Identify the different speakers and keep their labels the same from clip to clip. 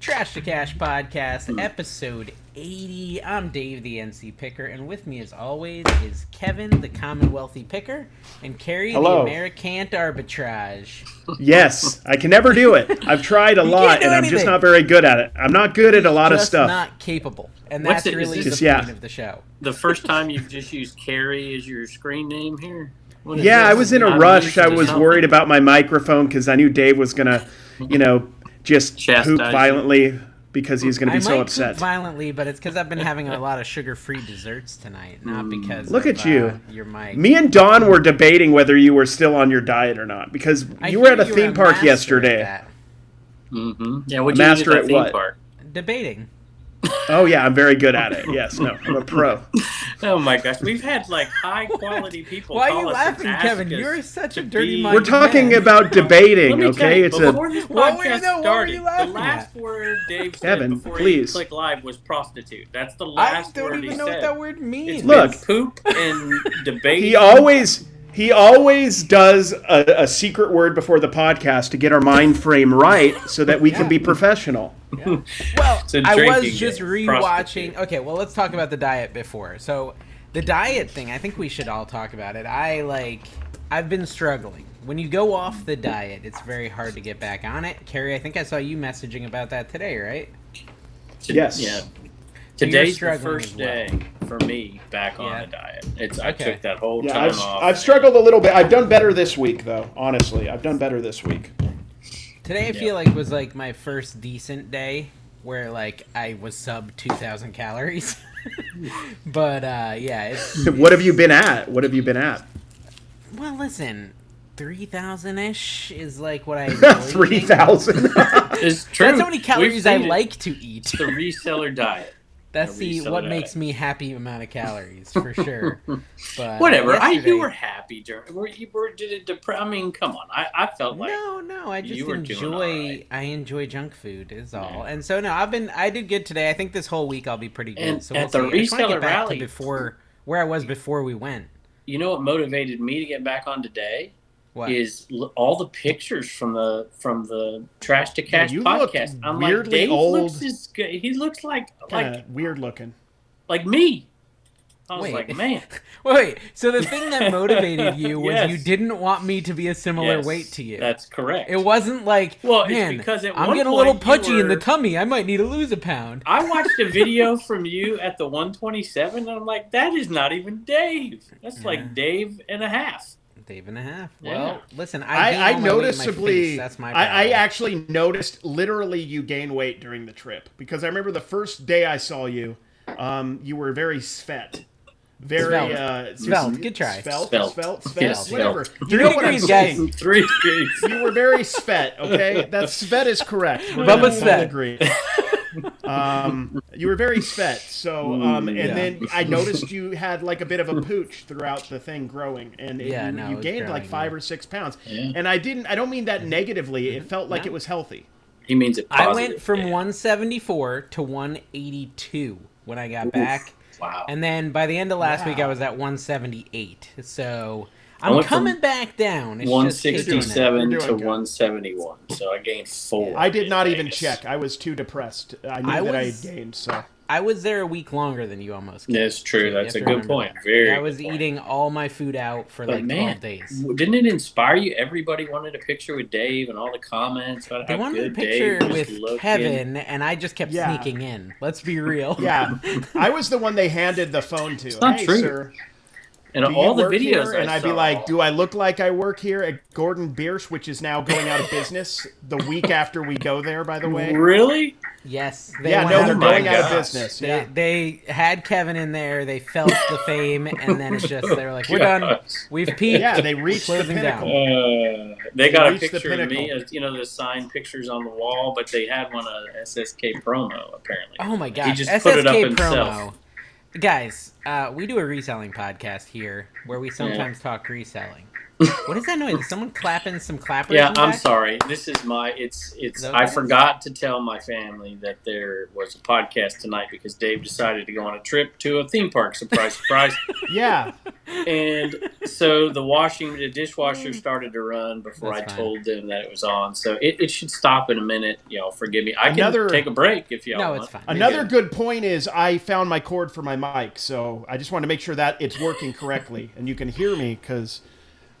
Speaker 1: Trash to Cash
Speaker 2: Hmm.
Speaker 1: Podcast, episode 80. I'm Dave, the NC Picker, and with me, as always, is Kevin, the Commonwealthy Picker, and Carrie,
Speaker 2: Hello.
Speaker 1: the Americant Arbitrage.
Speaker 2: Yes, I can never do it. I've tried a
Speaker 1: can't
Speaker 2: lot,
Speaker 1: do
Speaker 2: and I'm
Speaker 1: anything.
Speaker 2: just not very good at it. I'm not good at a lot of
Speaker 1: Just
Speaker 2: stuff.
Speaker 1: not capable. And
Speaker 3: What's
Speaker 1: that's
Speaker 3: it- is
Speaker 1: really the
Speaker 3: this-
Speaker 1: point
Speaker 2: Yeah.
Speaker 1: of the show.
Speaker 3: the first time you've just used Carrie as your screen name here? What is
Speaker 2: yeah,
Speaker 3: this?
Speaker 2: I was in a
Speaker 3: I'm
Speaker 2: rush.
Speaker 3: used
Speaker 2: I
Speaker 3: to
Speaker 2: was
Speaker 3: something.
Speaker 2: worried about my microphone because I knew Dave was gonna, you know, just
Speaker 3: Chastise
Speaker 2: poop
Speaker 3: you.
Speaker 2: violently because he's gonna
Speaker 1: I might
Speaker 2: be so
Speaker 1: poop
Speaker 2: upset.
Speaker 1: violently, but it's because I've been having a lot of sugar-free desserts tonight, not because
Speaker 2: Hmm. Look
Speaker 1: of,
Speaker 2: at you.
Speaker 1: Uh, your mic.
Speaker 2: Me and Don were debating whether you were still on your diet or not because
Speaker 1: I
Speaker 2: you were
Speaker 1: hear
Speaker 2: at a theme
Speaker 1: master
Speaker 2: park
Speaker 1: at
Speaker 2: yesterday.
Speaker 1: that.
Speaker 3: Mhm. Yeah, what you did
Speaker 2: master
Speaker 3: at
Speaker 2: at
Speaker 3: that theme
Speaker 2: what?
Speaker 3: park?
Speaker 1: Debating.
Speaker 2: Oh yeah, I'm very good at it. Yes, no, I'm a pro.
Speaker 3: Oh my gosh, we've had like high quality people.
Speaker 1: Why
Speaker 3: call
Speaker 1: are you
Speaker 3: us and
Speaker 1: laughing,
Speaker 3: ask
Speaker 1: Kevin?
Speaker 3: us
Speaker 1: You're such a
Speaker 3: to
Speaker 1: dirty
Speaker 3: be-
Speaker 1: mind.
Speaker 2: We're talking about
Speaker 3: Let
Speaker 2: debating,
Speaker 3: me tell
Speaker 2: okay?
Speaker 3: you,
Speaker 2: It's a
Speaker 3: before this podcast
Speaker 1: What were you- no, what were
Speaker 3: started,
Speaker 1: you laughing
Speaker 3: the last word Dave said
Speaker 2: Kevin,
Speaker 3: before
Speaker 2: please.
Speaker 3: he clicked live was prostitute. That's the
Speaker 1: I
Speaker 3: last
Speaker 1: don't
Speaker 3: word he
Speaker 1: even know
Speaker 3: said.
Speaker 1: what that word means.
Speaker 3: It's
Speaker 2: Look.
Speaker 3: been poop and debate.
Speaker 2: He always he always does a, a secret word before the podcast to get our mind frame right so that we can be professional.
Speaker 1: Well,
Speaker 3: a
Speaker 1: I was
Speaker 3: drinking
Speaker 1: just
Speaker 3: game.
Speaker 1: rewatching.
Speaker 3: Prostitute.
Speaker 1: Okay, well, let's talk about the diet before. So, the diet thing, I think we should all talk about it. I like, I've been struggling. When you go off the diet, it's very hard to get back on it. Carrie, I think I saw you messaging about that today, right?
Speaker 3: To-
Speaker 2: Yes.
Speaker 3: Yeah.
Speaker 1: So you're
Speaker 3: Today's the
Speaker 1: struggling
Speaker 3: first
Speaker 1: as well.
Speaker 3: day for me back on
Speaker 1: Yeah.
Speaker 3: a diet. It's I
Speaker 1: Okay.
Speaker 3: took that whole
Speaker 2: Yeah,
Speaker 3: time
Speaker 2: I've,
Speaker 3: off.
Speaker 2: I've struggled a little bit. I've done better this week though, honestly. I've done better this week.
Speaker 1: Today, I
Speaker 3: Yeah.
Speaker 1: feel like was like my first decent day where like I was sub 2,000 calories. but uh, yeah, it's
Speaker 2: What have you been at? What have you been at?
Speaker 1: well, listen, 3,000 ish is like what I enjoy
Speaker 2: Three
Speaker 1: eating.
Speaker 2: thousand.
Speaker 3: It's true.
Speaker 1: That's how many
Speaker 3: We've
Speaker 1: calories I
Speaker 3: seen it.
Speaker 1: like to eat.
Speaker 3: It's the reseller diet.
Speaker 1: That's
Speaker 3: Whatever
Speaker 1: the
Speaker 3: you sell
Speaker 1: what
Speaker 3: it
Speaker 1: makes
Speaker 3: at.
Speaker 1: me happy amount of calories for sure. But
Speaker 3: Whatever. I
Speaker 1: Uh, yesterday-
Speaker 3: you were happy during. Were you were did it depre- I mean, come on. I, I felt like
Speaker 1: no, no. I just
Speaker 3: you were doing
Speaker 1: enjoy.
Speaker 3: alright.
Speaker 1: I enjoy junk food is all,
Speaker 3: Yeah.
Speaker 1: and so no. I've been. I did good today. I think this whole week I'll be pretty good.
Speaker 3: And
Speaker 1: so
Speaker 3: at
Speaker 1: we'll
Speaker 3: the
Speaker 1: see. I just wanna
Speaker 3: reseller
Speaker 1: get back to
Speaker 3: rally-
Speaker 1: before where I was before we went.
Speaker 3: you know what motivated me to get back on today
Speaker 1: What?
Speaker 3: is l- all the pictures from the from the Trash to Cash
Speaker 2: you look
Speaker 3: podcast. I'm like
Speaker 2: weirdly
Speaker 3: Dave
Speaker 2: old.
Speaker 3: looks as good. He looks like like
Speaker 2: weird looking.
Speaker 3: like me. I was
Speaker 1: Wait.
Speaker 3: like, man,
Speaker 1: Wait. So the thing that motivated you was you
Speaker 3: Yes.
Speaker 1: didn't want me to be a similar
Speaker 3: yes,
Speaker 1: weight to you.
Speaker 3: That's correct.
Speaker 1: It wasn't like
Speaker 3: Well, it's
Speaker 1: man,
Speaker 3: because at
Speaker 1: I'm
Speaker 3: one
Speaker 1: getting a little
Speaker 3: point you
Speaker 1: pudgy in the
Speaker 3: were-
Speaker 1: tummy. I might need to lose a pound.
Speaker 3: I watched a video from you at the 127, and I'm like, that is not even Dave. That's
Speaker 1: Yeah.
Speaker 3: like Dave and a half.
Speaker 1: Dave and a half.
Speaker 3: Yeah.
Speaker 1: Well, listen, I, gained
Speaker 2: I,
Speaker 1: all my
Speaker 2: I
Speaker 1: weight in my
Speaker 2: noticeably,
Speaker 1: face. That's my.
Speaker 2: I, I
Speaker 1: problem.
Speaker 2: actually noticed literally you gain weight during the trip because I remember the first day I saw you, um, you were very svet. Very
Speaker 1: Svelte.
Speaker 2: uh,
Speaker 1: Svelte. Good try.
Speaker 2: Svelte, svelte,
Speaker 3: Svelte.
Speaker 2: svelte,
Speaker 3: Yeah,
Speaker 2: whatever.
Speaker 3: svelte.
Speaker 2: You know what I'm
Speaker 1: degrees, guys.
Speaker 2: saying?
Speaker 3: Three degrees.
Speaker 2: You were very svet, okay? That svet is correct. We're
Speaker 1: Bubba
Speaker 2: gonna all
Speaker 1: Svet.
Speaker 2: agree. Um, you were very svet, so um, and
Speaker 3: Mm, yeah.
Speaker 2: then I noticed you had like a bit of a pooch throughout the thing growing, and it-
Speaker 1: Yeah,
Speaker 2: you,
Speaker 1: no, it
Speaker 2: you
Speaker 1: was
Speaker 2: gained like
Speaker 1: growing,
Speaker 2: five
Speaker 1: yeah.
Speaker 2: or six pounds.
Speaker 3: Yeah.
Speaker 2: And I didn't. I don't mean that negatively.
Speaker 1: Mm-hmm.
Speaker 2: It felt like it was healthy.
Speaker 3: He means it.
Speaker 1: I
Speaker 3: Positive.
Speaker 1: went from
Speaker 3: Yeah.
Speaker 1: 174 to 182 when I got back,
Speaker 3: Wow.
Speaker 1: and then by the end of last week I
Speaker 2: Wow.
Speaker 1: was at 178. So
Speaker 3: I
Speaker 1: I'm
Speaker 3: went from
Speaker 1: coming back down. It's just taking it.
Speaker 3: 167
Speaker 2: You're
Speaker 3: to
Speaker 2: doing good.
Speaker 3: 171. So I gained four.
Speaker 2: I did not even
Speaker 3: Vegas.
Speaker 2: check. I was too depressed. I knew
Speaker 1: I
Speaker 2: that I
Speaker 1: was-
Speaker 2: had gained. So
Speaker 1: I was there a week longer than you almost. Came.
Speaker 3: That's true. That's
Speaker 1: You
Speaker 3: a
Speaker 1: have to
Speaker 3: good
Speaker 1: remember
Speaker 3: point.
Speaker 1: that.
Speaker 3: Very.
Speaker 1: I was
Speaker 3: good point.
Speaker 1: eating all my food out for
Speaker 3: But
Speaker 1: like
Speaker 3: man,
Speaker 1: 12 days.
Speaker 3: w- Didn't it inspire you? Everybody wanted a picture with Dave and all the comments about
Speaker 1: They
Speaker 3: how
Speaker 1: wanted a
Speaker 3: good
Speaker 1: picture
Speaker 3: Dave was
Speaker 1: with
Speaker 3: looking.
Speaker 1: Kevin, and I just kept
Speaker 2: Yeah.
Speaker 1: sneaking in. Let's be real.
Speaker 2: yeah, I was the one they handed the phone to. It's
Speaker 3: not
Speaker 2: hey,
Speaker 3: true.
Speaker 2: sir,
Speaker 3: and
Speaker 2: do
Speaker 3: all
Speaker 2: you
Speaker 3: the
Speaker 2: work
Speaker 3: videos.
Speaker 2: here? And
Speaker 3: I
Speaker 2: I'd be
Speaker 3: saw.
Speaker 2: like, do I look like I work here at Gordon Biersch, which is now going out of business the week after we go there? By the way,
Speaker 3: really?
Speaker 1: Yes.
Speaker 2: yeah,
Speaker 1: went
Speaker 2: no,
Speaker 1: out
Speaker 2: they're
Speaker 1: of
Speaker 3: my
Speaker 2: going out of
Speaker 3: gosh.
Speaker 2: business.
Speaker 1: They,
Speaker 2: Yeah.
Speaker 1: they had Kevin in there. They felt the fame, and then it's just they were like, "We're done.
Speaker 3: Gosh.
Speaker 1: We've peaked."
Speaker 2: Yeah, they reached the
Speaker 1: Closing down.
Speaker 2: pinnacle.
Speaker 3: Uh, they got a
Speaker 2: reached the
Speaker 3: picture of me,
Speaker 2: pinnacle.
Speaker 3: as, you know, the signed pictures on the wall, but they had one uh, of SSK promo apparently.
Speaker 1: Oh my
Speaker 3: He
Speaker 1: gosh!
Speaker 3: just
Speaker 1: SSK
Speaker 3: put it up
Speaker 1: promo,
Speaker 3: himself.
Speaker 1: guys. Uh, we do a reselling podcast here where we sometimes talk reselling. What is that noise? Is someone clapping some clappers?
Speaker 3: Yeah,
Speaker 1: in the
Speaker 3: I'm
Speaker 1: back?
Speaker 3: sorry. This is my. It's it's.
Speaker 1: Is that
Speaker 3: I
Speaker 1: okay?
Speaker 3: forgot to tell my family that there was a podcast tonight because Dave decided to go on a trip to a theme park. Surprise, surprise.
Speaker 2: Yeah.
Speaker 3: and so the washing, the dishwasher started to run before
Speaker 1: Mm. That's
Speaker 3: I
Speaker 1: fine.
Speaker 3: told them that it was on. So it, it should stop in a minute. Y'all forgive me. I
Speaker 2: Another-
Speaker 3: can take a break if y'all
Speaker 1: No,
Speaker 3: want.
Speaker 1: it's fine.
Speaker 2: Another good point is I found my cord for my mic, so I just want to make sure that it's working correctly and you can hear me because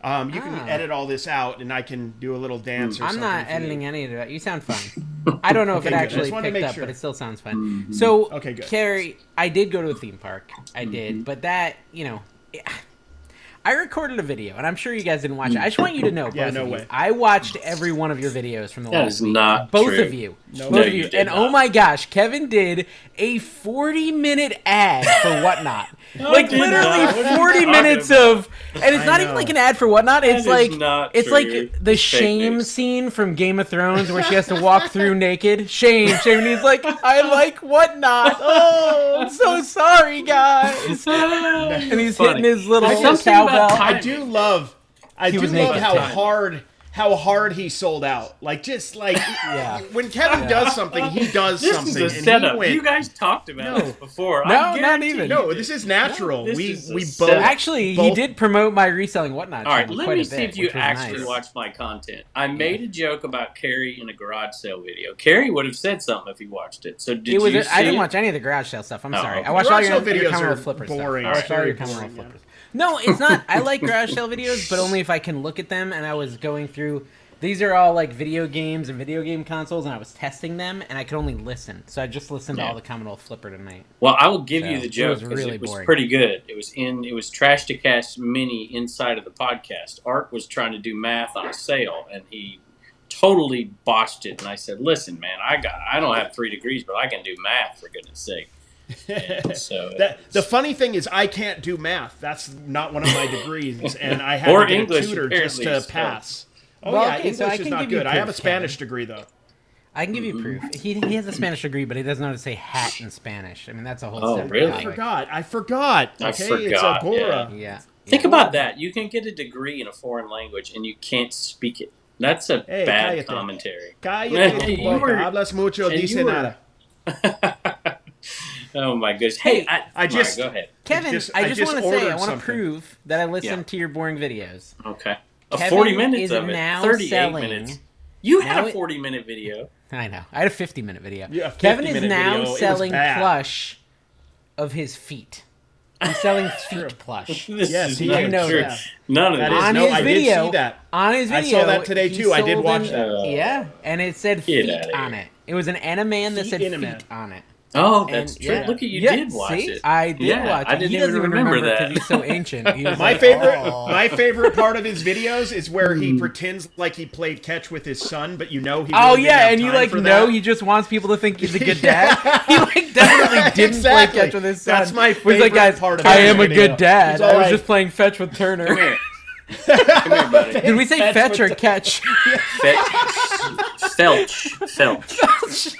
Speaker 2: um, you can
Speaker 1: Ah. Hmm.
Speaker 2: edit all this out and I can do a little dance or
Speaker 1: I'm
Speaker 2: something.
Speaker 1: not
Speaker 2: if you
Speaker 1: editing
Speaker 2: need.
Speaker 1: any of that. You sound fine. I don't know if
Speaker 2: Okay,
Speaker 1: it
Speaker 2: good. I
Speaker 1: actually
Speaker 2: just wanted to
Speaker 1: picked
Speaker 2: make
Speaker 1: up,
Speaker 2: sure. Mm-hmm.
Speaker 1: but it still sounds fun. So,
Speaker 2: Okay, good. Mm-hmm.
Speaker 1: Carrie, I did go to a theme park. I did, but that, you know, I recorded a video, and I'm sure you guys didn't watch it. I just want you to know,
Speaker 2: Yeah,
Speaker 1: both
Speaker 2: no
Speaker 1: of you,
Speaker 2: way.
Speaker 1: I watched every one of your videos from the
Speaker 3: That
Speaker 1: last
Speaker 3: is
Speaker 1: week.
Speaker 3: not
Speaker 1: both
Speaker 3: true.
Speaker 1: of you,
Speaker 2: No
Speaker 1: both
Speaker 2: way.
Speaker 1: of
Speaker 3: No,
Speaker 1: you,
Speaker 3: you did
Speaker 1: and oh
Speaker 3: not.
Speaker 1: my gosh, Kevin did a 40 minute ad for whatnot.
Speaker 3: No,
Speaker 1: like
Speaker 3: I did
Speaker 1: literally
Speaker 3: not. What are you
Speaker 1: 40
Speaker 3: talking
Speaker 1: minutes
Speaker 3: about?
Speaker 1: of, and it's
Speaker 2: I
Speaker 1: not even
Speaker 2: know.
Speaker 1: like an ad for whatnot. It's
Speaker 3: is
Speaker 1: like
Speaker 3: not
Speaker 1: it's
Speaker 3: true.
Speaker 1: like the
Speaker 3: It's fake
Speaker 1: shame
Speaker 3: news.
Speaker 1: scene from Game of Thrones where she has to walk through naked. Shame, shame. And he's like, I like whatnot. Oh, I'm so sorry, guys. And he's
Speaker 3: Funny.
Speaker 1: hitting his little
Speaker 3: There's something about
Speaker 1: cowbell.
Speaker 3: time.
Speaker 2: I do love I
Speaker 1: He
Speaker 2: do
Speaker 1: was
Speaker 2: love
Speaker 1: naked
Speaker 2: how
Speaker 1: time.
Speaker 2: hard how hard he sold out. Like just like
Speaker 1: Yeah.
Speaker 2: when Kevin does something, he does
Speaker 3: This
Speaker 2: something.
Speaker 3: is a
Speaker 2: and
Speaker 3: setup.
Speaker 2: He went,
Speaker 3: You guys talked about
Speaker 2: No.
Speaker 3: this before. I
Speaker 1: No, not
Speaker 3: guarantee
Speaker 1: even.
Speaker 3: you
Speaker 2: no,
Speaker 3: did.
Speaker 2: this is natural.
Speaker 3: This
Speaker 2: we
Speaker 3: is a
Speaker 2: we both
Speaker 3: setup.
Speaker 1: Actually, he
Speaker 2: Both-
Speaker 1: did promote my reselling whatnot.
Speaker 3: All right,
Speaker 1: channel
Speaker 3: let
Speaker 1: quite
Speaker 3: me
Speaker 1: a
Speaker 3: see
Speaker 1: bit,
Speaker 3: if you
Speaker 1: which was
Speaker 3: actually
Speaker 1: nice.
Speaker 3: watched my content. I made a joke about Carrie in a garage sale video. Carrie would have said something if he watched it. So did
Speaker 1: It was.
Speaker 3: you?
Speaker 1: I didn't
Speaker 3: see it?
Speaker 1: watch any of the garage sale stuff. I'm
Speaker 3: Oh,
Speaker 1: sorry.
Speaker 3: okay.
Speaker 1: I watched
Speaker 2: Garage
Speaker 1: all
Speaker 2: sale
Speaker 1: your, your
Speaker 2: videos
Speaker 1: Commonwealth
Speaker 2: are
Speaker 1: flipper
Speaker 2: boring.
Speaker 1: stuff. I watched all
Speaker 2: Very
Speaker 1: your Commonwealth
Speaker 2: boring, yeah.
Speaker 1: flippers. No, it's not. I like garage sale videos, but only if I can look at them. And I was going through. These are all like video games and video game consoles, and I was testing them, and I could only listen. So I just listened to
Speaker 3: Yeah.
Speaker 1: all the Commonwealth Flipper tonight.
Speaker 3: Well, I will give you
Speaker 1: So,
Speaker 3: the
Speaker 1: it was
Speaker 3: joke because it was,
Speaker 1: really boring.
Speaker 3: pretty good. It was in it was Trash to Cast mini inside of the podcast. Art was trying to do math on a sale and he totally botched it. And I said, "Listen, man, I got I don't have three degrees, but I can do math for goodness sake." And so
Speaker 2: That, the funny thing is, I can't do math. That's not one of my degrees, and I
Speaker 3: Or
Speaker 2: had to get
Speaker 3: English,
Speaker 2: a tutor just
Speaker 3: apparently,
Speaker 2: to
Speaker 3: so.
Speaker 2: pass. Oh
Speaker 1: Well, okay,
Speaker 2: yeah, English
Speaker 1: so I
Speaker 2: is
Speaker 1: can
Speaker 2: not
Speaker 1: give you
Speaker 2: good. I have a
Speaker 1: proof,
Speaker 2: Spanish degree though.
Speaker 1: I can give you proof.
Speaker 3: Mm-hmm.
Speaker 1: He, he has a Spanish degree, but he doesn't know how to say hat in Spanish. I mean, that's a whole
Speaker 3: Oh,
Speaker 1: separate
Speaker 3: really?
Speaker 2: I
Speaker 1: topic.
Speaker 2: forgot. I forgot.
Speaker 3: I
Speaker 2: Okay, it's
Speaker 3: forgot,
Speaker 2: agora.
Speaker 1: Yeah.
Speaker 3: think about that. You can get a degree in a foreign language and you can't speak it. That's a
Speaker 2: Hey,
Speaker 3: bad
Speaker 2: cállate.
Speaker 3: commentary.
Speaker 2: Cállate
Speaker 3: Hey,
Speaker 2: tu
Speaker 3: you
Speaker 2: boca.
Speaker 3: were-
Speaker 2: Hablas mucho,
Speaker 3: and
Speaker 2: dice
Speaker 3: you were-
Speaker 2: nada.
Speaker 3: oh my goodness. Hey, I,
Speaker 2: I
Speaker 3: Mara,
Speaker 2: just-
Speaker 3: go ahead.
Speaker 1: Kevin, I just,
Speaker 2: just- I just
Speaker 1: want to say,
Speaker 2: ordered
Speaker 1: I want to
Speaker 2: something.
Speaker 1: prove that I listened
Speaker 3: Yeah.
Speaker 1: to your boring videos.
Speaker 3: Okay. A
Speaker 1: Kevin
Speaker 3: 40 minutes
Speaker 1: is
Speaker 3: of it.
Speaker 1: now
Speaker 3: 38
Speaker 1: selling-
Speaker 3: minutes. You
Speaker 1: Now
Speaker 3: had a
Speaker 1: it-
Speaker 3: 40 minute video.
Speaker 1: I know. I had a 50 minute video.
Speaker 2: Yeah, a
Speaker 1: Kevin
Speaker 2: 50
Speaker 1: is
Speaker 2: minute
Speaker 1: now
Speaker 2: video. It was
Speaker 1: selling
Speaker 2: bad.
Speaker 1: plush of his feet. He's selling feet plush.
Speaker 3: This
Speaker 2: Yes,
Speaker 3: is
Speaker 2: he
Speaker 3: not
Speaker 1: did. Yeah.
Speaker 3: true. None of
Speaker 2: That
Speaker 3: this.
Speaker 2: is
Speaker 1: On
Speaker 2: no.
Speaker 1: his
Speaker 2: I
Speaker 1: video,
Speaker 2: did see that.
Speaker 1: On his
Speaker 2: I
Speaker 1: video,
Speaker 2: saw that today,
Speaker 1: he
Speaker 2: too. I did
Speaker 1: sold
Speaker 2: watch
Speaker 1: an-
Speaker 3: that.
Speaker 1: Yeah, and it
Speaker 3: Get
Speaker 1: said feet
Speaker 3: outta
Speaker 1: on
Speaker 3: here.
Speaker 1: it. It was an anime that
Speaker 2: Feet
Speaker 1: said
Speaker 2: in a
Speaker 1: feet
Speaker 2: man.
Speaker 1: on it.
Speaker 3: Oh, that's
Speaker 1: And-
Speaker 3: true.
Speaker 1: yeah.
Speaker 3: Look at you
Speaker 1: Yeah,
Speaker 3: did watch
Speaker 1: see?
Speaker 3: it.
Speaker 1: I did
Speaker 3: Yeah,
Speaker 1: watch it.
Speaker 3: I didn't
Speaker 1: he
Speaker 3: even
Speaker 1: doesn't even
Speaker 3: remember
Speaker 1: remember 'cause
Speaker 3: that.
Speaker 1: He's so ancient. He was
Speaker 2: My
Speaker 1: like,
Speaker 2: favorite,
Speaker 1: "Oh."
Speaker 2: my favorite part of his videos is where he pretends like he played catch with his son, but you know he.
Speaker 1: Oh
Speaker 2: really didn't
Speaker 1: yeah,
Speaker 2: have
Speaker 1: and you
Speaker 2: time
Speaker 1: like
Speaker 2: for
Speaker 1: know
Speaker 2: that.
Speaker 1: he just wants people to think he's a good
Speaker 2: Yeah.
Speaker 1: dad. He like definitely didn't
Speaker 2: Exactly.
Speaker 1: play catch with his son.
Speaker 2: That's my
Speaker 1: He was like,
Speaker 2: favorite
Speaker 1: guys,
Speaker 2: part of
Speaker 1: I
Speaker 2: that
Speaker 1: am a
Speaker 2: video.
Speaker 1: good dad.
Speaker 2: He's
Speaker 1: I
Speaker 2: all
Speaker 1: was
Speaker 2: like-
Speaker 1: just playing fetch with
Speaker 3: Come
Speaker 1: Turner.
Speaker 3: here. Come here, buddy.
Speaker 1: Did we say fetch or catch?
Speaker 3: Fe- Felch. Felch.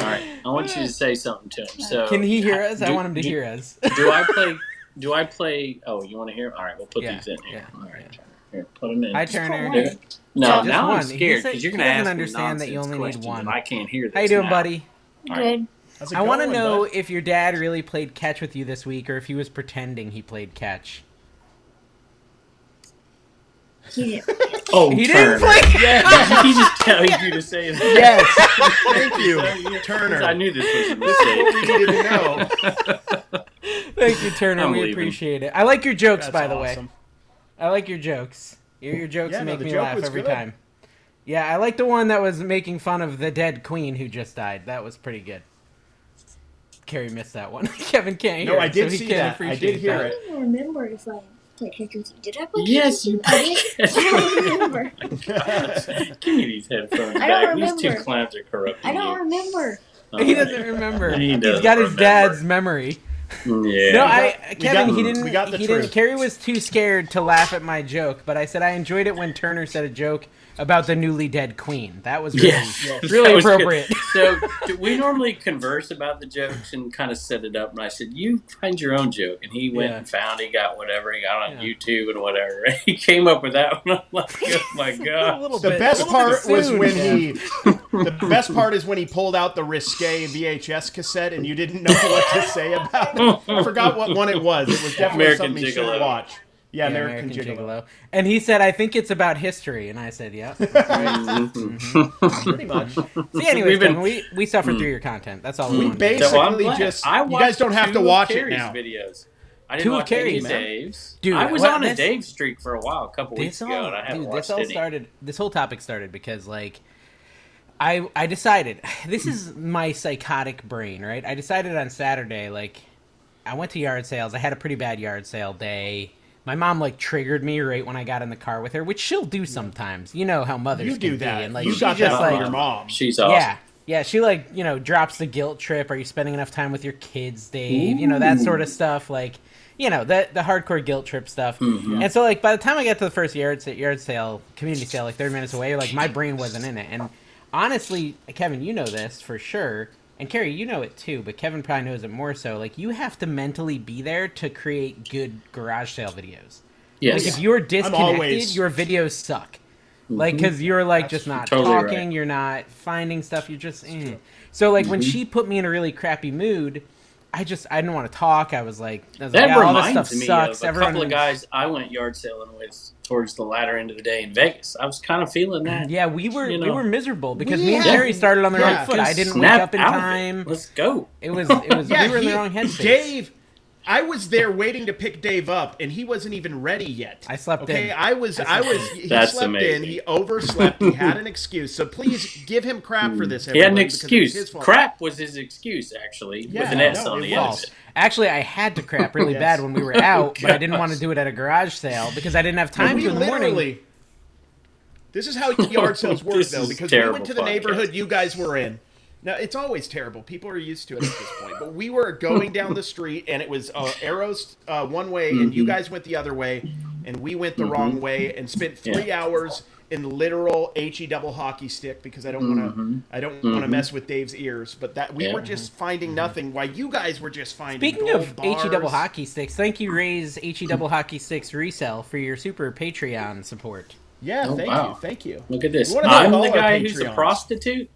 Speaker 3: All right. I want you to say something to him. So
Speaker 1: Can he hear us? I
Speaker 3: Do-
Speaker 1: want him to
Speaker 3: do-
Speaker 1: hear us.
Speaker 3: Do I play? Do I play? Oh, you want to hear? All right, we'll put
Speaker 1: Yeah,
Speaker 3: these in here.
Speaker 1: yeah,
Speaker 3: All right, Turner. here, put them in.
Speaker 1: Hi Turner.
Speaker 3: There. No,
Speaker 1: Just
Speaker 3: now
Speaker 1: one.
Speaker 3: I'm
Speaker 1: He
Speaker 3: scared
Speaker 1: said-
Speaker 3: because you're
Speaker 1: he
Speaker 3: going to
Speaker 1: doesn't
Speaker 3: ask me
Speaker 1: understand that you
Speaker 3: nonsense
Speaker 1: only need
Speaker 3: questions
Speaker 1: one.
Speaker 3: and I can't hear this.
Speaker 1: How you doing,
Speaker 3: now.
Speaker 1: buddy?
Speaker 3: All right.
Speaker 4: Good.
Speaker 2: How's it
Speaker 1: I want to
Speaker 2: going,
Speaker 1: know
Speaker 2: bud?
Speaker 1: if your dad really played catch with you this week, or if he was pretending he played catch.
Speaker 4: He did.
Speaker 3: Oh,
Speaker 1: He
Speaker 3: Turner.
Speaker 1: didn't play.
Speaker 3: Did he just tell you to say that?
Speaker 2: Yes, thank you, Turner.
Speaker 3: I knew this was a
Speaker 2: We
Speaker 3: mistake.
Speaker 2: didn't know.
Speaker 1: Thank you, Turner.
Speaker 3: I'm
Speaker 1: We
Speaker 3: leaving.
Speaker 1: appreciate it. I like your jokes,
Speaker 2: That's
Speaker 1: by the way.
Speaker 2: awesome.
Speaker 1: I like your jokes. Your, your jokes
Speaker 2: Yeah, no,
Speaker 1: make
Speaker 2: the
Speaker 1: me
Speaker 2: joke
Speaker 1: laugh
Speaker 2: was
Speaker 1: every
Speaker 2: good.
Speaker 1: time. Yeah, I like the one that was making fun of the dead queen who just died. That was pretty good. Carrie missed that one. Kevin can't hear
Speaker 2: No, I
Speaker 1: it,
Speaker 2: did
Speaker 1: so he
Speaker 2: see
Speaker 1: can't
Speaker 2: that. I
Speaker 1: appreciate
Speaker 2: did hear
Speaker 1: that.
Speaker 4: I
Speaker 2: it.
Speaker 4: don't even remember if I played catch with you. Did I play
Speaker 3: Yes,
Speaker 4: catch with
Speaker 3: you
Speaker 4: you? I did. I don't remember.
Speaker 3: Give me these headphones
Speaker 4: I don't
Speaker 3: back. These two
Speaker 4: remember.
Speaker 3: clowns are corrupting
Speaker 4: I don't remember.
Speaker 3: you.
Speaker 1: He doesn't remember.
Speaker 3: Um, He
Speaker 1: has
Speaker 3: doesn't
Speaker 1: got his
Speaker 3: remember.
Speaker 1: dad's memory.
Speaker 3: Yeah.
Speaker 1: No,
Speaker 2: got-
Speaker 1: I
Speaker 2: we
Speaker 1: Kevin
Speaker 2: got-
Speaker 1: he
Speaker 2: we
Speaker 1: didn't
Speaker 2: got the
Speaker 1: he
Speaker 2: truth.
Speaker 1: didn't Carrie was too scared to laugh at my joke, but I said I enjoyed it when Turner said a joke about the newly dead queen. That was really,
Speaker 3: Yes.
Speaker 1: really
Speaker 3: That was good.
Speaker 1: appropriate.
Speaker 3: So do we normally converse about the jokes and kind of set it up. And I said, "You find your own joke." And he went
Speaker 1: Yeah.
Speaker 3: and found. He got whatever he got on
Speaker 1: Yeah.
Speaker 3: YouTube and whatever. He came up with that one. I'm like, "Oh my
Speaker 1: A
Speaker 3: god!"
Speaker 1: little
Speaker 2: The
Speaker 1: bit- a
Speaker 2: best
Speaker 1: little bit
Speaker 2: part was
Speaker 1: soon,
Speaker 2: when
Speaker 1: Jeff.
Speaker 2: he. The best part is when he pulled out the risque VHS cassette and you didn't know what to say about it. I forgot what one it was. It was definitely
Speaker 3: American
Speaker 2: something you
Speaker 3: Gigolo.
Speaker 2: should watch. Yeah,
Speaker 1: Yeah,
Speaker 2: American, Gigolo.
Speaker 1: And he said, I think it's about history. And I said, yeah. Mm-hmm.
Speaker 3: Mhm.
Speaker 2: Pretty much.
Speaker 1: See, anyways,
Speaker 3: We've been- Hmm.
Speaker 1: Kevin, we, we suffered through your content. That's all we,
Speaker 2: We
Speaker 1: wanted.
Speaker 2: base-
Speaker 3: So I'm
Speaker 2: Basically
Speaker 3: glad.
Speaker 2: just-
Speaker 3: I
Speaker 2: you guys
Speaker 3: watched
Speaker 2: don't have to
Speaker 3: two of
Speaker 2: watch it
Speaker 3: Carrie's
Speaker 2: now.
Speaker 3: Videos. I didn't
Speaker 1: Two of
Speaker 3: watch any
Speaker 1: Carrie's,
Speaker 3: of
Speaker 1: man.
Speaker 3: Dave's.
Speaker 1: Dude,
Speaker 3: I was
Speaker 1: what-
Speaker 3: on a
Speaker 1: this-
Speaker 3: Dave streak for a while, a couple weeks
Speaker 1: This
Speaker 3: ago,
Speaker 1: all,
Speaker 3: and I haven't
Speaker 1: dude,
Speaker 3: watched
Speaker 1: this all
Speaker 3: any.
Speaker 1: started. This whole topic started because, like, I I decided this is my psychotic brain, right? I decided on Saturday, like, I went to yard sales. I had a pretty bad yard sale day. My mom like triggered me right when I got in the car with her, which she'll do sometimes. You know how mothers
Speaker 2: You
Speaker 1: can
Speaker 2: do
Speaker 1: be,
Speaker 2: that.
Speaker 1: and like
Speaker 2: you
Speaker 1: she
Speaker 2: got that
Speaker 1: just
Speaker 2: from
Speaker 1: like
Speaker 2: your mom.
Speaker 3: She's awesome.
Speaker 1: Yeah. Yeah, she like, you know, drops the guilt trip. Are you spending enough time with your kids, Dave? You know, that sort of stuff. Like, you know, the the hardcore guilt trip stuff.
Speaker 3: Mm-hmm.
Speaker 1: And so like by the time I got to the first yard sa- yard sale, community sale, like thirty minutes away, like my brain wasn't in it. And honestly, Kevin, you know this for sure. And Carrie, you know it too, but Kevin probably knows it more so. Like you have to mentally be there to create good garage sale videos.
Speaker 3: Yes.
Speaker 1: Like if you're disconnected,
Speaker 2: always-
Speaker 1: your videos suck. Like because you're like just not
Speaker 3: Mm-hmm. totally right.
Speaker 1: talking, you're not finding stuff, you're just. eh. So like
Speaker 3: Mm-hmm.
Speaker 1: when she put me in a really crappy mood, I just I didn't want to talk. I was like, I was
Speaker 3: That
Speaker 1: like, "Yeah, all this
Speaker 3: reminds
Speaker 1: stuff
Speaker 3: me
Speaker 1: sucks.
Speaker 3: of a
Speaker 1: Everyone
Speaker 3: couple of
Speaker 1: was-
Speaker 3: guys I went yard sailing with towards the latter end of the day in Vegas. I was kind of feeling that.
Speaker 1: Yeah, we were
Speaker 3: you
Speaker 1: we
Speaker 3: know.
Speaker 1: were miserable because
Speaker 2: We
Speaker 1: me and
Speaker 2: had-
Speaker 1: Jerry started on the
Speaker 2: yeah,
Speaker 1: wrong foot. I didn't wake
Speaker 3: Snap
Speaker 1: up in
Speaker 3: out of it.
Speaker 1: time.
Speaker 3: Let's go.
Speaker 1: It was it was
Speaker 2: Yeah,
Speaker 1: we were in
Speaker 2: he-
Speaker 1: the wrong headspace.
Speaker 2: Dave, I was there waiting to pick Dave up, and he wasn't even ready yet.
Speaker 1: I slept
Speaker 2: okay?
Speaker 1: in.
Speaker 2: I was, I was. He
Speaker 3: That's
Speaker 2: slept
Speaker 3: amazing.
Speaker 2: in. He overslept. He had an excuse. So please give him crap for this.
Speaker 3: He had an
Speaker 2: everyone, because it was his
Speaker 3: excuse.
Speaker 2: fault.
Speaker 3: Crap was his excuse, actually, with
Speaker 2: Yeah,
Speaker 3: an S
Speaker 2: no,
Speaker 3: on
Speaker 2: it
Speaker 3: the end of
Speaker 1: False.
Speaker 3: it.
Speaker 1: Actually, I had to crap really
Speaker 2: Yes.
Speaker 1: bad when we were out, but I didn't
Speaker 3: gosh.
Speaker 1: want to do it at a garage sale because I didn't have time
Speaker 2: we
Speaker 1: to in the morning.
Speaker 2: literally. This is how yard sales work,
Speaker 3: Oh, This
Speaker 2: though,
Speaker 3: is
Speaker 2: because we
Speaker 3: terrible
Speaker 2: went to the
Speaker 3: podcast.
Speaker 2: neighborhood you guys were in. Now it's always terrible. People are used to it at this point, but we were going down the street, and it was uh, arrows uh, one way, and
Speaker 3: Mm-hmm.
Speaker 2: you guys went the other way, and we went the wrong way, and spent three
Speaker 3: Yeah.
Speaker 2: hours in literal he double hockey stick because I don't want to. I don't want to mess with Dave's ears, but that
Speaker 3: Mm-hmm.
Speaker 2: we
Speaker 3: Yeah. Mm-hmm.
Speaker 2: were just finding nothing. While you guys were just finding.
Speaker 1: Speaking
Speaker 2: gold
Speaker 1: of HE double
Speaker 2: bars.
Speaker 1: hockey sticks, thank you, Ray's HE double hockey sticks resell for your super Patreon support.
Speaker 2: yeah,
Speaker 3: Oh,
Speaker 2: thank
Speaker 3: wow.
Speaker 2: you, thank you.
Speaker 3: Look at this.
Speaker 2: What about
Speaker 3: I'm
Speaker 2: all
Speaker 3: the
Speaker 2: our
Speaker 3: guy who's a
Speaker 2: Patreons?
Speaker 3: prostitute.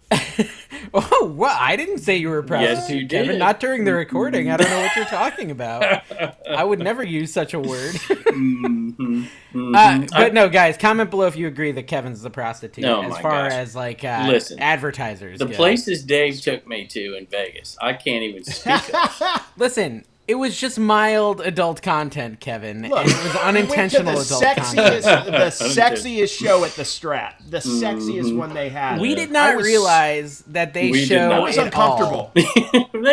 Speaker 1: Oh, well, I didn't say you were a prostitute,
Speaker 3: Yes, you
Speaker 1: Kevin.
Speaker 3: did.
Speaker 1: Not during the recording. I don't know what you're talking about. I would never use such a word.
Speaker 3: Mhm. Mhm.
Speaker 1: Uh,
Speaker 3: I-
Speaker 1: but no, guys, comment below if you agree that Kevin's the prostitute
Speaker 3: Oh
Speaker 1: as
Speaker 3: my
Speaker 1: far
Speaker 3: gosh.
Speaker 1: as like uh,
Speaker 3: Listen,
Speaker 1: advertisers.
Speaker 3: the
Speaker 1: go.
Speaker 3: places Dave took me to in Vegas, I can't even speak of.
Speaker 1: Listen, it was just mild adult content, Kevin. and
Speaker 2: Look,
Speaker 1: it was unintentional
Speaker 2: we went to
Speaker 1: adult
Speaker 2: the
Speaker 1: content.
Speaker 2: sexiest, the sexiest show at the Strat, the
Speaker 3: Mm-hmm.
Speaker 2: sexiest one they had.
Speaker 1: We did
Speaker 2: I
Speaker 1: not
Speaker 2: was-
Speaker 1: realize that they
Speaker 3: We did
Speaker 1: show
Speaker 3: not.
Speaker 2: I was
Speaker 1: it all.
Speaker 2: uncomfortable.
Speaker 3: they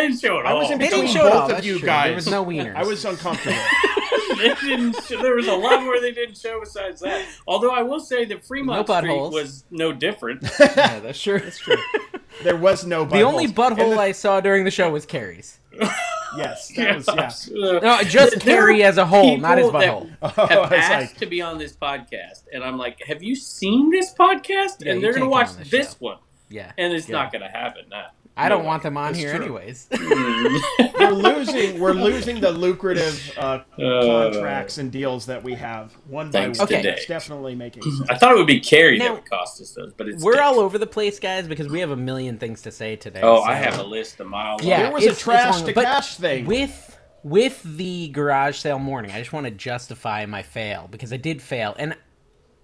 Speaker 3: didn't show it
Speaker 2: I was
Speaker 3: all.
Speaker 2: in
Speaker 1: They didn't
Speaker 2: between
Speaker 1: show it all,
Speaker 2: both of
Speaker 1: that's
Speaker 2: you
Speaker 1: true.
Speaker 2: guys.
Speaker 1: There was no wieners.
Speaker 2: I was uncomfortable.
Speaker 3: they didn't. There was a lot more they didn't show besides that. Although I will say that Fremont
Speaker 1: No
Speaker 3: Street
Speaker 1: buttholes.
Speaker 3: was no different.
Speaker 1: Yeah, that's true. That's true.
Speaker 2: there was no.
Speaker 1: The only butthole
Speaker 2: like
Speaker 1: I saw during the show was Carrie's.
Speaker 2: yes, that was yeah.
Speaker 1: No, just Carrie as a whole, not his
Speaker 3: uh, people that
Speaker 1: butthole.
Speaker 2: Oh, I
Speaker 3: Have
Speaker 2: was
Speaker 3: asked
Speaker 2: like,
Speaker 3: to be on this podcast, and I'm like, "Have you seen this podcast?"
Speaker 1: Yeah,
Speaker 3: and
Speaker 1: you
Speaker 3: they're gonna
Speaker 1: can't come
Speaker 3: watch
Speaker 1: on this
Speaker 3: this,
Speaker 1: show.
Speaker 3: one,
Speaker 1: Yeah.
Speaker 3: and it's
Speaker 1: Yeah.
Speaker 3: not gonna happen. Nah.
Speaker 1: I don't
Speaker 3: No
Speaker 1: want them on
Speaker 2: It's
Speaker 1: here
Speaker 2: true.
Speaker 1: anyways.
Speaker 2: we're losing. We're losing the lucrative uh,
Speaker 3: Uh,
Speaker 2: contracts and deals that we have one by
Speaker 3: Thanks
Speaker 2: one.
Speaker 1: to
Speaker 2: It's
Speaker 3: Dave.
Speaker 2: definitely making sense.
Speaker 3: I thought it would be Carrie
Speaker 1: Now-
Speaker 3: that would cost us those, but it's
Speaker 1: We're
Speaker 3: Dave.
Speaker 1: all over the place, guys, because we have a million things to say today.
Speaker 3: Oh,
Speaker 1: so-
Speaker 3: I have a list a mile long.
Speaker 1: Yeah,
Speaker 2: there was a
Speaker 1: it's- it's
Speaker 2: trash
Speaker 1: long,
Speaker 2: to
Speaker 1: but
Speaker 2: cash thing.
Speaker 1: with with the garage sale morning i just want to justify my fail because i did fail and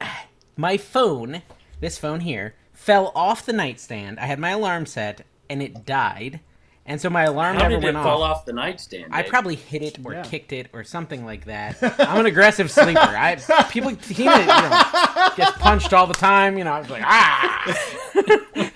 Speaker 1: my phone this phone here fell off the nightstand i had my alarm set and it died and so my alarm
Speaker 3: How
Speaker 1: never
Speaker 3: did it
Speaker 1: went
Speaker 3: fall
Speaker 1: off
Speaker 3: off the nightstand?
Speaker 1: I
Speaker 3: Dave?
Speaker 1: probably hit it or
Speaker 2: Yeah.
Speaker 1: kicked it or something like that. I'm an aggressive sleeper. I people he, you know, gets punched all the time. You know, I was like, ah,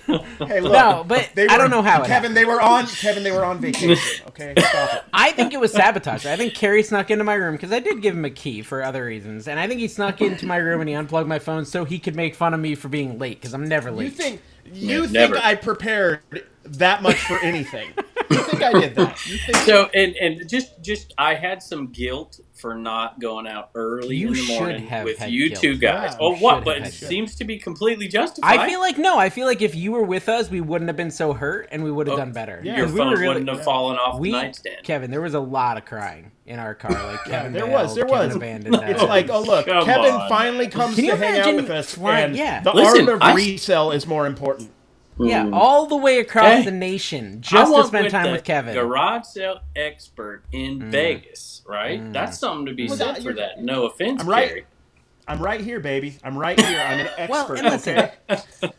Speaker 2: Hey, look,
Speaker 1: no, but
Speaker 2: they
Speaker 1: I
Speaker 2: were-
Speaker 1: don't know how it. happened.
Speaker 2: Kevin, they were on. Kevin, they were on vacation. Okay, stop it.
Speaker 1: I think it was sabotage. I think Carrie snuck into my room because I did give him a key for other reasons, and I think he snuck into my room and he unplugged my phone so he could make fun of me for being late because I'm never late.
Speaker 2: You think you
Speaker 3: Yeah,
Speaker 2: think
Speaker 3: never.
Speaker 2: I prepared that much for anything? You think I did that? You think
Speaker 3: So and and just just I had some guilt for not going out early
Speaker 1: You
Speaker 3: in the
Speaker 1: should
Speaker 3: morning
Speaker 1: have
Speaker 3: with
Speaker 1: had
Speaker 3: you
Speaker 1: guilt.
Speaker 3: two guys.
Speaker 2: Yeah,
Speaker 3: oh
Speaker 1: you should
Speaker 3: what? But
Speaker 1: have
Speaker 3: it
Speaker 1: had guilt.
Speaker 3: seems to be completely justified.
Speaker 1: I feel like no. I feel like if you were with us, we wouldn't have been so hurt, and we would have
Speaker 3: Oh,
Speaker 1: done better.
Speaker 2: yeah.
Speaker 3: your
Speaker 1: 'Cause we
Speaker 3: phone
Speaker 1: were really-
Speaker 3: wouldn't have fallen off
Speaker 1: we-
Speaker 3: the nightstand.
Speaker 1: Kevin, there was a lot of crying in our car. Like
Speaker 2: Yeah,
Speaker 1: Kevin,
Speaker 2: there
Speaker 1: bailed,
Speaker 2: was, there
Speaker 1: Kevin
Speaker 2: was.
Speaker 1: Abandoned
Speaker 2: It's
Speaker 1: us.
Speaker 2: like, oh look,
Speaker 3: Come
Speaker 2: Kevin
Speaker 3: on.
Speaker 2: finally comes
Speaker 1: Can
Speaker 2: to
Speaker 1: you
Speaker 2: hang out
Speaker 1: imagine
Speaker 2: with us,
Speaker 1: flying-
Speaker 2: and
Speaker 1: yeah.
Speaker 2: the
Speaker 3: Listen,
Speaker 2: arm of
Speaker 3: I-
Speaker 2: resale is more important.
Speaker 1: yeah,
Speaker 3: Mm.
Speaker 1: all the way across
Speaker 3: Hey,
Speaker 1: the nation
Speaker 3: I
Speaker 1: just to
Speaker 3: went
Speaker 1: spend time
Speaker 3: the
Speaker 1: with Kevin.
Speaker 3: Garage sale expert in
Speaker 1: Mm.
Speaker 3: Vegas, right?
Speaker 1: Mm.
Speaker 3: That's something to be
Speaker 2: Well,
Speaker 3: said
Speaker 2: that-
Speaker 3: for
Speaker 2: you're-
Speaker 3: that. No offense,
Speaker 2: I'm right.
Speaker 3: Gary.
Speaker 2: I'm right here, baby. I'm right here. I'm an expert.
Speaker 1: Well, and listen,
Speaker 2: okay?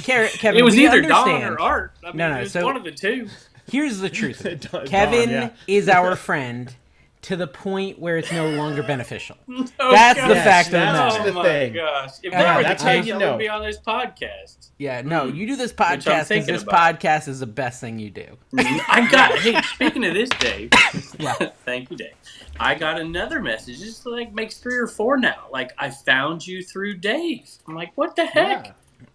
Speaker 1: Ke- Kevin,
Speaker 3: It was
Speaker 1: we
Speaker 3: either Don
Speaker 1: understand.
Speaker 3: or Art. I mean,
Speaker 1: No, no,
Speaker 3: it was
Speaker 1: so-
Speaker 3: one of the two.
Speaker 1: Here's the truth.
Speaker 2: It does,
Speaker 1: Kevin
Speaker 2: Don, yeah.
Speaker 1: is our friend to the point where it's no longer beneficial.
Speaker 3: Oh,
Speaker 1: That's the
Speaker 3: gosh.
Speaker 1: fact of the
Speaker 2: that's
Speaker 1: matter.
Speaker 3: Oh
Speaker 2: the
Speaker 3: my
Speaker 2: thing.
Speaker 3: gosh! If
Speaker 1: Yeah,
Speaker 3: that were the
Speaker 1: that's how
Speaker 3: case,
Speaker 2: you
Speaker 3: I
Speaker 2: know.
Speaker 3: would be on this podcast.
Speaker 1: Yeah, no,
Speaker 3: Mm.
Speaker 1: you do this
Speaker 3: I'm
Speaker 1: podcast because
Speaker 3: thinking
Speaker 1: this
Speaker 3: about.
Speaker 1: podcast is the best thing you do.
Speaker 3: I got. hey, speaking of this, Dave.
Speaker 1: Mm-hmm. Yeah.
Speaker 3: Thank you, Dave. I got another message. This like makes three or four now. Like I found you through Dave. I'm like, what the heck?
Speaker 2: Yeah.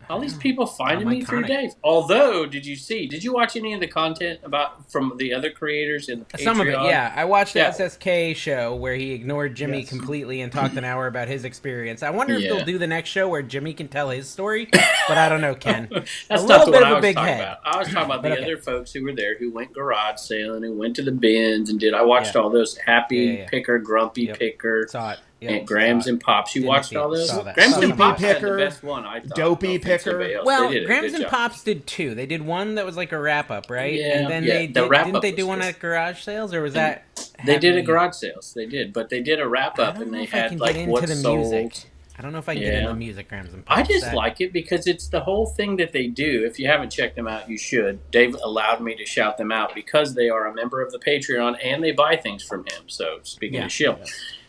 Speaker 3: All these people finding
Speaker 1: I'm
Speaker 3: me through
Speaker 1: iconic.
Speaker 3: Dave. Although, did you see? Did you watch any of the content about from the other creators in the Patreon?
Speaker 1: Some of it, yeah. I watched the
Speaker 3: Yeah.
Speaker 1: SSK show where he ignored Jimmy
Speaker 2: Yes.
Speaker 1: completely and talked an hour about his experience. I wonder if
Speaker 3: Yeah.
Speaker 1: they'll do the next show where Jimmy can tell his story, but I don't know, Ken.
Speaker 3: That's
Speaker 1: A
Speaker 3: not
Speaker 1: little
Speaker 3: the
Speaker 1: bit
Speaker 3: one
Speaker 1: of
Speaker 3: I
Speaker 1: a
Speaker 3: was
Speaker 1: big
Speaker 3: talking
Speaker 1: head.
Speaker 3: about. I was talking about
Speaker 1: But
Speaker 3: the
Speaker 1: okay.
Speaker 3: other folks who were there who went garage sailing and went to the bins and did. I watched
Speaker 1: Yeah.
Speaker 3: all those happy
Speaker 1: Yeah, yeah, yeah.
Speaker 3: picker, grumpy
Speaker 1: Yep.
Speaker 3: picker,
Speaker 1: Saw it. Yep,
Speaker 3: and Grams
Speaker 1: saw it.
Speaker 3: and Pops. You
Speaker 1: Didn't
Speaker 3: watched
Speaker 1: see it.
Speaker 3: all those.
Speaker 1: Saw that.
Speaker 3: Grams
Speaker 1: Saw
Speaker 3: and
Speaker 1: that.
Speaker 3: Pops had
Speaker 2: Picker,
Speaker 3: the best one. I thought.
Speaker 2: Dopey
Speaker 3: I don't think
Speaker 2: Picker.
Speaker 3: somebody else-
Speaker 1: Well,
Speaker 3: they did a
Speaker 1: Grams
Speaker 3: good
Speaker 1: and
Speaker 3: job.
Speaker 1: Pops did two. They did one that was like a wrap up, right?
Speaker 3: Yeah.
Speaker 1: and then
Speaker 3: Yeah,
Speaker 1: they
Speaker 3: the
Speaker 1: did,
Speaker 3: wrap
Speaker 1: didn't
Speaker 3: up
Speaker 1: they
Speaker 3: was
Speaker 1: do one
Speaker 3: just-
Speaker 1: at garage sales or was that
Speaker 3: They did a
Speaker 1: Happy-
Speaker 3: garage sales. They did, but they did a wrap
Speaker 1: I
Speaker 3: up
Speaker 1: don't
Speaker 3: and
Speaker 1: know
Speaker 3: they
Speaker 1: if I
Speaker 3: had
Speaker 1: can
Speaker 3: like
Speaker 1: get into
Speaker 3: what
Speaker 1: the
Speaker 3: sold.
Speaker 1: music. I don't know if I can get
Speaker 3: Yeah.
Speaker 1: into music, Grams and Pops.
Speaker 3: I just
Speaker 1: That-
Speaker 3: like it because it's the whole thing that they do. If you haven't checked them out, you should. Dave allowed me to shout them out because they are a member of the Patreon and they buy things from him. So speaking
Speaker 1: Yeah.
Speaker 3: of shill,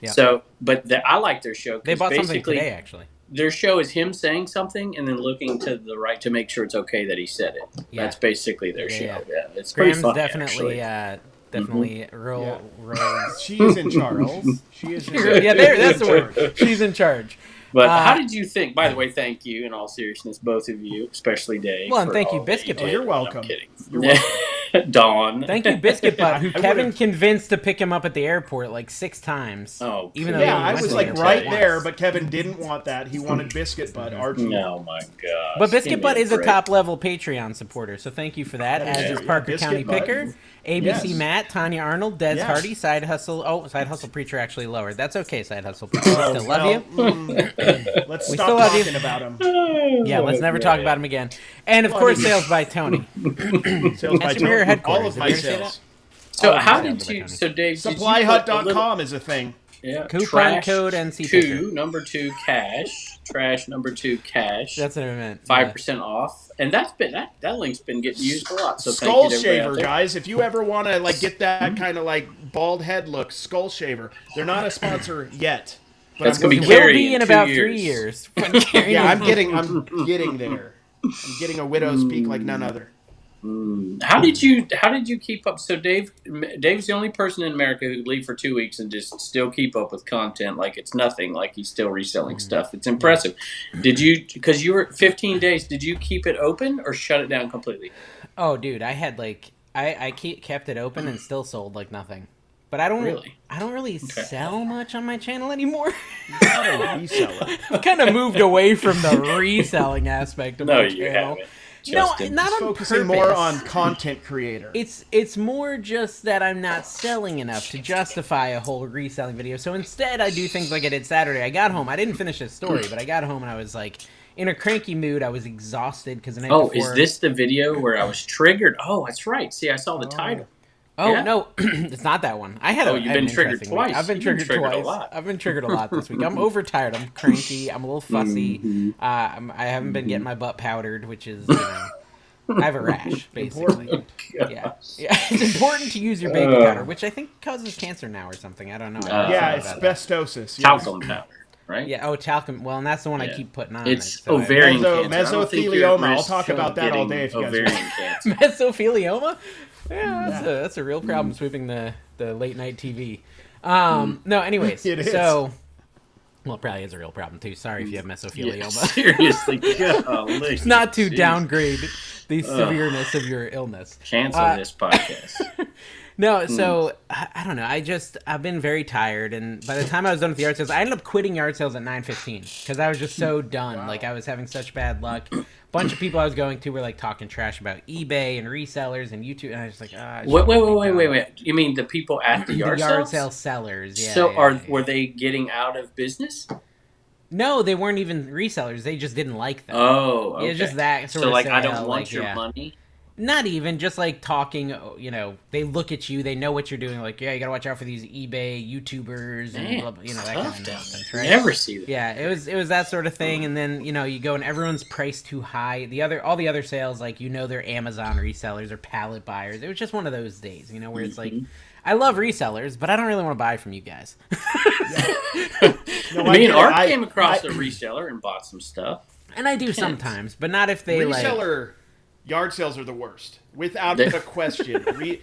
Speaker 1: Yeah.
Speaker 3: so but the, I like their show. 'cause
Speaker 1: they bought something
Speaker 3: basically
Speaker 1: today, actually.
Speaker 3: Their show is him saying something and then looking to the right to make sure it's okay that he said it.
Speaker 1: Yeah.
Speaker 3: That's basically their
Speaker 1: Yeah,
Speaker 3: show.
Speaker 1: yeah.
Speaker 3: Yeah, it's
Speaker 1: Grams
Speaker 3: pretty funny,
Speaker 1: definitely,
Speaker 3: actually. Mm-hmm.
Speaker 1: uh, definitely roll,
Speaker 2: Yeah.
Speaker 1: rolls
Speaker 2: She's in Charles. She is. In
Speaker 1: yeah, there, that's the word. She's in charge.
Speaker 3: But
Speaker 1: Uh,
Speaker 3: how did you think? By the way, thank you in all seriousness, both of you, especially Dave.
Speaker 1: Well, and
Speaker 3: for
Speaker 1: thank you,
Speaker 3: all that
Speaker 1: Biscuit
Speaker 3: did.
Speaker 1: Butt.
Speaker 2: Oh, you're
Speaker 3: I'm
Speaker 2: welcome.
Speaker 3: kidding.
Speaker 2: You're
Speaker 3: Dawn.
Speaker 1: Thank you, Biscuit Butt, who
Speaker 2: I
Speaker 1: Kevin
Speaker 2: would've-
Speaker 1: convinced to pick him up at the airport like six times.
Speaker 3: Oh,
Speaker 1: Even though
Speaker 2: Yeah,
Speaker 1: he
Speaker 2: I
Speaker 1: went
Speaker 2: was
Speaker 1: to
Speaker 2: like
Speaker 1: the
Speaker 2: right
Speaker 1: airport
Speaker 2: there,
Speaker 1: once.
Speaker 2: but Kevin didn't want that. He wanted biscuit butt. Archie.
Speaker 3: No, my God.
Speaker 1: But Biscuit Butt is a top level Patreon supporter, so thank you for that.
Speaker 2: That
Speaker 1: As
Speaker 2: is
Speaker 1: is
Speaker 2: true.
Speaker 1: Parker
Speaker 2: Biscuit
Speaker 1: County
Speaker 2: Butt.
Speaker 1: Picker, ABC
Speaker 2: Yes.
Speaker 1: Matt, Tanya Arnold, Des
Speaker 2: Yes.
Speaker 1: Hardy, Side Hustle. Oh, Side Hustle Preacher actually lowered. That's okay, Side Hustle Preacher.
Speaker 3: Oh,
Speaker 1: I still love you.
Speaker 2: mm, let's
Speaker 1: We
Speaker 2: stop
Speaker 1: still love you.
Speaker 2: talking about him.
Speaker 3: Hmm.
Speaker 1: Yeah, let's never talk about him again. And of
Speaker 2: Well, I
Speaker 1: course,
Speaker 2: mean-
Speaker 1: sales by Tony.
Speaker 2: Sales by
Speaker 1: That's your
Speaker 2: Tony.
Speaker 1: headquarters.
Speaker 2: All of
Speaker 1: Did
Speaker 2: my
Speaker 1: you say
Speaker 2: sales.
Speaker 3: So
Speaker 1: Oh,
Speaker 3: how
Speaker 1: yeah,
Speaker 3: did
Speaker 1: Biscuit
Speaker 3: you?
Speaker 1: Butt.
Speaker 3: So Dave, did you put a little-
Speaker 2: Supplyhut.com is a thing.
Speaker 3: Yeah,
Speaker 1: Coupon
Speaker 3: trash
Speaker 1: code NC Picker.
Speaker 3: two number two cash trash number two cash
Speaker 1: That's what I meant.
Speaker 3: five
Speaker 1: Yeah.
Speaker 3: percent off, and that's been that that link's been getting used a lot. So
Speaker 2: skull
Speaker 3: thank you to everybody out
Speaker 2: shaver,
Speaker 3: there.
Speaker 2: guys. If you ever want to like get that kind of like bald head look, skull shaver. They're not a sponsor yet. But
Speaker 3: That's
Speaker 2: I'm
Speaker 3: gonna be
Speaker 2: working-
Speaker 1: will
Speaker 3: Carrie
Speaker 1: be
Speaker 3: in
Speaker 1: in
Speaker 3: two
Speaker 1: about
Speaker 3: years.
Speaker 1: three years. When Carrie
Speaker 2: Yeah,
Speaker 1: is-
Speaker 2: I'm getting. I'm
Speaker 1: Hmm.
Speaker 2: getting there. I'm getting a widow's peak like none other.
Speaker 3: Mm. How did you? How did you keep up? So Dave, Dave's the only person in America who could leave for two weeks and just still keep up with content like it's nothing. Like he's still reselling
Speaker 1: Hmm.
Speaker 3: stuff. It's impressive. Did you? Because you were 15 days. Did you keep it open or shut it down completely?
Speaker 1: Oh, dude, I had like I I keep, kept it open and still sold like nothing. But I don't
Speaker 3: Really?
Speaker 1: I don't really sell much on my channel anymore.
Speaker 2: How do we sell it?
Speaker 1: I've kind of moved away from the reselling aspect of
Speaker 3: No,
Speaker 1: my
Speaker 3: you
Speaker 1: channel.
Speaker 3: haven't.
Speaker 1: no,
Speaker 3: Justin.
Speaker 1: not on
Speaker 2: Focusing
Speaker 1: purpose.
Speaker 2: more on content creator.
Speaker 1: It's it's more just that I'm not selling enough to justify a whole reselling video. So instead, I do things like I did Saturday. I got home. I didn't finish this story, but I got home and I was like in a cranky mood. I was exhausted because the night
Speaker 3: Oh,
Speaker 1: before.
Speaker 3: is this the video where I was triggered? Oh, that's right. See, I saw the
Speaker 2: Oh.
Speaker 3: title.
Speaker 1: Oh
Speaker 3: Yeah.
Speaker 1: no, it's not that one. I had.
Speaker 3: Oh,
Speaker 1: a,
Speaker 3: you've
Speaker 1: I had
Speaker 3: been
Speaker 1: an
Speaker 3: triggered
Speaker 1: interesting week.
Speaker 3: twice.
Speaker 1: I've been
Speaker 3: You've been
Speaker 1: triggered,
Speaker 3: triggered a
Speaker 1: twice.
Speaker 3: lot.
Speaker 1: I've been triggered a lot this week. I'm overtired. I'm cranky. I'm a little
Speaker 3: Hmm.
Speaker 1: fussy.
Speaker 2: Mm-hmm.
Speaker 1: Uh, I'm, I haven't been getting my butt powdered, which is you know, I have a rash basically.
Speaker 2: Important.
Speaker 1: yeah, yeah. It's important to use your baking
Speaker 3: Uh.
Speaker 1: powder, which I think causes cancer now or something. I don't know. I
Speaker 3: Uh,
Speaker 1: haven't
Speaker 2: yeah,
Speaker 1: thought
Speaker 2: it's
Speaker 1: about that.
Speaker 2: bestosis. Yeah.
Speaker 3: Talcum powder, right?
Speaker 1: Yeah. Oh, talcum. Well, and that's the one I
Speaker 3: Yeah.
Speaker 1: keep putting on.
Speaker 3: It's
Speaker 1: it, so I-
Speaker 3: ovarian
Speaker 2: Meso-
Speaker 3: cancer. I don't think you're at
Speaker 2: mesothelioma. I'll
Speaker 3: risk
Speaker 2: talk
Speaker 3: of
Speaker 2: about that all
Speaker 3: getting
Speaker 2: day if you guys
Speaker 3: ovarian
Speaker 2: want.
Speaker 3: cancer.
Speaker 1: mesothelioma. Yeah, that's, a, that's a real problem sweeping the the late night TV. Um, no, anyways,
Speaker 2: It is.
Speaker 1: so Well, it probably is a real problem too. Sorry if you have mesophilia.
Speaker 3: Yeah,
Speaker 1: but-
Speaker 3: seriously, golly.
Speaker 1: it's not to
Speaker 3: Jeez.
Speaker 1: downgrade the
Speaker 3: Ugh.
Speaker 1: severeness of your illness.
Speaker 3: Cancel
Speaker 1: Uh,
Speaker 3: this podcast.
Speaker 1: No,
Speaker 3: Hmm.
Speaker 1: so I, I don't know. I just I've been very tired, and by the time I was done with the yard sales, I ended up quitting yard sales at nine fifteen because I was just so done.
Speaker 2: Wow.
Speaker 1: Like I was having such bad luck. A bunch of people I was going to were like talking trash about eBay and resellers and YouTube, and I was just like, ah, I
Speaker 3: Wait, wait,
Speaker 1: should
Speaker 3: wait,
Speaker 1: be
Speaker 3: wait,
Speaker 1: done."
Speaker 3: wait, wait. You mean the people at the
Speaker 1: The
Speaker 3: yard,
Speaker 1: yard,
Speaker 3: sales?
Speaker 1: sale sellers. Yeah,
Speaker 3: so
Speaker 1: yeah,
Speaker 3: are
Speaker 1: yeah, yeah.
Speaker 3: were they getting out of business?
Speaker 1: no, they weren't even resellers. They just didn't like them.
Speaker 3: Oh, okay.
Speaker 1: It's just that sort
Speaker 3: so
Speaker 1: of
Speaker 3: like I
Speaker 1: sale,
Speaker 3: don't want
Speaker 1: like,
Speaker 3: your
Speaker 1: yeah.
Speaker 3: money.
Speaker 1: not even just like talking oh, you know they look at you they know what you're doing like yeah you gotta watch out for these ebay youtubers and
Speaker 3: Man,
Speaker 1: blah, blah, you know that
Speaker 3: tough
Speaker 1: kind of
Speaker 3: down
Speaker 1: nonsense
Speaker 3: there.
Speaker 1: right
Speaker 3: Never see that.
Speaker 1: yeah it was it was that sort of thing and then you know you go and everyone's priced too high the other all the other sales like you know they're amazon resellers or pallet buyers it was just one of those days you know where it's like
Speaker 3: Mhm.
Speaker 1: i love resellers but i don't really want to buy from you guys
Speaker 2: No, I
Speaker 3: Me
Speaker 2: get
Speaker 3: and
Speaker 2: it.
Speaker 3: Art
Speaker 2: I-
Speaker 3: came across
Speaker 2: I-
Speaker 3: a reseller and bought some stuff.
Speaker 1: and i do sometimes but not if they like
Speaker 2: reseller yard sales are the worst, without
Speaker 3: They-
Speaker 2: a question. Re-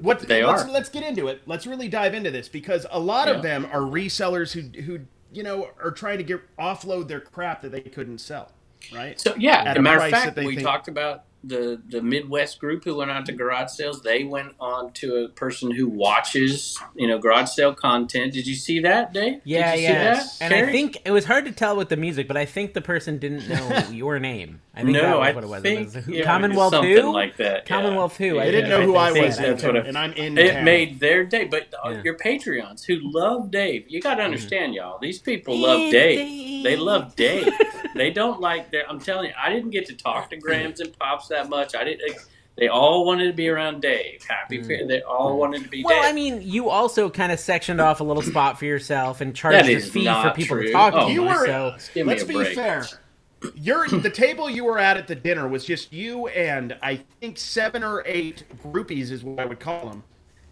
Speaker 2: what
Speaker 3: They
Speaker 2: let's,
Speaker 3: are.
Speaker 2: Let's get into it. Let's really dive into this because a lot
Speaker 3: Yeah.
Speaker 2: of them are resellers who who you know are trying to get offload their crap that they couldn't sell. Right.
Speaker 3: So yeah,
Speaker 2: At
Speaker 3: as
Speaker 2: a
Speaker 3: a matter of
Speaker 2: price that
Speaker 3: fact,
Speaker 2: they
Speaker 3: we
Speaker 2: think-
Speaker 3: talked about the the Midwest group who went on to garage sales. They went on to a person who watches, you know, garage sale content. Did you see that, Dave?
Speaker 1: Yeah,
Speaker 3: Did you
Speaker 1: yeah.
Speaker 3: See that,
Speaker 1: And I
Speaker 3: Carrie?
Speaker 1: think it was hard to tell with the music, but I think the person didn't know your name. I think
Speaker 3: no,
Speaker 1: that was
Speaker 3: I
Speaker 1: what it was.
Speaker 3: think
Speaker 1: it was who-
Speaker 3: yeah, it
Speaker 1: Commonwealth
Speaker 3: something
Speaker 1: who?
Speaker 3: like that. yeah.
Speaker 1: Commonwealth who? I
Speaker 2: They didn't
Speaker 1: Yeah,
Speaker 2: know who I
Speaker 1: think
Speaker 2: was,
Speaker 1: so.
Speaker 3: That's what I-
Speaker 2: and I'm in.
Speaker 3: it
Speaker 2: town.
Speaker 3: made their day, but the,
Speaker 1: Yeah. Mm-hmm.
Speaker 3: your Patreons who love Dave, you got to understand, y'all. These people love Dave. They love Dave. they don't like their. I'm telling you, I didn't get to talk to Grams and Pops that much. I didn't. They all wanted to be around Dave. Happy.
Speaker 1: Mm.
Speaker 3: Fair. They all wanted to be
Speaker 1: Well,
Speaker 3: Dave.
Speaker 1: I mean, you also kind of sectioned off a little spot for yourself and charged a
Speaker 3: is
Speaker 1: fee for
Speaker 3: not
Speaker 1: people to
Speaker 3: true.
Speaker 1: talk
Speaker 3: Oh,
Speaker 1: to
Speaker 2: you
Speaker 1: you.
Speaker 2: were.
Speaker 1: So
Speaker 3: Give me
Speaker 2: let's
Speaker 3: a
Speaker 2: be
Speaker 3: break.
Speaker 2: fair. Your the table you were at at the dinner was just you and I think seven or eight groupies is what I would call them,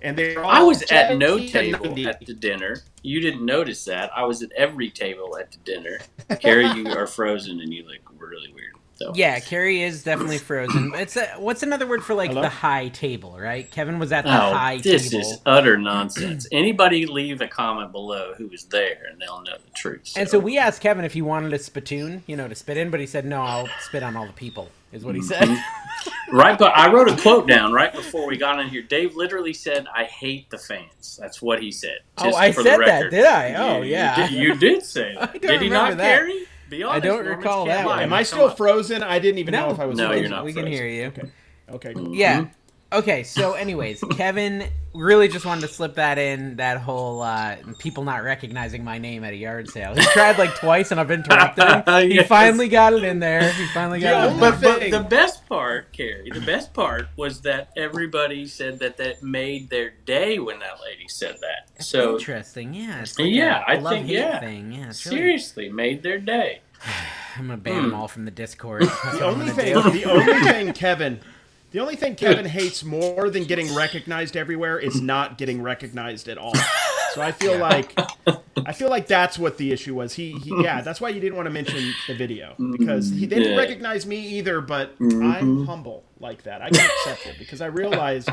Speaker 2: and they. were
Speaker 3: I
Speaker 2: all
Speaker 3: was at no
Speaker 2: 17 to
Speaker 3: table
Speaker 2: 90.
Speaker 3: at the dinner. You didn't notice that. I was at every table at the dinner. Carrie, you are frozen and you look really weird. So
Speaker 1: yeah, Carrie is definitely frozen. It's a, what's another word for like
Speaker 2: Hello?
Speaker 1: the high table, right? Kevin was at the
Speaker 3: Oh,
Speaker 1: high
Speaker 3: this
Speaker 1: table.
Speaker 3: is utter nonsense. Anybody leave a comment below who was there, and they'll know the truth.
Speaker 1: And so we asked Kevin if he wanted a spittoon, you know, to spit in, but he said, no, I'll spit on all the people, is what he said.
Speaker 2: Mm-hmm.
Speaker 3: right, but I wrote a quote down right before we got in here. Dave literally said, "I hate the fans." That's what he said.
Speaker 1: Oh,
Speaker 3: just
Speaker 1: I
Speaker 3: for the
Speaker 1: said that,
Speaker 3: record.
Speaker 1: did I? Oh,
Speaker 3: You-
Speaker 1: yeah.
Speaker 3: You did, you did say
Speaker 1: I
Speaker 3: that.
Speaker 1: don't
Speaker 3: did he not,
Speaker 1: remember that.
Speaker 3: Carrie? Be honest,
Speaker 1: don't
Speaker 3: Mormons
Speaker 1: recall
Speaker 3: can't
Speaker 1: that
Speaker 3: lie.
Speaker 1: one.
Speaker 2: Am
Speaker 1: Now,
Speaker 2: I
Speaker 3: Come
Speaker 2: still
Speaker 3: on.
Speaker 2: frozen? I didn't even know if I was.
Speaker 3: No,
Speaker 2: frozen.
Speaker 3: you're not
Speaker 1: We can
Speaker 3: frozen.
Speaker 1: hear you.
Speaker 2: Okay.
Speaker 1: Yeah.
Speaker 3: Mhm.
Speaker 1: Okay. So, anyways, Kevin really just wanted to slip that in that whole uh, people not recognizing my name at a yard sale. He tried like twice, and I've interrupted him. He
Speaker 3: Yes.
Speaker 1: finally got it in there. He finally got it.
Speaker 2: Yeah,
Speaker 1: In there.
Speaker 3: But, but
Speaker 2: thing.
Speaker 3: the best part, Carrie, the best part was that everybody said that that made their day when that lady said that. So
Speaker 1: Interesting. Yeah. It's
Speaker 3: Yeah,
Speaker 1: I
Speaker 3: I think- yeah.
Speaker 1: Thing. Yeah. It's really,
Speaker 3: seriously, made their day.
Speaker 1: I'm gonna ban
Speaker 3: Hmm.
Speaker 1: them all from the Discord. That's what
Speaker 2: The
Speaker 1: I'm
Speaker 2: only
Speaker 1: gonna
Speaker 2: thing,
Speaker 1: do.
Speaker 2: the only thing, Kevin, the only thing Kevin hates more than getting recognized everywhere is not getting recognized at all. So I feel like, I feel like that's what the issue was. He, he yeah, that's why you didn't want to mention the video because he they didn't
Speaker 3: Mm, Yeah. Mm-hmm.
Speaker 2: recognize me either. But I'm humble like that. I can accept it because I realize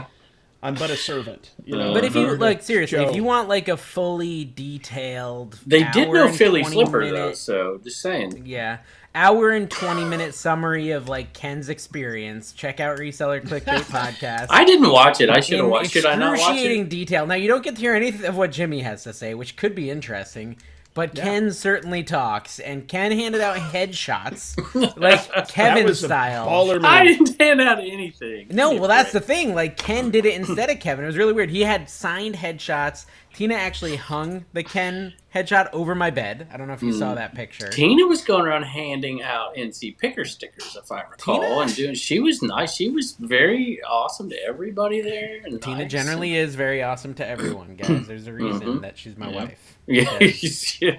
Speaker 2: I'm but a servant. You know.
Speaker 1: But if you
Speaker 3: Uh-huh.
Speaker 2: Servant.
Speaker 1: like seriously, if
Speaker 2: Joe.
Speaker 1: you want like a fully detailed,
Speaker 3: They did
Speaker 1: hour
Speaker 3: know
Speaker 1: and
Speaker 3: Philly
Speaker 1: 20
Speaker 3: Flipper though,
Speaker 1: minute-
Speaker 3: so just saying.
Speaker 1: Yeah. Hour and 20 minute summary of like Ken's experience. Check out Reseller Clickbait Podcast.
Speaker 3: I didn't watch it. I should have
Speaker 1: In
Speaker 3: watched. Should I not watch
Speaker 1: excruciating
Speaker 3: it?
Speaker 1: detail. Now, you don't get to hear anything of what Jimmy has to say, which could be interesting, but
Speaker 2: Yeah.
Speaker 1: Ken certainly talks, and Ken handed out headshots, like
Speaker 2: that
Speaker 1: Kevin
Speaker 2: was a
Speaker 1: style.
Speaker 2: baller
Speaker 3: I
Speaker 2: move.
Speaker 3: didn't hand out anything.
Speaker 1: No, well, that's the thing. Like Ken did it instead of Kevin. It was really weird. He had signed headshots. Tina actually hung the Ken headshot over my bed. I don't know if you saw that picture.
Speaker 3: Mm. Tina was going around handing out NC Picker stickers, if I recall,
Speaker 1: Tina?
Speaker 3: and doing. She was nice. She was very awesome to everybody there. And
Speaker 1: Tina
Speaker 3: nice.
Speaker 1: generally is very awesome to everyone, guys. There's a reason
Speaker 3: Mhm.
Speaker 1: that she's my
Speaker 3: Yeah.
Speaker 1: wife.
Speaker 3: Yeah, yeah.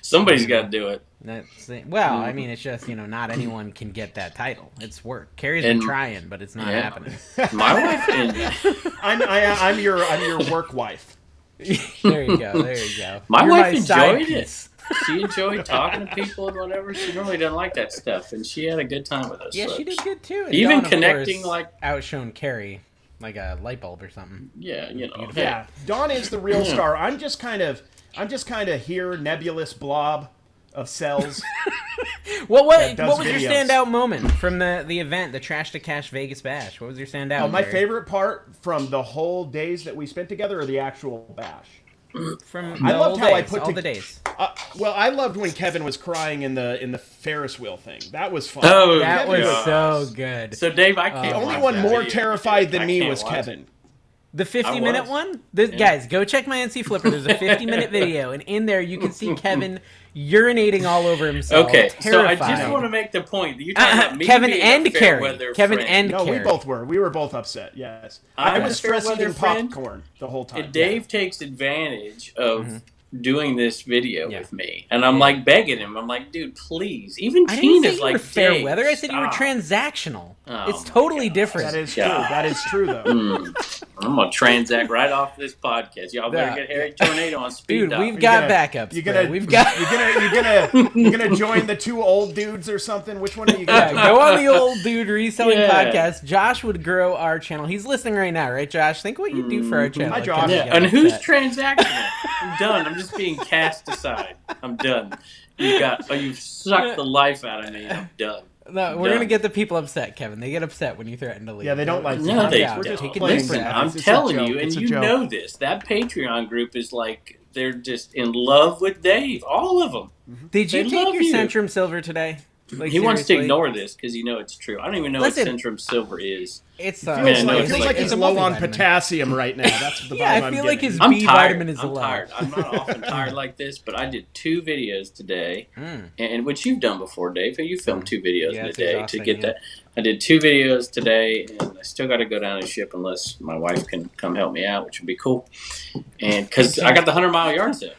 Speaker 3: somebody's got to do it.
Speaker 1: That's the- well,
Speaker 3: Mm-hmm.
Speaker 1: I mean, it's just you know, not anyone can get that title. It's work. Carrie's
Speaker 3: And-
Speaker 1: been trying, but it's not
Speaker 3: Yeah.
Speaker 1: happening.
Speaker 3: My wife and
Speaker 2: I'm, I, I'm your, I'm your work wife.
Speaker 1: there you go. There you go.
Speaker 3: My wife enjoyed
Speaker 1: side
Speaker 3: it.
Speaker 1: piece.
Speaker 3: she enjoyed talking to people and whatever. She normally doesn't like that stuff, and she had a good time with us.
Speaker 1: Yeah,
Speaker 3: so
Speaker 1: she did good too. And
Speaker 3: Even
Speaker 1: Dawn, of
Speaker 3: connecting,
Speaker 1: course,
Speaker 3: like-
Speaker 1: outshone Carrie. like a light bulb or something.
Speaker 3: Yeah, you know.
Speaker 1: Beautiful.
Speaker 3: Yeah.
Speaker 2: Yeah, Dawn is the real
Speaker 3: Yeah.
Speaker 2: star. I'm just kind of, I'm just kind of here, nebulous blob of cells.
Speaker 1: What what,
Speaker 2: That does
Speaker 1: what was your
Speaker 2: videos.
Speaker 1: standout moment from the the event, the Trash to Cash Vegas Bash? What was your standout?
Speaker 2: Uh, my
Speaker 1: Jerry?
Speaker 2: favorite part from the whole days that we spent together are the actual bash.
Speaker 1: from
Speaker 2: I
Speaker 1: the
Speaker 2: loved
Speaker 1: whole
Speaker 2: how I
Speaker 1: days,
Speaker 2: put
Speaker 1: all
Speaker 2: to-
Speaker 1: the days.
Speaker 2: Uh, well, I loved when Kevin was crying in the in the Ferris wheel thing. That was fun.
Speaker 3: Oh,
Speaker 1: That was
Speaker 3: Yeah.
Speaker 1: so good.
Speaker 3: So Dave, I can't.
Speaker 1: The
Speaker 2: the only
Speaker 3: watch
Speaker 2: one
Speaker 3: that
Speaker 2: more
Speaker 3: video.
Speaker 2: terrified than
Speaker 3: I
Speaker 2: me
Speaker 3: can't
Speaker 2: was
Speaker 3: watch
Speaker 2: Kevin.
Speaker 1: The 50
Speaker 3: I
Speaker 1: minute
Speaker 3: was.
Speaker 1: one? The, Guys, go check my NC Flipper. There's a 50 minute video, and in there you can see Kevin urinating all over himself.
Speaker 3: Okay,
Speaker 1: terrified.
Speaker 3: so I just want to make the point that you talking
Speaker 1: Uh-uh,
Speaker 3: about me
Speaker 1: Kevin
Speaker 3: being a
Speaker 1: and
Speaker 3: fair
Speaker 1: Carrie.
Speaker 3: weather
Speaker 1: Kevin
Speaker 3: friend.
Speaker 1: and-
Speaker 2: No, we
Speaker 1: Carrie.
Speaker 2: both were. We were both upset. Yes, i
Speaker 3: I'm
Speaker 2: was
Speaker 3: a fair
Speaker 2: stress
Speaker 3: weather
Speaker 2: eating
Speaker 3: friend.
Speaker 2: popcorn the whole time.
Speaker 3: And Dave takes advantage of doing this video
Speaker 1: Mm-hmm. Yeah.
Speaker 3: with me, and I'm like begging him. I'm like, dude, please. Even
Speaker 1: I didn't
Speaker 3: Tina's
Speaker 1: say you
Speaker 3: like,
Speaker 1: were fair
Speaker 3: Dave,
Speaker 1: weather. I said you were
Speaker 3: stop.
Speaker 1: transactional.
Speaker 3: Oh
Speaker 1: it's
Speaker 3: my
Speaker 1: totally
Speaker 3: gosh.
Speaker 2: Yeah.
Speaker 1: different.
Speaker 2: That is
Speaker 3: Yeah.
Speaker 2: true. That is true though.
Speaker 3: Mm. I'm gonna transact right off this podcast. Y'all better
Speaker 1: Yeah.
Speaker 3: get Harry Tornado on speed
Speaker 1: Dude,
Speaker 3: dial.
Speaker 1: we've
Speaker 2: You're
Speaker 1: got
Speaker 2: gonna-
Speaker 1: backups.
Speaker 2: You're gonna,
Speaker 1: bro. We've got.
Speaker 2: You're gonna, you're gonna, you're gonna join the two old dudes or something. Which one are you gonna?
Speaker 1: Yeah,
Speaker 2: join?
Speaker 1: go on the old dude reselling
Speaker 3: Yeah.
Speaker 1: podcast. Josh would grow our channel. He's listening right now, right, Josh? Think what you do for our
Speaker 3: Mhm.
Speaker 1: channel.
Speaker 2: Hi,
Speaker 1: It
Speaker 2: Josh.
Speaker 1: kinda
Speaker 2: Yeah,
Speaker 1: gets
Speaker 3: and who's
Speaker 1: upset.
Speaker 3: transactional? I'm done. I'm just being cast aside. I'm done. You got. Oh, you've sucked the life out of me. I'm done.
Speaker 1: no, we're
Speaker 3: done.
Speaker 1: gonna get the people upset, Kevin. They get upset when you threaten to leave.
Speaker 2: Yeah, they don't like
Speaker 3: No,
Speaker 2: you.
Speaker 3: they
Speaker 1: Yeah,
Speaker 2: We're just
Speaker 3: don't.
Speaker 1: taking
Speaker 2: playing
Speaker 3: Listen,
Speaker 2: with
Speaker 1: that.
Speaker 2: you.
Speaker 3: I'm
Speaker 2: It's a
Speaker 3: telling
Speaker 2: joke.
Speaker 3: you, and
Speaker 2: It's a
Speaker 3: you
Speaker 2: joke.
Speaker 3: know this. That Patreon group is like they're just in love with Dave. All of them.
Speaker 1: Did you
Speaker 3: They
Speaker 1: take
Speaker 3: love
Speaker 1: your
Speaker 3: you.
Speaker 1: Centrum Silver today? Like,
Speaker 3: he wants to
Speaker 1: seriously?
Speaker 3: ignore this because you know it's true. I don't even know
Speaker 1: Listen.
Speaker 3: what Centrum Silver is.
Speaker 1: It's uh,
Speaker 2: Feels
Speaker 3: Man,
Speaker 2: like,
Speaker 3: no,
Speaker 2: feels
Speaker 3: it's
Speaker 2: like,
Speaker 3: like-
Speaker 2: he's
Speaker 1: a
Speaker 2: low on
Speaker 1: multivitamin.
Speaker 2: potassium right now. That's the vibe
Speaker 1: Yeah, I
Speaker 2: I'm
Speaker 1: feel like
Speaker 2: getting.
Speaker 1: his-
Speaker 3: I'm
Speaker 1: B
Speaker 3: tired.
Speaker 1: vitamin is
Speaker 3: I'm
Speaker 1: low.
Speaker 3: tired. I'm not often tired like this, but I did two videos today,
Speaker 1: Mm.
Speaker 3: and which you've done before, Dave. You filmed two videos
Speaker 1: Yeah,
Speaker 3: in a
Speaker 1: it's
Speaker 3: day to
Speaker 1: exhausting,
Speaker 3: get
Speaker 1: yeah.
Speaker 3: that. I did two videos today, and I still got to go down and ship unless my wife can come help me out, which would be cool. And because I got the hundred mile yard sale.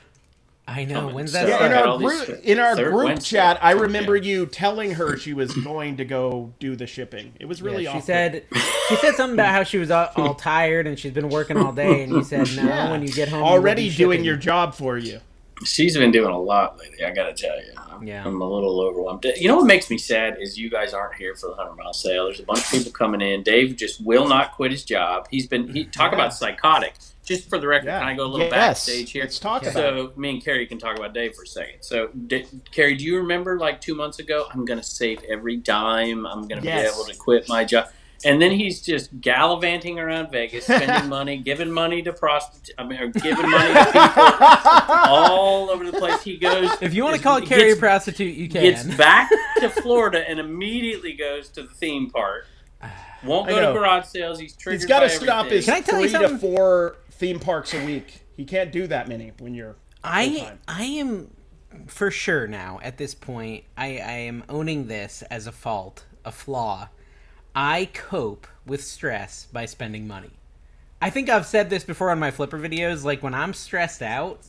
Speaker 1: I know.
Speaker 3: Coming.
Speaker 1: When's
Speaker 3: So-
Speaker 1: that?
Speaker 2: Yeah, in
Speaker 1: start?
Speaker 3: Sorry,
Speaker 2: our
Speaker 3: all these
Speaker 2: group,
Speaker 3: things.
Speaker 2: in our
Speaker 3: Third
Speaker 2: group
Speaker 3: Wednesday.
Speaker 2: chat, I remember you telling her she was going to go do the shipping. It was really
Speaker 1: Yeah, she
Speaker 2: awful.
Speaker 1: said she said something about how she was all, all tired and she's been working all day, and you said no.
Speaker 2: Yeah.
Speaker 1: When you get home,
Speaker 2: already
Speaker 1: you'll be
Speaker 2: doing
Speaker 1: shipping."
Speaker 2: your job for you.
Speaker 3: She's been doing a lot lately. I gotta tell you, I'm,
Speaker 1: Yeah.
Speaker 3: I'm a little overwhelmed. You know what makes me sad is you guys aren't here for the hundred mile sale. There's a bunch of people coming in. Dave just will not quit his job. He's been he talk about psychotic. Just for the record,
Speaker 2: Yeah.
Speaker 3: can I go a little
Speaker 2: Yes.
Speaker 3: backstage here?
Speaker 2: Let's talk about
Speaker 3: so me and Carrie can talk about Dave for a second. So D- Carrie, do you remember like two months ago? I'm gonna save every dime. I'm gonna
Speaker 2: Yes.
Speaker 3: be able to quit my job. And then he's just gallivanting around Vegas, spending money, giving money to prostitutes. I mean, or giving money to people all over the place. He goes.
Speaker 1: If you want to
Speaker 3: is-
Speaker 1: call Carrie a
Speaker 3: gets,
Speaker 1: prostitute, you can.
Speaker 3: gets back to Florida and immediately goes to the theme park. Won't
Speaker 2: I
Speaker 3: go
Speaker 2: know.
Speaker 3: to garage sales. He's triggered.
Speaker 2: He's got to
Speaker 3: by
Speaker 2: stop
Speaker 3: everything.
Speaker 2: his
Speaker 1: Can I tell you
Speaker 2: three to
Speaker 1: something?
Speaker 2: four theme parks a week. He can't do that many when you're.
Speaker 1: I
Speaker 2: time.
Speaker 1: I am for sure now at this point. I I am owning this as a fault, a flaw. I cope with stress by spending money. I think I've said this before on my flipper videos. Like when I'm stressed out,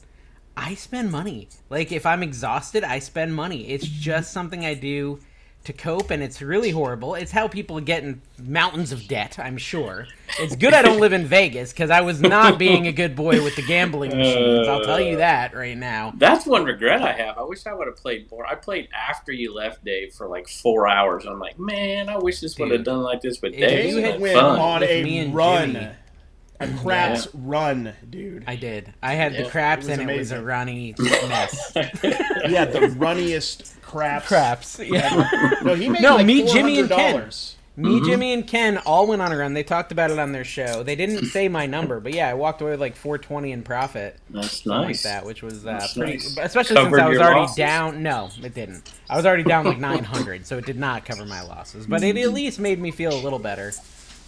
Speaker 1: I spend money. Like if I'm exhausted, I spend money. It's just something I do to cope, and it's really horrible. It's how people get in mountains of debt. I'm sure. It's good I don't live in Vegas because I was not being a good boy with the gambling machines. I'll tell you that right now.
Speaker 3: That's one regret I have. I wish I would have played more. I played after you left, Dave, for like four hours. I'm like, man, I wish this would have
Speaker 1: Dude.
Speaker 3: done like this with
Speaker 1: If
Speaker 3: Dave.
Speaker 1: you
Speaker 3: It
Speaker 1: had
Speaker 2: Dave
Speaker 3: was
Speaker 2: went
Speaker 3: fun.
Speaker 2: on
Speaker 1: with me
Speaker 2: a
Speaker 1: and
Speaker 2: run,
Speaker 1: Jimmy.
Speaker 2: a craps run, dude.
Speaker 1: I did. I had
Speaker 3: Yeah,
Speaker 1: the
Speaker 3: it
Speaker 1: craps,
Speaker 2: was
Speaker 1: and it was a
Speaker 2: amazing.
Speaker 1: runny mess.
Speaker 2: He had the runniest craps.
Speaker 1: craps. Yeah.
Speaker 2: No, he made
Speaker 1: No,
Speaker 2: like
Speaker 1: me, Jimmy, and Ken.
Speaker 2: $400.
Speaker 1: Me,
Speaker 3: Mm-hmm.
Speaker 1: Jimmy, and Ken all went on a run. They talked about it on their show. They didn't say my number, but yeah, I walked away with like 420 in profit.
Speaker 3: That's
Speaker 1: something
Speaker 3: nice.
Speaker 1: like that, which was uh,
Speaker 3: That's
Speaker 1: pretty.
Speaker 3: nice.
Speaker 1: Especially
Speaker 3: Covered
Speaker 1: since I was
Speaker 3: your
Speaker 1: already
Speaker 3: losses?
Speaker 1: down. No, it didn't. I was already down like 900, so it did not cover my losses. But it at
Speaker 3: Mm.
Speaker 1: least made me feel a little better.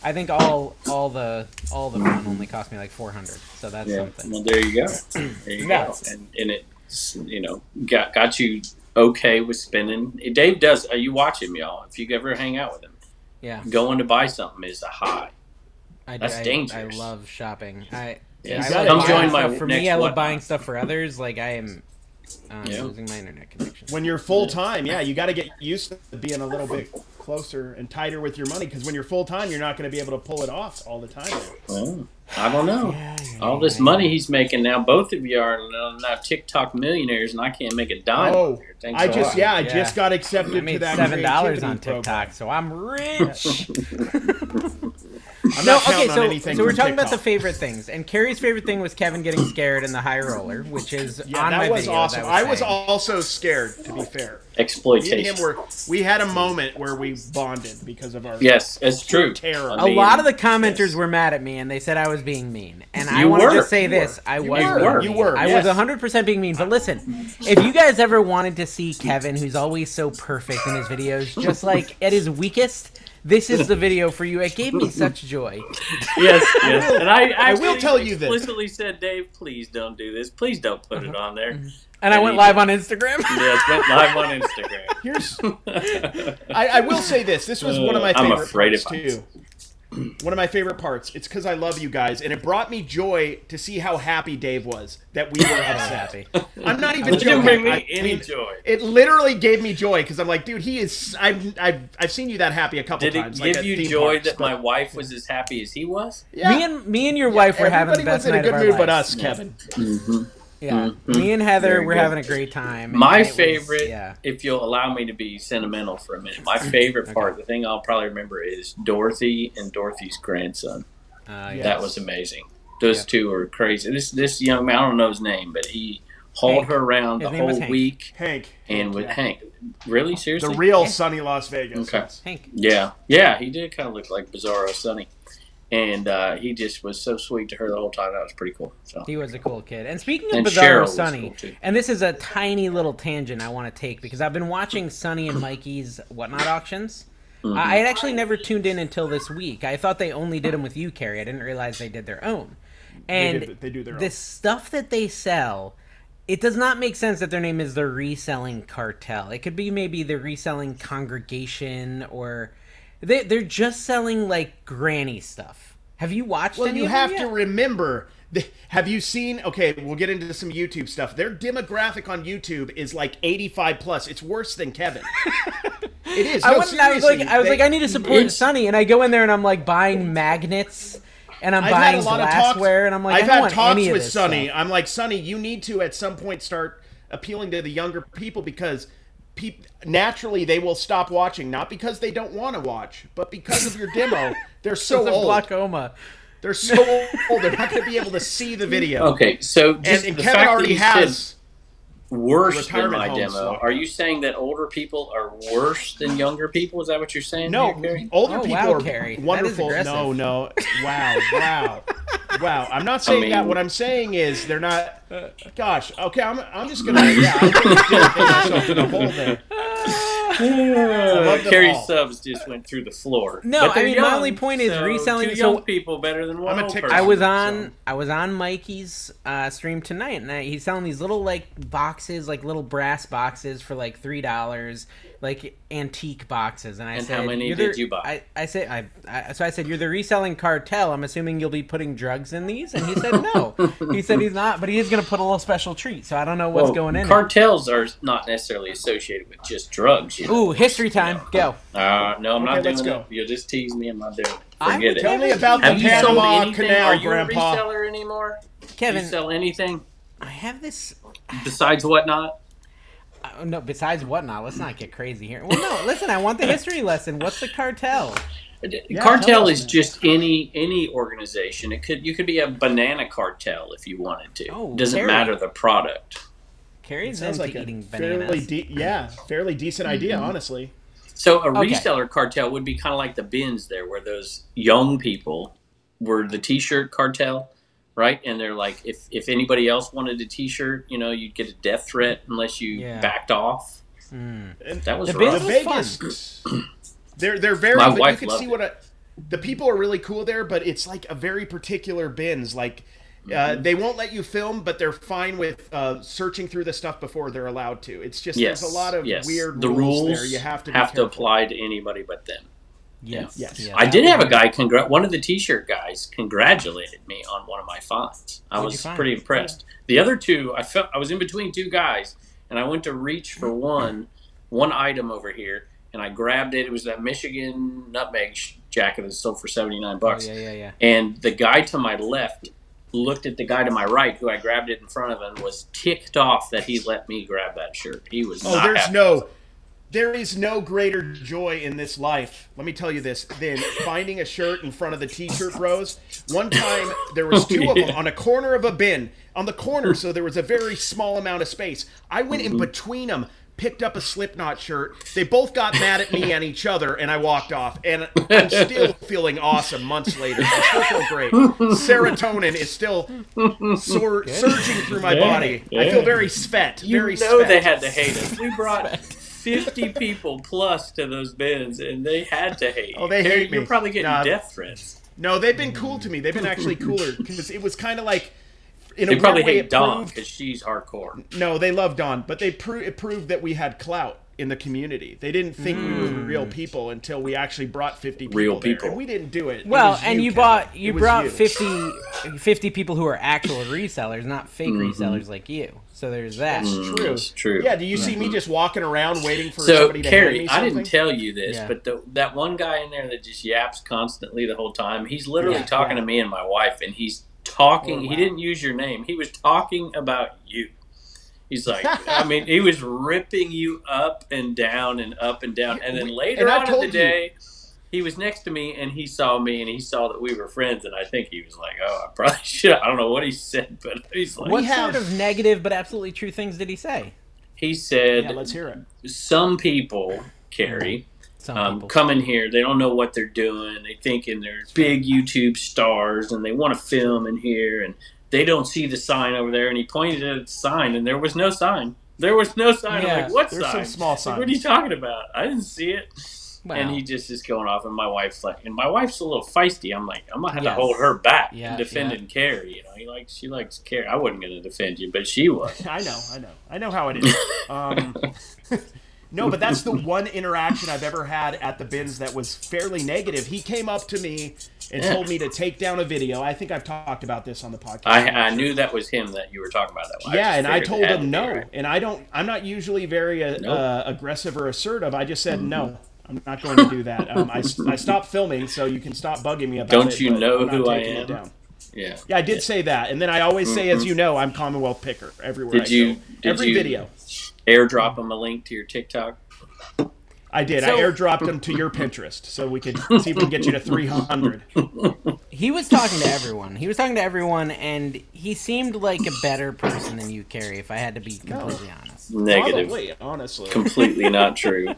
Speaker 1: I think all all the all the fun only cost me like 400, so that's
Speaker 3: Mm-hmm. Yeah. Well,
Speaker 1: something.
Speaker 3: there you go. There you
Speaker 1: Yeah.
Speaker 3: go. And, and it, you know, got got you okay with spending. Dave does. Are you watch him, y'all? If you ever hang out with him,
Speaker 1: Yeah,
Speaker 3: going to buy something is a high.
Speaker 1: I,
Speaker 3: That's
Speaker 1: I,
Speaker 3: dangerous.
Speaker 1: I love shopping. I,
Speaker 3: Yeah,
Speaker 1: I
Speaker 2: you
Speaker 1: love
Speaker 2: gotta
Speaker 1: buying
Speaker 2: join
Speaker 3: my
Speaker 1: stuff for me.
Speaker 3: next
Speaker 1: I love
Speaker 3: whatnot.
Speaker 1: buying stuff for others. Like I am um,
Speaker 3: Yeah.
Speaker 1: losing my internet connection.
Speaker 2: When you're full time, yeah, you got to get used to being a little bit closer and tighter with your money because when you're full time, you're not going to be able to pull it off all the time.
Speaker 3: Well, Oh, I don't know.
Speaker 1: Yeah, yeah,
Speaker 3: All this
Speaker 1: yeah.
Speaker 3: money he's making now, both of you are uh, now TikTok millionaires, and I can't make a dime.
Speaker 2: Oh,
Speaker 3: Thanks
Speaker 2: I
Speaker 3: a
Speaker 2: just
Speaker 3: lot.
Speaker 2: yeah, I
Speaker 1: Yeah.
Speaker 2: just got accepted
Speaker 1: I
Speaker 2: to
Speaker 1: made
Speaker 2: that
Speaker 1: seven dollars
Speaker 2: creativity
Speaker 1: on
Speaker 2: program.
Speaker 1: TikTok, so I'm rich.
Speaker 2: I'm
Speaker 1: No,
Speaker 2: not
Speaker 1: okay,
Speaker 2: counting on
Speaker 1: so,
Speaker 2: anything
Speaker 1: so we're
Speaker 2: from
Speaker 1: talking about the
Speaker 2: TikTok.
Speaker 1: favorite things, and Carrie's favorite thing was Kevin getting scared in the high roller, which is
Speaker 2: Yeah,
Speaker 1: on my
Speaker 2: that was
Speaker 1: video. that
Speaker 2: awesome. I was
Speaker 1: saying.
Speaker 2: also scared, to be fair. Me and him
Speaker 3: Exploitation.
Speaker 2: were we had a moment where we bonded because of our
Speaker 3: Yes, it's true.
Speaker 2: Terror.
Speaker 3: I
Speaker 1: A
Speaker 3: mean,
Speaker 1: lot of the commenters were mad at me, and they said I was being mean. And I
Speaker 3: You
Speaker 1: want to
Speaker 3: were.
Speaker 1: just say
Speaker 3: You
Speaker 1: this:
Speaker 3: were.
Speaker 1: I
Speaker 3: You
Speaker 1: was.
Speaker 3: were.
Speaker 1: being
Speaker 2: You
Speaker 1: mean.
Speaker 2: were,
Speaker 1: I
Speaker 2: yes.
Speaker 1: was 100 percent being mean. But listen, if you guys ever wanted to see Kevin, who's always so perfect in his videos, just like at his weakest, this is the video for you. It gave me such joy.
Speaker 3: yes, yes. And I,
Speaker 2: I will
Speaker 3: actually
Speaker 2: tell you this.
Speaker 3: Explicitly said, Dave, please don't do this. Please don't put
Speaker 1: Uh-huh.
Speaker 3: it on there.
Speaker 1: And I went live on Instagram.
Speaker 3: Yes, went live on
Speaker 2: Here's
Speaker 3: Instagram.
Speaker 2: I, I will say this. This was one of my
Speaker 3: Uh, I'm
Speaker 2: favorite
Speaker 3: afraid of
Speaker 2: parts too. One of my favorite parts. It's because I love you guys, and it brought me joy to see how happy Dave was that we were upset.
Speaker 1: Happy.
Speaker 2: I'm not even
Speaker 3: it
Speaker 2: joking.
Speaker 3: didn't bring me
Speaker 2: I- I
Speaker 3: any
Speaker 2: mean,
Speaker 3: joy.
Speaker 2: It literally gave me joy because I'm like, dude, he is. I've, I've I've seen you that happy a couple
Speaker 3: Did it
Speaker 2: times. like
Speaker 3: give
Speaker 2: at
Speaker 3: you
Speaker 2: theme
Speaker 3: joy
Speaker 2: parks,
Speaker 3: that
Speaker 2: but-
Speaker 3: my wife was as happy as he was?
Speaker 2: yeah,
Speaker 1: Me and me and your wife were having the
Speaker 2: everybody
Speaker 1: best
Speaker 2: was in a
Speaker 1: night
Speaker 2: good
Speaker 1: of our
Speaker 2: mood, but
Speaker 1: lives.
Speaker 2: us, Kevin.
Speaker 1: Yeah,
Speaker 3: Mhm.
Speaker 1: me and Heather
Speaker 3: Very
Speaker 1: were
Speaker 3: good.
Speaker 1: having a great time. and
Speaker 3: My
Speaker 1: it was-
Speaker 3: favorite,
Speaker 1: yeah.
Speaker 3: if you'll allow me to be sentimental for a minute, my favorite part, the thing I'll probably remember is Dorothy and Dorothy's grandson.
Speaker 1: Uh, yeah.
Speaker 3: That was amazing. Those
Speaker 1: Yeah.
Speaker 3: two were crazy. This this young man, I don't know his name, but he hauled
Speaker 1: Hank.
Speaker 3: her around
Speaker 1: His
Speaker 3: the
Speaker 1: name was
Speaker 3: whole
Speaker 1: Hank.
Speaker 3: week
Speaker 2: Hank
Speaker 3: and with
Speaker 2: yeah.
Speaker 3: Hank. Really seriously?
Speaker 2: the real sunny Las Vegas.
Speaker 3: Okay.
Speaker 1: Hank.
Speaker 3: Yeah, yeah, he did kind of look like Bizarro Sonny, and uh, he just was so sweet to her the whole time. That was pretty cool. So
Speaker 1: He was a cool kid. And speaking of
Speaker 3: And Cheryl
Speaker 1: Bizarro
Speaker 3: was
Speaker 1: Sunny,
Speaker 3: cool, too.
Speaker 1: and this is a tiny little tangent I want to take because I've been watching Sunny and Mikey's Whatnot auctions.
Speaker 3: Mhm.
Speaker 1: I I had actually never tuned in until this week. I thought they only did them with you, Carrie. I didn't realize they did their own. And
Speaker 2: they, did, they do their
Speaker 1: the stuff that they sell, it does not make sense that their name is the reselling cartel. It could be maybe the reselling congregation or they, they're just selling like granny stuff. Have you watched
Speaker 2: Well,
Speaker 1: any
Speaker 2: you
Speaker 1: of them
Speaker 2: have
Speaker 1: yet?
Speaker 2: to remember. th- Have you seen? Okay, we'll get into some YouTube stuff. Their demographic on YouTube is like 85 plus. It's worse than Kevin. it is.
Speaker 1: I
Speaker 2: No,
Speaker 1: went and I was like,
Speaker 2: seriously,
Speaker 1: I was
Speaker 2: they-
Speaker 1: like, I need to support
Speaker 3: It's-
Speaker 1: Sunny, and I go in there and I'm like buying magnets, and I'm
Speaker 2: I've had
Speaker 1: buying
Speaker 2: a lot of talks.
Speaker 1: glassware, and I'm like,
Speaker 2: I've
Speaker 1: I don't
Speaker 2: had
Speaker 1: want
Speaker 2: talks
Speaker 1: any of
Speaker 2: with
Speaker 1: this
Speaker 2: Sonny.
Speaker 1: stuff.
Speaker 2: I'm like, Sonny, you need to at some point start appealing to the younger people because. peop naturally, they will stop watching, not because they don't want to watch, but because of your demo. They're so
Speaker 1: It's a
Speaker 2: old.
Speaker 1: glaucoma.
Speaker 2: They're so old. They're not going to be able to see the video.
Speaker 3: okay, so
Speaker 2: And,
Speaker 3: just
Speaker 2: and
Speaker 3: the
Speaker 2: Kevin
Speaker 3: fact
Speaker 2: already
Speaker 3: that you said
Speaker 2: has.
Speaker 3: worse than
Speaker 2: retirement
Speaker 3: my
Speaker 2: homes,
Speaker 3: demo.
Speaker 2: so-
Speaker 3: Are you saying that older people are worse than younger people? Is that what you're saying?
Speaker 2: No,
Speaker 3: here, Gary?
Speaker 2: older
Speaker 1: Oh,
Speaker 2: people
Speaker 1: wow,
Speaker 2: are
Speaker 1: Carrie. That is
Speaker 2: wonderful.
Speaker 1: aggressive.
Speaker 2: No, no. Wow, wow. Wow, I'm not saying that.
Speaker 3: mean-
Speaker 2: What I'm saying is they're not. Gosh, okay, I'm, I'm just gonna. Yeah, I'm gonna dig myself in a hole there. love them
Speaker 3: Carrie
Speaker 2: all.
Speaker 3: subs just went through the floor.
Speaker 1: No,
Speaker 3: But they're
Speaker 1: I mean, my
Speaker 3: young,
Speaker 1: only point is
Speaker 3: so
Speaker 1: reselling-
Speaker 3: Two
Speaker 1: so-
Speaker 3: young people better than one
Speaker 2: I'm a
Speaker 3: old
Speaker 2: tick-
Speaker 3: person.
Speaker 1: I was
Speaker 2: so-
Speaker 1: on I was on Mikey's uh, stream tonight, and I, he's selling these little like boxes, like little brass boxes for like three dollars, like antique boxes. And I
Speaker 3: And
Speaker 1: said,
Speaker 3: how many
Speaker 1: "You're
Speaker 3: did
Speaker 1: the-"
Speaker 3: you buy?
Speaker 1: I, I said, I, I so I said, you're the reselling cartel. I'm assuming you'll be putting drugs in these. And he said, no. he said he's not, but he is gonna put a little special treat. So I don't know what's
Speaker 3: Well,
Speaker 1: going in. there.
Speaker 3: Cartels are not necessarily associated with just drugs. You know?
Speaker 1: Ooh, history time. Go.
Speaker 3: Uh, no, I'm not
Speaker 2: Okay,
Speaker 3: doing
Speaker 2: let's
Speaker 3: it.
Speaker 2: go.
Speaker 3: You'll just tease me. I'm not doing it.
Speaker 1: I'm
Speaker 3: Forget
Speaker 2: Tell
Speaker 3: it.
Speaker 1: telling
Speaker 2: me about the
Speaker 3: Have you sold
Speaker 2: Panama
Speaker 3: anything? Are
Speaker 2: Canal,
Speaker 3: you a
Speaker 2: Grandpa.
Speaker 3: reseller anymore? Do you
Speaker 1: Kevin,
Speaker 3: sell anything
Speaker 1: I have this
Speaker 3: besides whatnot?
Speaker 1: Uh, no, besides whatnot, let's not get crazy here. Well, no, listen, I want the history lesson. What's the cartel?
Speaker 2: tell
Speaker 3: cartel
Speaker 2: us,
Speaker 3: is
Speaker 2: man.
Speaker 3: just any any organization. It could you could be a banana cartel if you wanted to.
Speaker 1: Oh,
Speaker 3: Doesn't
Speaker 1: very.
Speaker 3: matter the product.
Speaker 1: Carrie's
Speaker 2: Sounds
Speaker 1: into
Speaker 2: like a
Speaker 1: eating
Speaker 2: fairly
Speaker 1: bananas.
Speaker 2: de- yeah, fairly decent idea, honestly.
Speaker 3: So a
Speaker 1: Okay.
Speaker 3: reseller cartel would be kind of like the bins there, where those young people were the T-shirt cartel, right? And they're like, if if anybody else wanted a T-shirt, you know, you'd get a death threat unless you
Speaker 1: Yeah.
Speaker 3: backed off.
Speaker 1: Mm.
Speaker 2: And
Speaker 3: That was
Speaker 1: The
Speaker 3: rough.
Speaker 2: the
Speaker 1: This was
Speaker 2: Vegas. They're they're very.
Speaker 3: My
Speaker 2: but
Speaker 3: wife
Speaker 2: you can
Speaker 3: loved
Speaker 2: see
Speaker 3: it.
Speaker 2: what a, the people are really cool there, but it's like a very particular bins. Like uh,
Speaker 3: Mm-hmm.
Speaker 2: they won't let you film, but they're fine with uh, searching through the stuff before they're allowed to. It's just
Speaker 3: yes,
Speaker 2: there's a lot of
Speaker 3: yes.
Speaker 2: weird
Speaker 3: the rules,
Speaker 2: there. You have to be careful.
Speaker 3: apply to anybody but them.
Speaker 1: Yes.
Speaker 2: Yes.
Speaker 1: yes.
Speaker 3: I did have a guy congr- one of the T-shirt guys congratulated me on one of my finds. I
Speaker 1: What'd you
Speaker 3: was
Speaker 1: find?
Speaker 3: pretty impressed. The other two, I felt I was in between two guys, and I went to reach for
Speaker 1: Mm-hmm.
Speaker 3: one one item over here, and I grabbed it. It was that Michigan nutmeg sh- jacket that sold for seventy nine
Speaker 1: Oh,
Speaker 3: bucks.
Speaker 1: yeah, yeah, yeah.
Speaker 3: And the guy to my left looked at the guy to my right, who I grabbed it in front of, and was ticked off that he let me grab that shirt. He was
Speaker 2: Oh,
Speaker 3: not
Speaker 2: there's
Speaker 3: happy.
Speaker 2: no. There is no greater joy in this life, let me tell you this, than finding a shirt in front of the t-shirt bros. One time there was two of
Speaker 3: Oh, Yeah.
Speaker 2: them on a corner of a bin, on the corner, so there was a very small amount of space. I went
Speaker 3: Mm-hmm.
Speaker 2: in between them, picked up a Slipknot shirt. They both got mad at me and each other, and I walked off. And I'm still feeling awesome months later. I still feel great. Serotonin is still sur- surging through my
Speaker 3: Yeah,
Speaker 2: body. I
Speaker 3: yeah.
Speaker 2: feel very svet.
Speaker 3: You
Speaker 2: very
Speaker 3: know
Speaker 2: svet.
Speaker 3: they had to hate us. We brought fifty people plus to those bins, and they had to hate.
Speaker 2: Oh, they
Speaker 3: you. They're-
Speaker 2: hate me.
Speaker 3: You're probably getting
Speaker 2: Nah.
Speaker 3: death threats.
Speaker 2: No, they've been cool to me. They've been actually cooler because it was kind of like in a
Speaker 3: They probably
Speaker 2: weird way
Speaker 3: hate
Speaker 2: it
Speaker 3: Dawn
Speaker 2: proved-
Speaker 3: because she's hardcore.
Speaker 2: no, they love Dawn, but they pro- it proved that we had clout in the community. They didn't think we were real people until we actually brought fifty people
Speaker 3: Real
Speaker 2: there,
Speaker 3: people.
Speaker 2: and we didn't do it. It
Speaker 1: Well,
Speaker 2: was
Speaker 1: and you
Speaker 2: Kevin.
Speaker 1: bought
Speaker 2: It
Speaker 1: you
Speaker 2: was
Speaker 1: brought
Speaker 2: you.
Speaker 1: 50, 50 people who are actual resellers, not fake resellers like you. So there's that.
Speaker 2: It's True.
Speaker 3: It's Mm-hmm. true.
Speaker 2: Yeah, do you see me just walking around waiting for
Speaker 3: So
Speaker 2: somebody to hand me
Speaker 3: Carrie, I
Speaker 2: something?
Speaker 3: didn't tell you this,
Speaker 1: Yeah.
Speaker 3: but the, that one guy in there that just yaps constantly the whole time, he's literally
Speaker 1: Yeah,
Speaker 3: talking
Speaker 1: yeah.
Speaker 3: to me and my wife, and he's talking.
Speaker 1: Oh,
Speaker 3: He
Speaker 1: wow.
Speaker 3: didn't use your name. He was talking about you. He's like, I mean, he was ripping you up and down and up and down, and then later
Speaker 2: and I
Speaker 3: on in
Speaker 2: told
Speaker 3: the
Speaker 2: you.
Speaker 3: day. He was next to me and he saw me and he saw that we were friends and I think he was like, "Oh, I probably should." I don't know what he said, but he's like,
Speaker 1: What
Speaker 2: We
Speaker 1: sort
Speaker 2: have-
Speaker 1: of negative but absolutely true things did he say?
Speaker 3: he said,
Speaker 2: Yeah, let's hear it.
Speaker 3: "Some people, Carrie,
Speaker 1: Some
Speaker 3: um,
Speaker 1: people.
Speaker 3: coming here. They don't know what they're doing. They thinking they're big YouTube stars and they want to film in here and they don't see the sign over there. And he pointed at the sign and there was no sign. There was no sign. I'm
Speaker 1: Yeah,
Speaker 3: like, what
Speaker 2: There's
Speaker 3: sign?
Speaker 2: some small
Speaker 3: Like,
Speaker 2: signs.
Speaker 3: what are you talking about? I didn't see it. And
Speaker 1: Wow.
Speaker 3: he just is going off, and my wife's like, and my wife's a little feisty. I'm like, I'm gonna have
Speaker 1: Yes.
Speaker 3: to hold her back
Speaker 1: Yeah,
Speaker 3: in defending Carrie. You know, he likes, she likes Carrie. I wasn't gonna defend you, but she was.
Speaker 2: I know, I know, I know how it is. Um, no, but that's the one interaction I've ever had at the bins that was fairly negative. He came up to me and
Speaker 3: Yeah.
Speaker 2: told me to take down a video. I think I've talked about this on the podcast.
Speaker 3: I, I knew that was him that you were talking about that.
Speaker 2: yeah, and I
Speaker 3: figured it
Speaker 2: told
Speaker 3: had to
Speaker 2: him
Speaker 3: be,
Speaker 2: no,
Speaker 3: right?
Speaker 2: and I don't. I'm not usually very uh,
Speaker 3: Nope.
Speaker 2: uh, aggressive or assertive. I just said no. I'm not going to do that. Um, I, I stopped filming, so you can stop bugging me about
Speaker 3: Don't
Speaker 2: it.
Speaker 3: you
Speaker 2: but
Speaker 3: know
Speaker 2: I'm not
Speaker 3: who I
Speaker 2: taking it
Speaker 3: am?
Speaker 2: down.
Speaker 3: Yeah. Mm-hmm.
Speaker 2: Yeah, I did say that, and then I always say, as you know, I'm Commonwealth picker everywhere.
Speaker 3: Did
Speaker 2: I
Speaker 3: you-
Speaker 2: go.
Speaker 3: did
Speaker 2: every
Speaker 3: you-
Speaker 2: video?
Speaker 1: Hmm.
Speaker 3: airdrop them a link to your TikTok.
Speaker 2: I did. I
Speaker 1: So-
Speaker 2: airdropped them to your Pinterest so we could see if we can get you to 300.
Speaker 1: He was talking to everyone. He was talking to everyone, and he seemed like a better person than you, Carrie. If I had to be completely honest,
Speaker 3: Negative.
Speaker 2: Probably, honestly.
Speaker 3: Completely not true.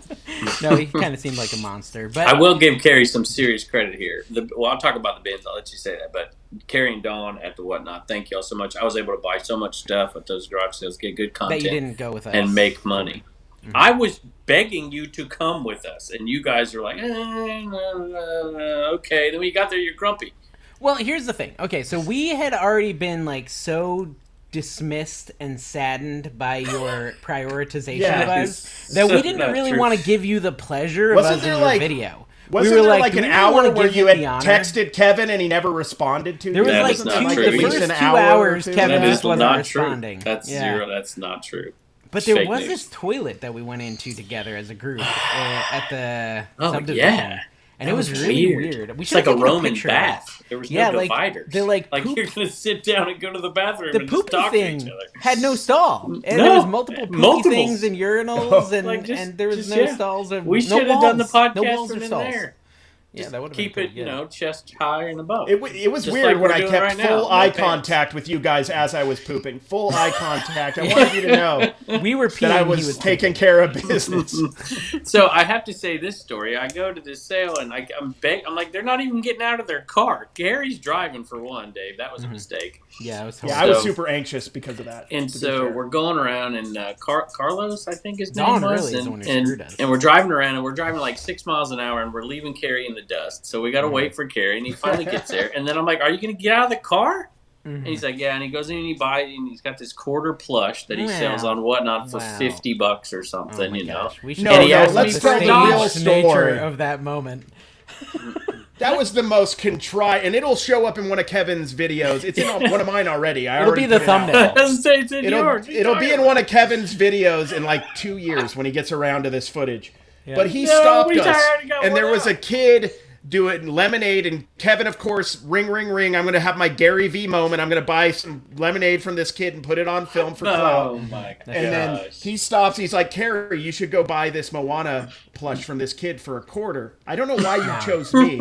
Speaker 1: no, he kind of seemed like a monster. But
Speaker 3: I will give Carrie some serious credit here. The, well, I'll talk about the bins. I'll let you say that. But Carrie and Dawn at the whatnot, thank y'all so much. I was able to buy so much stuff at those garage sales, get good
Speaker 1: that
Speaker 3: content,
Speaker 1: you didn't go with us
Speaker 3: and make money. I was begging you to come with us, and you guys were like, eh, uh, okay. Then when you got there, you're grumpy.
Speaker 1: Well, here's the thing. Okay, so we had already been like so dismissed and saddened by your prioritization
Speaker 2: Yeah.
Speaker 1: of us that we
Speaker 3: So
Speaker 1: didn't
Speaker 3: not
Speaker 1: really
Speaker 3: true.
Speaker 1: want to give you the pleasure of
Speaker 2: Wasn't
Speaker 1: us
Speaker 2: there,
Speaker 1: in your
Speaker 2: like-
Speaker 1: video.
Speaker 2: Wasn't
Speaker 1: we were
Speaker 2: there
Speaker 1: like,
Speaker 2: like,
Speaker 1: "Do
Speaker 2: an
Speaker 1: we really wanna
Speaker 2: hour where
Speaker 1: give
Speaker 2: you
Speaker 1: the
Speaker 2: had
Speaker 1: honor?"
Speaker 2: texted Kevin and he never responded to
Speaker 1: There was
Speaker 2: you?
Speaker 3: That
Speaker 1: like
Speaker 3: is
Speaker 1: two,
Speaker 3: not
Speaker 2: Wasn't
Speaker 3: true.
Speaker 2: there,
Speaker 1: the
Speaker 2: like,
Speaker 3: At
Speaker 1: first
Speaker 2: least
Speaker 1: two
Speaker 2: an hour or
Speaker 1: hours,
Speaker 2: two?
Speaker 1: Kevin
Speaker 3: that
Speaker 1: just
Speaker 3: is
Speaker 1: wasn't
Speaker 3: not
Speaker 1: responding.
Speaker 3: true. That's
Speaker 1: Yeah.
Speaker 3: zero. That's not true.
Speaker 1: But there
Speaker 3: Fake
Speaker 1: was
Speaker 3: news.
Speaker 1: this toilet that we went into together as a group uh, at the
Speaker 3: Oh,
Speaker 1: subdivision.
Speaker 3: yeah.
Speaker 1: And
Speaker 3: That
Speaker 1: it was,
Speaker 3: was
Speaker 1: really
Speaker 3: weird.
Speaker 1: weird. We
Speaker 3: It's like a
Speaker 1: should've taken
Speaker 3: Roman
Speaker 1: picture of it.
Speaker 3: bath. There was
Speaker 1: Yeah,
Speaker 3: no
Speaker 1: like,
Speaker 3: dividers.
Speaker 1: they, like, poop-
Speaker 3: you're gonna sit down and go to the bathroom
Speaker 1: The
Speaker 3: and just
Speaker 1: poopy
Speaker 3: talk to
Speaker 1: thing
Speaker 3: each other.
Speaker 1: had no stall. And
Speaker 3: No,
Speaker 1: there was multiple poopy
Speaker 3: multiple.
Speaker 1: things and urinals, and,
Speaker 3: Like, just-
Speaker 1: and there was
Speaker 3: just,
Speaker 1: no
Speaker 3: yeah.
Speaker 1: stalls. Or,
Speaker 3: We
Speaker 1: no
Speaker 3: should have done the
Speaker 1: walls. no
Speaker 3: podcast
Speaker 1: walls or
Speaker 3: from in
Speaker 1: stalls.
Speaker 3: there.
Speaker 1: Yeah, that would
Speaker 3: Keep it, you know, chest high and above.
Speaker 2: It, wa- it was
Speaker 3: Just
Speaker 2: weird
Speaker 3: like
Speaker 2: when
Speaker 3: we're
Speaker 2: I
Speaker 3: doing
Speaker 2: kept
Speaker 3: right now,
Speaker 2: full
Speaker 3: no
Speaker 2: eye
Speaker 3: pants.
Speaker 2: contact with you guys as I was pooping. Full eye contact. I wanted you to know
Speaker 1: We were
Speaker 2: that
Speaker 1: peeing.
Speaker 2: I
Speaker 1: he
Speaker 2: was
Speaker 1: was
Speaker 2: taking care of business.
Speaker 3: so I have to say this story. I go to this sale and I, I'm beg- I'm like, they're not even getting out of their car. Gary's driving for one, Dave. That was
Speaker 1: Mm-hmm.
Speaker 3: a mistake.
Speaker 1: Yeah, it was
Speaker 2: Yeah, I was
Speaker 3: So-
Speaker 2: super anxious because of that.
Speaker 3: And
Speaker 2: to be
Speaker 3: so
Speaker 2: fair.
Speaker 3: we're going around, and uh, Car- Carlos, I think his
Speaker 1: Don
Speaker 3: name was,
Speaker 1: really is
Speaker 3: and,
Speaker 1: the one who
Speaker 3: and,
Speaker 1: screwed us.
Speaker 3: and we're driving around, and we're driving like six miles an hour, and we're leaving Carrie in the dust. So we got to
Speaker 1: Mm-hmm.
Speaker 3: wait for Carrie, and he finally gets there. And then I'm like, "Are you going to get out of the car?"
Speaker 1: Mhm.
Speaker 3: And he's like, yeah, and he goes in and he buys, and he's got this quarter plush that he
Speaker 1: Wow.
Speaker 3: sells on whatnot for
Speaker 1: Wow.
Speaker 3: fifty bucks or
Speaker 1: Oh
Speaker 3: something,
Speaker 1: my
Speaker 3: you know.
Speaker 1: gosh, we
Speaker 2: No,
Speaker 1: should've
Speaker 3: no,
Speaker 1: asked
Speaker 3: let's
Speaker 1: the
Speaker 3: tell the real
Speaker 1: staged nature
Speaker 2: story.
Speaker 1: of that moment.
Speaker 2: That was the most contrived, and it'll show up in one of Kevin's videos. It's in one of mine already. I
Speaker 1: It'll
Speaker 2: already
Speaker 1: be the
Speaker 2: put it out.
Speaker 1: thumbnail.
Speaker 3: It's in yours.
Speaker 2: It'll,
Speaker 3: He's
Speaker 2: it'll be
Speaker 3: talking
Speaker 2: in one of Kevin's videos in like two years when he gets around to this footage. But he
Speaker 3: No,
Speaker 2: stopped
Speaker 3: we
Speaker 2: us,
Speaker 3: already got
Speaker 2: and there
Speaker 3: one
Speaker 2: was
Speaker 3: out.
Speaker 2: a kid doing lemonade. And Kevin, of course, ring, ring, ring. I'm going to have my Gary Vee moment. I'm going to buy some lemonade from this kid and put it on film for clout.
Speaker 3: Oh my gosh.
Speaker 2: And then he stops. He's like, Carrie, you should go buy this Moana plush from this kid for a quarter. I don't know why you chose me.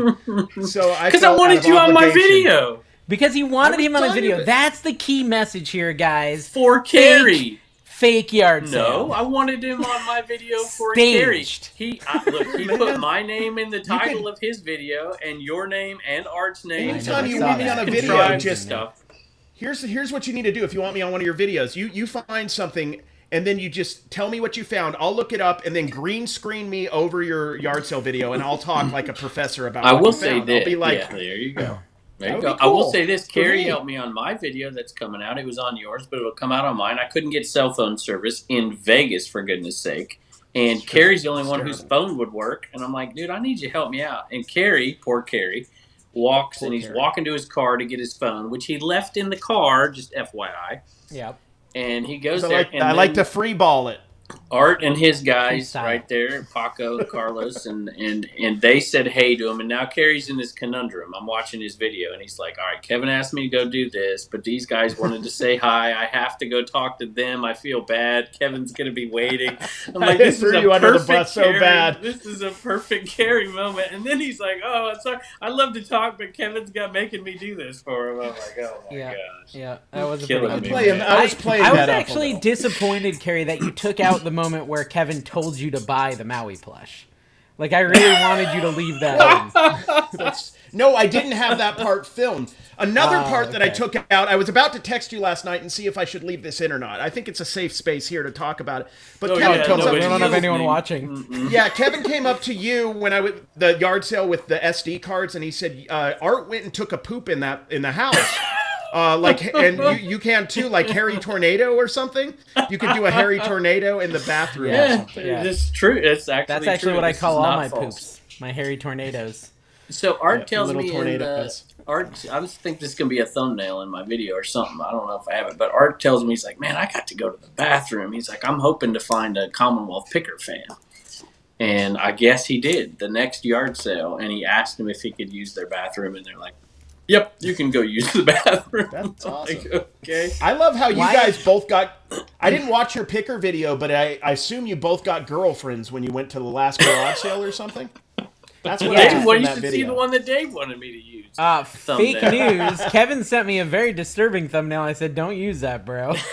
Speaker 2: So
Speaker 3: Because
Speaker 2: I
Speaker 3: I
Speaker 2: felt out
Speaker 3: wanted
Speaker 2: of
Speaker 3: you on my
Speaker 2: obligation.
Speaker 3: video
Speaker 1: Because he wanted him on a
Speaker 2: telling you
Speaker 1: video.
Speaker 2: that-
Speaker 1: That's the key message here, guys.
Speaker 3: for Carrie.
Speaker 1: Fake yard
Speaker 3: No,
Speaker 1: sale.
Speaker 3: I wanted him on my video for Carrie.
Speaker 1: Staged.
Speaker 3: He I, look, he put my name in the title of his video and your name and Art's name.
Speaker 2: Anytime
Speaker 1: I
Speaker 2: you
Speaker 1: saw
Speaker 2: want me
Speaker 1: that.
Speaker 2: on a
Speaker 1: It's
Speaker 2: video,
Speaker 1: driving
Speaker 3: Contrived
Speaker 2: just
Speaker 1: me.
Speaker 3: stuff.
Speaker 2: here's here's what you need to do if you want me on one of your videos. You you find something and then you just tell me what you found. I'll look it up and then green screen me over your yard sale video and I'll talk like a professor about.
Speaker 3: I
Speaker 2: what
Speaker 3: will
Speaker 2: you
Speaker 3: say
Speaker 2: found.
Speaker 3: this.
Speaker 2: I'll be like,
Speaker 3: yeah, there you go. There you
Speaker 2: would
Speaker 3: go.
Speaker 2: be
Speaker 3: I will
Speaker 2: cool
Speaker 3: say this.
Speaker 2: for
Speaker 3: Carrie
Speaker 2: me.
Speaker 3: helped me on my video that's coming out. It was on yours, but it'll come out on mine. I couldn't get cell phone service in Vegas, for goodness sake. And Carrie's the only
Speaker 2: It's
Speaker 3: one whose
Speaker 2: terrible.
Speaker 3: phone would work. And I'm like, dude, I need you to help me out. And Carrie, poor Carrie, walks
Speaker 2: Poor
Speaker 3: and he's
Speaker 2: Carrie.
Speaker 3: walking to his car to get his phone, which he left in the car, just FYI.
Speaker 1: Yep.
Speaker 3: And he
Speaker 2: I
Speaker 3: goes there.
Speaker 2: like,
Speaker 3: and
Speaker 2: I like
Speaker 3: then-
Speaker 2: to free ball it.
Speaker 3: Art and his guys
Speaker 1: Freestyle.
Speaker 3: right there, Paco, Carlos, and and and they said hey to him, and now Carrie's in this conundrum. I'm watching his video, and he's like, "All right, Kevin asked me to go do this, but these guys wanted to say hi. I have to go talk to them. I feel bad. Kevin's gonna be waiting." I'm
Speaker 2: I
Speaker 3: like, "This is
Speaker 2: threw
Speaker 3: a
Speaker 2: you under the
Speaker 3: perfect
Speaker 2: bus so
Speaker 3: Carrie-
Speaker 2: bad.
Speaker 3: This is a perfect Carrie moment." And then he's like, "Oh, I'm sorry. I love to talk, but Kevin's got making me do this for him." I'm like, "Oh my
Speaker 1: Yeah.
Speaker 3: gosh."
Speaker 1: Yeah, that was a
Speaker 3: Killing
Speaker 1: pretty good
Speaker 3: me,
Speaker 1: one.
Speaker 3: man.
Speaker 2: I was playing
Speaker 1: I was
Speaker 2: that up a
Speaker 1: actually
Speaker 2: little.
Speaker 1: disappointed, Carrie, that you took out the moment where Kevin told you to buy the Maui plush. Like I really wanted you to leave that. in.
Speaker 2: That's- no, I didn't have that part filmed. Another
Speaker 1: Ah,
Speaker 2: part that I
Speaker 1: okay.
Speaker 2: took out, I was about to text you last night and see if I should leave this in or not. I think it's a safe space here to talk about it. But
Speaker 3: Oh,
Speaker 2: Kevin
Speaker 3: yeah,
Speaker 2: comes up
Speaker 1: We
Speaker 3: nobody's
Speaker 2: to
Speaker 1: don't
Speaker 2: you
Speaker 1: have anyone
Speaker 3: listening.
Speaker 1: watching.
Speaker 3: Mm-mm.
Speaker 2: yeah, Kevin came up to you when I was the yard sale with the SD cards, and he said, uh, "Art went and took a poop in that in the house." Uh, like and you, you can too, like Harry Tornado or something. You could do a Harry Tornado in the bathroom. Or
Speaker 3: Yeah,
Speaker 2: something.
Speaker 1: Yeah.
Speaker 3: it's true. It's actually
Speaker 1: That's actually
Speaker 3: true.
Speaker 1: what I
Speaker 3: This
Speaker 1: call
Speaker 3: is
Speaker 1: all
Speaker 3: not
Speaker 1: my
Speaker 3: false.
Speaker 1: poops, my hairy tornadoes.
Speaker 3: So Art
Speaker 2: Yeah,
Speaker 3: tells
Speaker 2: little
Speaker 3: me, in the,
Speaker 2: tornadoes.
Speaker 3: Art, I was think this is gonna be a thumbnail in my video or something. I don't know if I have it, but Art tells me he's like, man, I got to go to the bathroom. He's like, I'm hoping to find a Commonwealth Picker fan, and I guess he did the next yard sale, and he asked him if he could use their bathroom, and they're like, Yep, you can go use the bathroom.
Speaker 2: That's
Speaker 3: I'm like,
Speaker 2: awesome.
Speaker 3: okay.
Speaker 2: I love how you
Speaker 1: Why-
Speaker 2: guys both got. I didn't watch your picker video, but I, I assume you both got girlfriends when you went to the last garage sale or something. That's what
Speaker 1: Yeah.
Speaker 2: I
Speaker 3: Hey,
Speaker 2: got
Speaker 3: well,
Speaker 2: from
Speaker 3: you
Speaker 2: that
Speaker 3: should see
Speaker 2: video.
Speaker 3: the one that Dave wanted me to use.
Speaker 1: Uh, fake
Speaker 3: Ah, Thumbnail.
Speaker 1: news. Kevin sent me a very disturbing thumbnail. I said, "Don't use that, bro."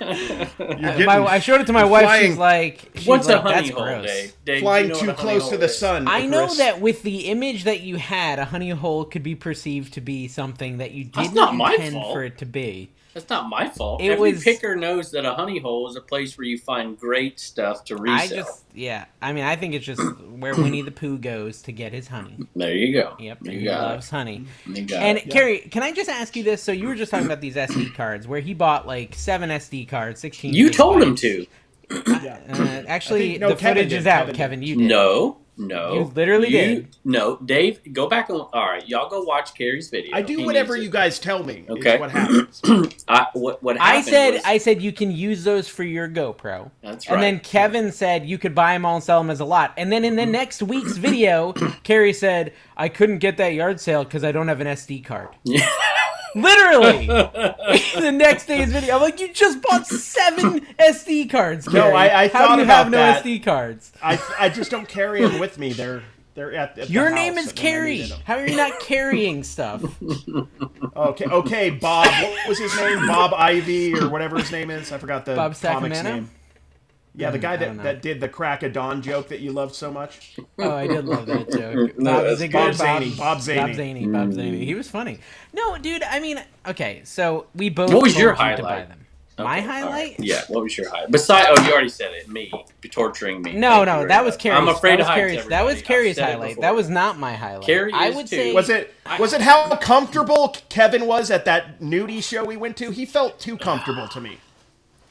Speaker 2: You're
Speaker 1: Uh,
Speaker 2: getting
Speaker 1: my, I showed it to my wife.
Speaker 2: flying-
Speaker 1: She's like, she's
Speaker 3: What's
Speaker 1: like,
Speaker 3: a honey
Speaker 1: That's
Speaker 3: hole,
Speaker 1: gross.
Speaker 3: Dave? Dave, you
Speaker 2: flying
Speaker 3: know what
Speaker 2: too
Speaker 3: a honey
Speaker 2: close to
Speaker 3: hole
Speaker 2: the
Speaker 3: is.
Speaker 2: sun.
Speaker 1: I know
Speaker 2: Icarus.
Speaker 1: that with the image that you had, a honey hole could be perceived to be something that you
Speaker 3: That's
Speaker 1: didn't
Speaker 3: not my
Speaker 1: intend
Speaker 3: fault.
Speaker 1: for it to be.
Speaker 3: That's not my fault.
Speaker 1: It
Speaker 3: Every
Speaker 1: was-
Speaker 3: picker knows that a honey hole is a place where you find great stuff to resell.
Speaker 1: I just, yeah. I mean, I think it's just where Winnie the Pooh goes to get his honey.
Speaker 3: There you go.
Speaker 1: Yep, and
Speaker 3: You
Speaker 1: he
Speaker 3: got
Speaker 1: loves honey.
Speaker 3: it. You got
Speaker 1: and
Speaker 3: it.
Speaker 1: Carrie, can I just ask you this? So you were just talking about these SD cards, where he bought like seven SD cards, sixteen.
Speaker 3: You
Speaker 1: gigabytes.
Speaker 3: told him to.
Speaker 2: Yeah.
Speaker 1: Uh, actually,
Speaker 2: I think- no,
Speaker 1: the
Speaker 2: Kevin
Speaker 1: footage
Speaker 2: did,
Speaker 1: is out.
Speaker 2: Kevin
Speaker 1: Kevin,
Speaker 2: did.
Speaker 1: you did.
Speaker 3: No, no.
Speaker 1: You literally did.
Speaker 3: No, Dave, go back and all right. Y'all go watch Carrie's video.
Speaker 2: I do
Speaker 3: He
Speaker 2: whatever
Speaker 3: needs
Speaker 2: you guys tell me. Okay.
Speaker 3: Okay.
Speaker 2: Is what happens?
Speaker 3: it. I, what, what
Speaker 1: I
Speaker 3: happened
Speaker 1: said,
Speaker 3: was-
Speaker 1: I said you can use those for your GoPro.
Speaker 3: That's right.
Speaker 1: And then Kevin said you could buy them all and sell them as a lot. And then
Speaker 2: Mm-hmm.
Speaker 1: in the next week's video, Carrie said, I couldn't get that yard sale because I don't have an SD card.
Speaker 3: Yeah.
Speaker 1: Literally, the next day's video, I'm like, you just bought seven SD cards.
Speaker 2: No,
Speaker 1: Carrie.
Speaker 2: I- I
Speaker 1: How
Speaker 2: thought
Speaker 1: do you
Speaker 2: about
Speaker 1: have no
Speaker 2: that.
Speaker 1: SD cards?
Speaker 2: I, I just don't carry them with me. They're they're at, at the
Speaker 1: Your
Speaker 2: house
Speaker 1: name is
Speaker 2: and then I
Speaker 1: Carrie.
Speaker 2: needed 'em.
Speaker 1: How are you not carrying stuff?
Speaker 2: Okay, okay, Bob. What was his name? Bob Ivy or whatever his name is. I forgot the
Speaker 1: Bob
Speaker 2: comic's
Speaker 1: Sacramento?
Speaker 2: name. Yeah, the
Speaker 1: Mm,
Speaker 2: guy
Speaker 1: I don't
Speaker 2: that,
Speaker 1: know.
Speaker 2: that did the crack a dawn joke that you loved so much.
Speaker 1: Oh, I did love that joke.
Speaker 3: No,
Speaker 1: Bob
Speaker 3: that's
Speaker 1: Ziegler, Bob-
Speaker 2: Bob Zaney. Bob Mm.
Speaker 1: Bob
Speaker 2: Zaney.
Speaker 1: Zaney. Bob Zaney. He was funny. No, dude. I mean, okay. So we both.
Speaker 3: What was your
Speaker 1: told you
Speaker 3: highlight?
Speaker 1: to buy them.
Speaker 3: Okay,
Speaker 1: My
Speaker 3: all right.
Speaker 1: highlight?
Speaker 3: Yeah. What was your highlight? Besides, oh, you already said it. Me torturing me.
Speaker 1: No,
Speaker 3: Thank you
Speaker 1: no,
Speaker 3: very
Speaker 1: that was
Speaker 3: much.
Speaker 1: Carrie's.
Speaker 3: I'm afraid
Speaker 1: that was
Speaker 3: of heights,
Speaker 1: Carrie's. That was
Speaker 3: everybody. I've
Speaker 1: Carrie's
Speaker 3: said it
Speaker 1: highlight.
Speaker 3: before.
Speaker 1: That was not my highlight.
Speaker 3: Carrie
Speaker 1: I
Speaker 3: is
Speaker 1: would
Speaker 3: too.
Speaker 1: say
Speaker 2: Was it was it how comfortable Kevin was at that nudie show we went to? He felt too comfortable to me.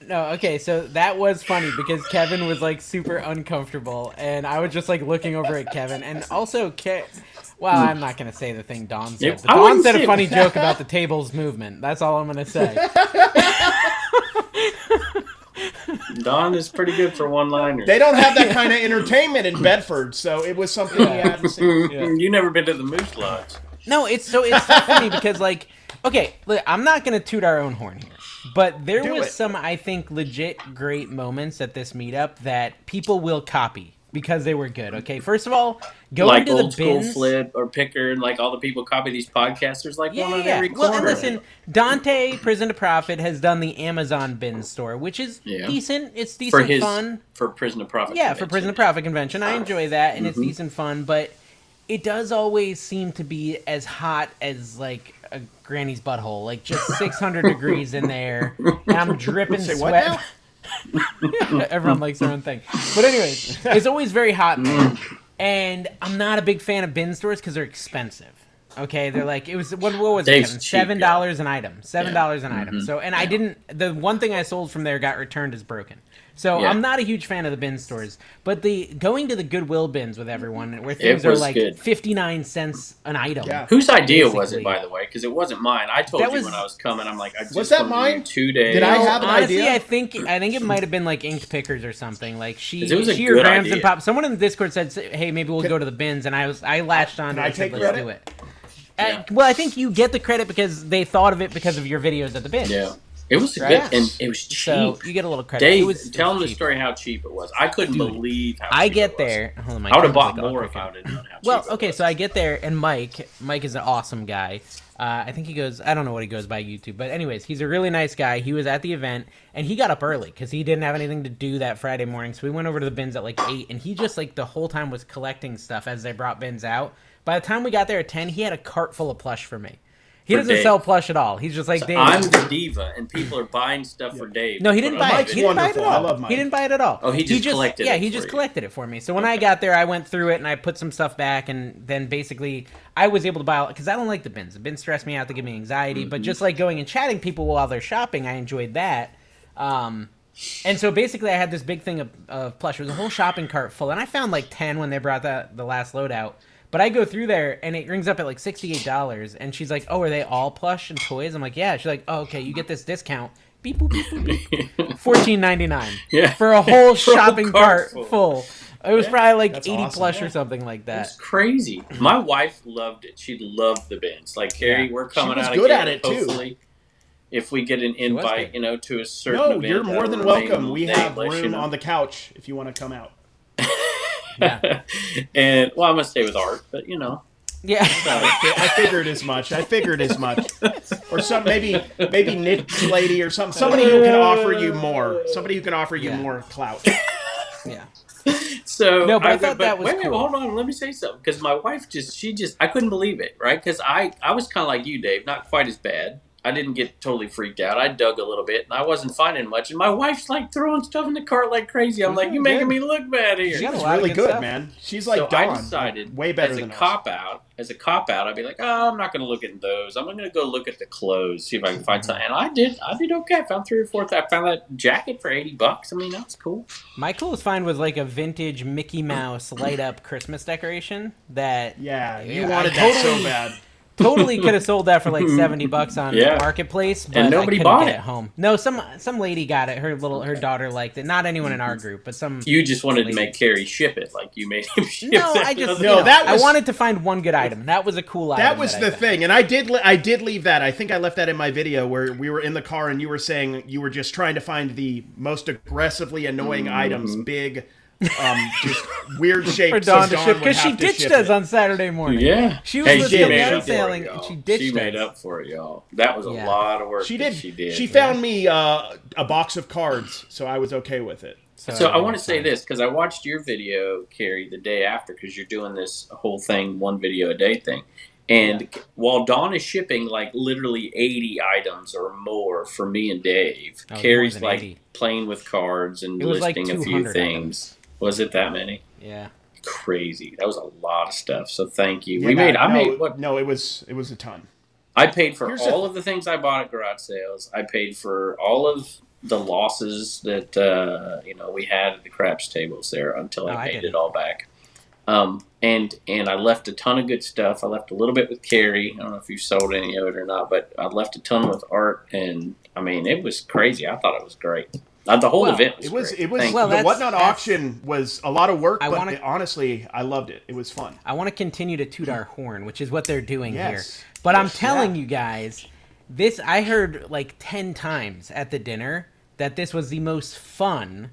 Speaker 1: no. Okay, so that was funny because Kevin was like super uncomfortable, and I was just like looking over at Kevin, and also Ke- Well, I'm not gonna say the thing Don said.
Speaker 3: Yep.
Speaker 1: But
Speaker 3: I
Speaker 1: Don
Speaker 3: wouldn't
Speaker 1: said
Speaker 3: say
Speaker 1: a
Speaker 3: it.
Speaker 1: funny joke about the table's movement. That's all I'm gonna say.
Speaker 3: Don is pretty good for one liners.
Speaker 2: They don't have that kind of entertainment in Bedford, so it was something we hadn't seen. Yeah.
Speaker 3: Mm, You never been to the Moose Lodge.
Speaker 1: No, it's so it's so funny because like okay, look, I'm not gonna toot our own horn here, but there
Speaker 2: Do
Speaker 1: was
Speaker 2: it.
Speaker 1: some I think legit great moments at this meetup that people will copy because they were good. Okay, first of all, go
Speaker 3: like
Speaker 1: into the
Speaker 3: old school
Speaker 1: bins.
Speaker 3: flip or picker and like all the people copy these podcasters like
Speaker 1: Yeah,
Speaker 3: one on
Speaker 1: yeah,
Speaker 3: every
Speaker 1: yeah. Well,
Speaker 3: corner.
Speaker 1: and listen, Dante Prison to Profit has done the Amazon bin store, which is
Speaker 3: Yeah.
Speaker 1: decent. It's
Speaker 3: for
Speaker 1: decent
Speaker 3: his
Speaker 1: fun.
Speaker 3: for prison to profit.
Speaker 1: yeah for prison to profit convention i enjoy that and it's
Speaker 3: Mhm.
Speaker 1: decent fun but it does always seem to be as hot as like a granny's butthole like just 600 degrees in there and i'm dripping
Speaker 2: Say what
Speaker 1: sweat everyone likes their own thing but anyways it's always very hot in there.
Speaker 3: Mm.
Speaker 1: and i'm not a big fan of bin stores because they're expensive Okay, they're like it was what, what was it?
Speaker 3: Dave's
Speaker 1: Kevin?
Speaker 3: cheap,
Speaker 1: Seven
Speaker 3: yeah. Mm-hmm.
Speaker 1: dollars an item. Seven dollars an item. So and I didn't the one thing I sold from there got returned as broken. So
Speaker 3: Yeah.
Speaker 1: I'm not a huge fan of the bin stores, but the going to the Goodwill bins with everyone where things are
Speaker 3: was
Speaker 1: like
Speaker 3: good.
Speaker 1: 59 cents an item.
Speaker 2: Yeah.
Speaker 3: Whose idea was it,
Speaker 1: Basically.
Speaker 3: by the way? Because it wasn't mine. I told
Speaker 1: That
Speaker 3: you
Speaker 1: was-
Speaker 3: when I was coming. I'm like, I just
Speaker 2: Was that
Speaker 3: told you
Speaker 2: mine?
Speaker 3: Two days.
Speaker 2: Did I
Speaker 1: No,
Speaker 2: have an
Speaker 1: honestly,
Speaker 2: idea?
Speaker 1: I think I think it might have been like inked pickers or something. Like she,
Speaker 3: 'Cause it was a
Speaker 1: she or
Speaker 3: good
Speaker 1: Grams and
Speaker 3: idea.
Speaker 1: Pop. Someone in the Discord said, "Hey, maybe we'll
Speaker 2: Can-
Speaker 1: go to the bins," and I was I latched on.
Speaker 2: Can
Speaker 1: to
Speaker 2: I
Speaker 1: it, said,
Speaker 2: take
Speaker 1: Let's
Speaker 2: credit?
Speaker 1: do it.
Speaker 3: Yeah.
Speaker 1: Uh, well, I think you get the credit because they thought of it because of your videos at the bins.
Speaker 3: Yeah, it was
Speaker 1: Right?
Speaker 3: good and it was cheap.
Speaker 1: So you get a little credit.
Speaker 3: Dave,
Speaker 1: it was,
Speaker 3: tell
Speaker 1: it
Speaker 3: them
Speaker 1: was
Speaker 3: the
Speaker 1: cheap.
Speaker 3: story how cheap it was. I couldn't
Speaker 1: Dude,
Speaker 3: believe how
Speaker 1: I
Speaker 3: cheap
Speaker 1: get
Speaker 3: it was.
Speaker 1: there. Hold on, my
Speaker 3: I would have
Speaker 1: phone's, like, oh,
Speaker 3: bought
Speaker 1: all
Speaker 3: more if
Speaker 1: crooked.
Speaker 3: I would have known how cheap
Speaker 1: Well,
Speaker 3: it
Speaker 1: okay,
Speaker 3: was.
Speaker 1: so I get there, and Mike, Mike is an awesome guy. Uh, I think he goes, I don't know what he goes by YouTube, but anyways, he's a really nice guy. He was at the event, and he got up early because he didn't have anything to do that Friday morning. So we went over to the bins at like eight, and he just like the whole time was collecting stuff as they brought bins out. By the time we got there at ten, he had a cart full of plush for me. He
Speaker 3: For
Speaker 1: doesn't
Speaker 3: Dave.
Speaker 1: sell plush at all. He's just like Dave.
Speaker 3: I'm the diva, and people are buying stuff for Dave.
Speaker 1: No, he
Speaker 3: to put
Speaker 1: didn't
Speaker 3: on
Speaker 1: buy it.
Speaker 3: his
Speaker 1: He didn't buy it at
Speaker 2: Wonderful. I
Speaker 1: all.
Speaker 2: love Mike.
Speaker 1: He didn't buy it at all.
Speaker 3: Oh, he just collected
Speaker 1: Yeah,
Speaker 3: it
Speaker 1: he
Speaker 3: for
Speaker 1: just
Speaker 3: you.
Speaker 1: collected it for me. So when I got there, I went through it and I put some stuff back, and then basically I was able to buy because I don't like the bins. The bins stress me out. They give me anxiety. But
Speaker 3: Mm-hmm.
Speaker 1: just like going and chatting people while they're shopping, I enjoyed that. Um, and so basically, I had this big thing of, of plush. It was a whole shopping cart full, and I found like ten when they brought the the last load out. But I go through there, and it rings up at like sixty eight dollars. And she's like, "Oh, are they all plush and toys?" I'm like, "Yeah." She's like, "Oh, okay, you get this discount." Beep boop beep boop beep. Fourteen ninety nine
Speaker 3: Yeah.
Speaker 1: for a whole
Speaker 3: For a
Speaker 1: shopping cart
Speaker 3: cart
Speaker 1: full.
Speaker 3: full.
Speaker 1: It was probably like
Speaker 2: that's
Speaker 1: eighty
Speaker 2: awesome.
Speaker 1: plush
Speaker 2: Yeah.
Speaker 1: or something like that.
Speaker 3: It's crazy. My wife loved it. She loved the bins. Like Carrie,
Speaker 1: Yeah.
Speaker 3: we're coming
Speaker 2: was
Speaker 3: out
Speaker 2: good
Speaker 3: again.
Speaker 2: at it, too.
Speaker 3: hopefully, if we get an
Speaker 1: was
Speaker 3: invite,
Speaker 1: good.
Speaker 3: you know, to a certain
Speaker 2: No,
Speaker 3: event, uh,
Speaker 2: you're more
Speaker 3: that'll
Speaker 2: than
Speaker 3: remain
Speaker 2: welcome. We have
Speaker 3: nameless, you
Speaker 2: room
Speaker 3: know.
Speaker 2: on the couch if you want to come out.
Speaker 1: Yeah.
Speaker 3: and well, I'm gonna stay with Art, but you know,
Speaker 1: Yeah.
Speaker 2: No, I fi- I figured as much. I figured as much. Or some maybe maybe niche lady or something. Somebody who can offer you more. Somebody who can offer you
Speaker 1: Yeah.
Speaker 2: more clout.
Speaker 1: yeah.
Speaker 3: so
Speaker 1: No, but I thought that was
Speaker 3: wait, wait,
Speaker 1: cool.
Speaker 3: hold on. Let me say something because my wife just she just I couldn't believe it, right? Because I I was kind of like you, Dave, not quite as bad. I didn't get totally freaked out. I dug a little bit, and I wasn't finding much. And my wife's like throwing stuff in the cart like crazy. I'm like,
Speaker 1: Yeah,
Speaker 3: "You're making me
Speaker 1: good.
Speaker 3: look bad here."
Speaker 1: She got a
Speaker 2: It's
Speaker 1: lot of
Speaker 2: really
Speaker 1: good
Speaker 2: good,
Speaker 1: stuff.
Speaker 2: man. She's like
Speaker 3: so I
Speaker 2: Dawn.
Speaker 3: decided
Speaker 2: way better
Speaker 3: as a
Speaker 2: than us.
Speaker 3: cop out. As a cop out, I'd be like, oh, I'm not going to look at those. I'm going to go look at the clothes, see if I can find something. And I did. I did okay. I found three or four. th- I found that jacket for eighty bucks. I mean, that's cool.
Speaker 1: My coolest find was like a vintage Mickey Mouse light up Christmas decoration that
Speaker 2: Yeah, you
Speaker 1: Yeah, I
Speaker 2: wanted that
Speaker 1: totally-
Speaker 2: so bad.
Speaker 1: totally could have sold that for like 70 bucks on
Speaker 3: Yeah.
Speaker 1: marketplace but
Speaker 3: And
Speaker 1: I
Speaker 3: nobody
Speaker 1: couldn't
Speaker 3: bought
Speaker 1: get
Speaker 3: it.
Speaker 1: it home no some some lady got it her little her daughter liked it not anyone in our
Speaker 2: Mm-hmm.
Speaker 1: group but some
Speaker 3: You just wanted to
Speaker 1: Please.
Speaker 3: make Carrie ship it, like you made him ship
Speaker 1: no
Speaker 3: that
Speaker 1: i just
Speaker 3: other-
Speaker 1: you
Speaker 2: No,
Speaker 1: know,
Speaker 2: that
Speaker 1: i
Speaker 2: was-
Speaker 1: wanted to find one good item that was a cool item
Speaker 2: That was
Speaker 1: I
Speaker 2: the
Speaker 1: found.
Speaker 2: thing, and I did. le- I did leave that. I think I left that in my video where we were in the car, and you were saying you were just trying to find the most aggressively annoying items, big, um, just weird
Speaker 1: Mm-hmm.
Speaker 2: shapes.
Speaker 1: for
Speaker 2: so
Speaker 1: Dawn to ship
Speaker 2: would
Speaker 1: because she
Speaker 2: have to
Speaker 1: ditched
Speaker 2: ship
Speaker 1: us
Speaker 2: it.
Speaker 1: on Saturday morning.
Speaker 3: Yeah,
Speaker 1: She was
Speaker 3: hey,
Speaker 1: the
Speaker 3: she
Speaker 2: thing
Speaker 3: made
Speaker 2: that
Speaker 3: up
Speaker 2: was
Speaker 3: for it,
Speaker 1: selling,
Speaker 3: y'all.
Speaker 1: and she ditched
Speaker 3: She made
Speaker 1: us.
Speaker 3: up for it, y'all. That was a
Speaker 1: Yeah.
Speaker 3: lot of work.
Speaker 2: She
Speaker 3: that
Speaker 2: did.
Speaker 3: She did.
Speaker 2: She
Speaker 3: yeah.
Speaker 2: found me uh, a box of cards, so I was okay with it.
Speaker 3: So I want to say this because I watched your video, Carrie, the day after because you're doing this whole thing, one video a day thing. And while Dawn is shipping like literally 80 items or more for me and Dave,
Speaker 1: Oh, it was
Speaker 3: Carrie's
Speaker 1: more than
Speaker 3: like
Speaker 1: 80.
Speaker 3: playing with cards and
Speaker 1: It was like
Speaker 3: listing a few
Speaker 1: 200
Speaker 3: things. Was it that many?
Speaker 1: Yeah.
Speaker 3: Crazy. That was a lot of stuff. So thank you.
Speaker 2: Yeah,
Speaker 3: we
Speaker 2: no,
Speaker 3: made, I
Speaker 2: no,
Speaker 3: made, what?
Speaker 2: No, it was it was a ton.
Speaker 3: I paid for
Speaker 2: Here's the-
Speaker 3: all of the things I bought at garage sales. I paid for all of the losses that uh, you know we had at the craps tables there until
Speaker 1: No, I
Speaker 3: I paid
Speaker 1: didn't.
Speaker 3: it all back. Um, and and I left a ton of good stuff. I left a little bit with Carrie. I don't know if you sold any of it or not, but I left a ton with Art. And I mean, it was crazy. I thought it was great. Uh, the whole
Speaker 1: Well,
Speaker 3: event was
Speaker 2: It was
Speaker 3: great.
Speaker 2: it was
Speaker 3: Thank
Speaker 1: Well,
Speaker 3: you.
Speaker 2: the
Speaker 1: that's-
Speaker 2: whatnot
Speaker 1: that's-
Speaker 2: auction was a lot of work,
Speaker 1: I
Speaker 2: but
Speaker 1: wanna-
Speaker 2: it- honestly, I loved it. It was fun.
Speaker 1: I want to continue to toot our horn, which is what they're doing
Speaker 2: Yes.
Speaker 1: here. But I'm
Speaker 2: Yes,
Speaker 1: telling
Speaker 2: yeah.
Speaker 1: you guys, this I heard like 10 times at the dinner that this was the most fun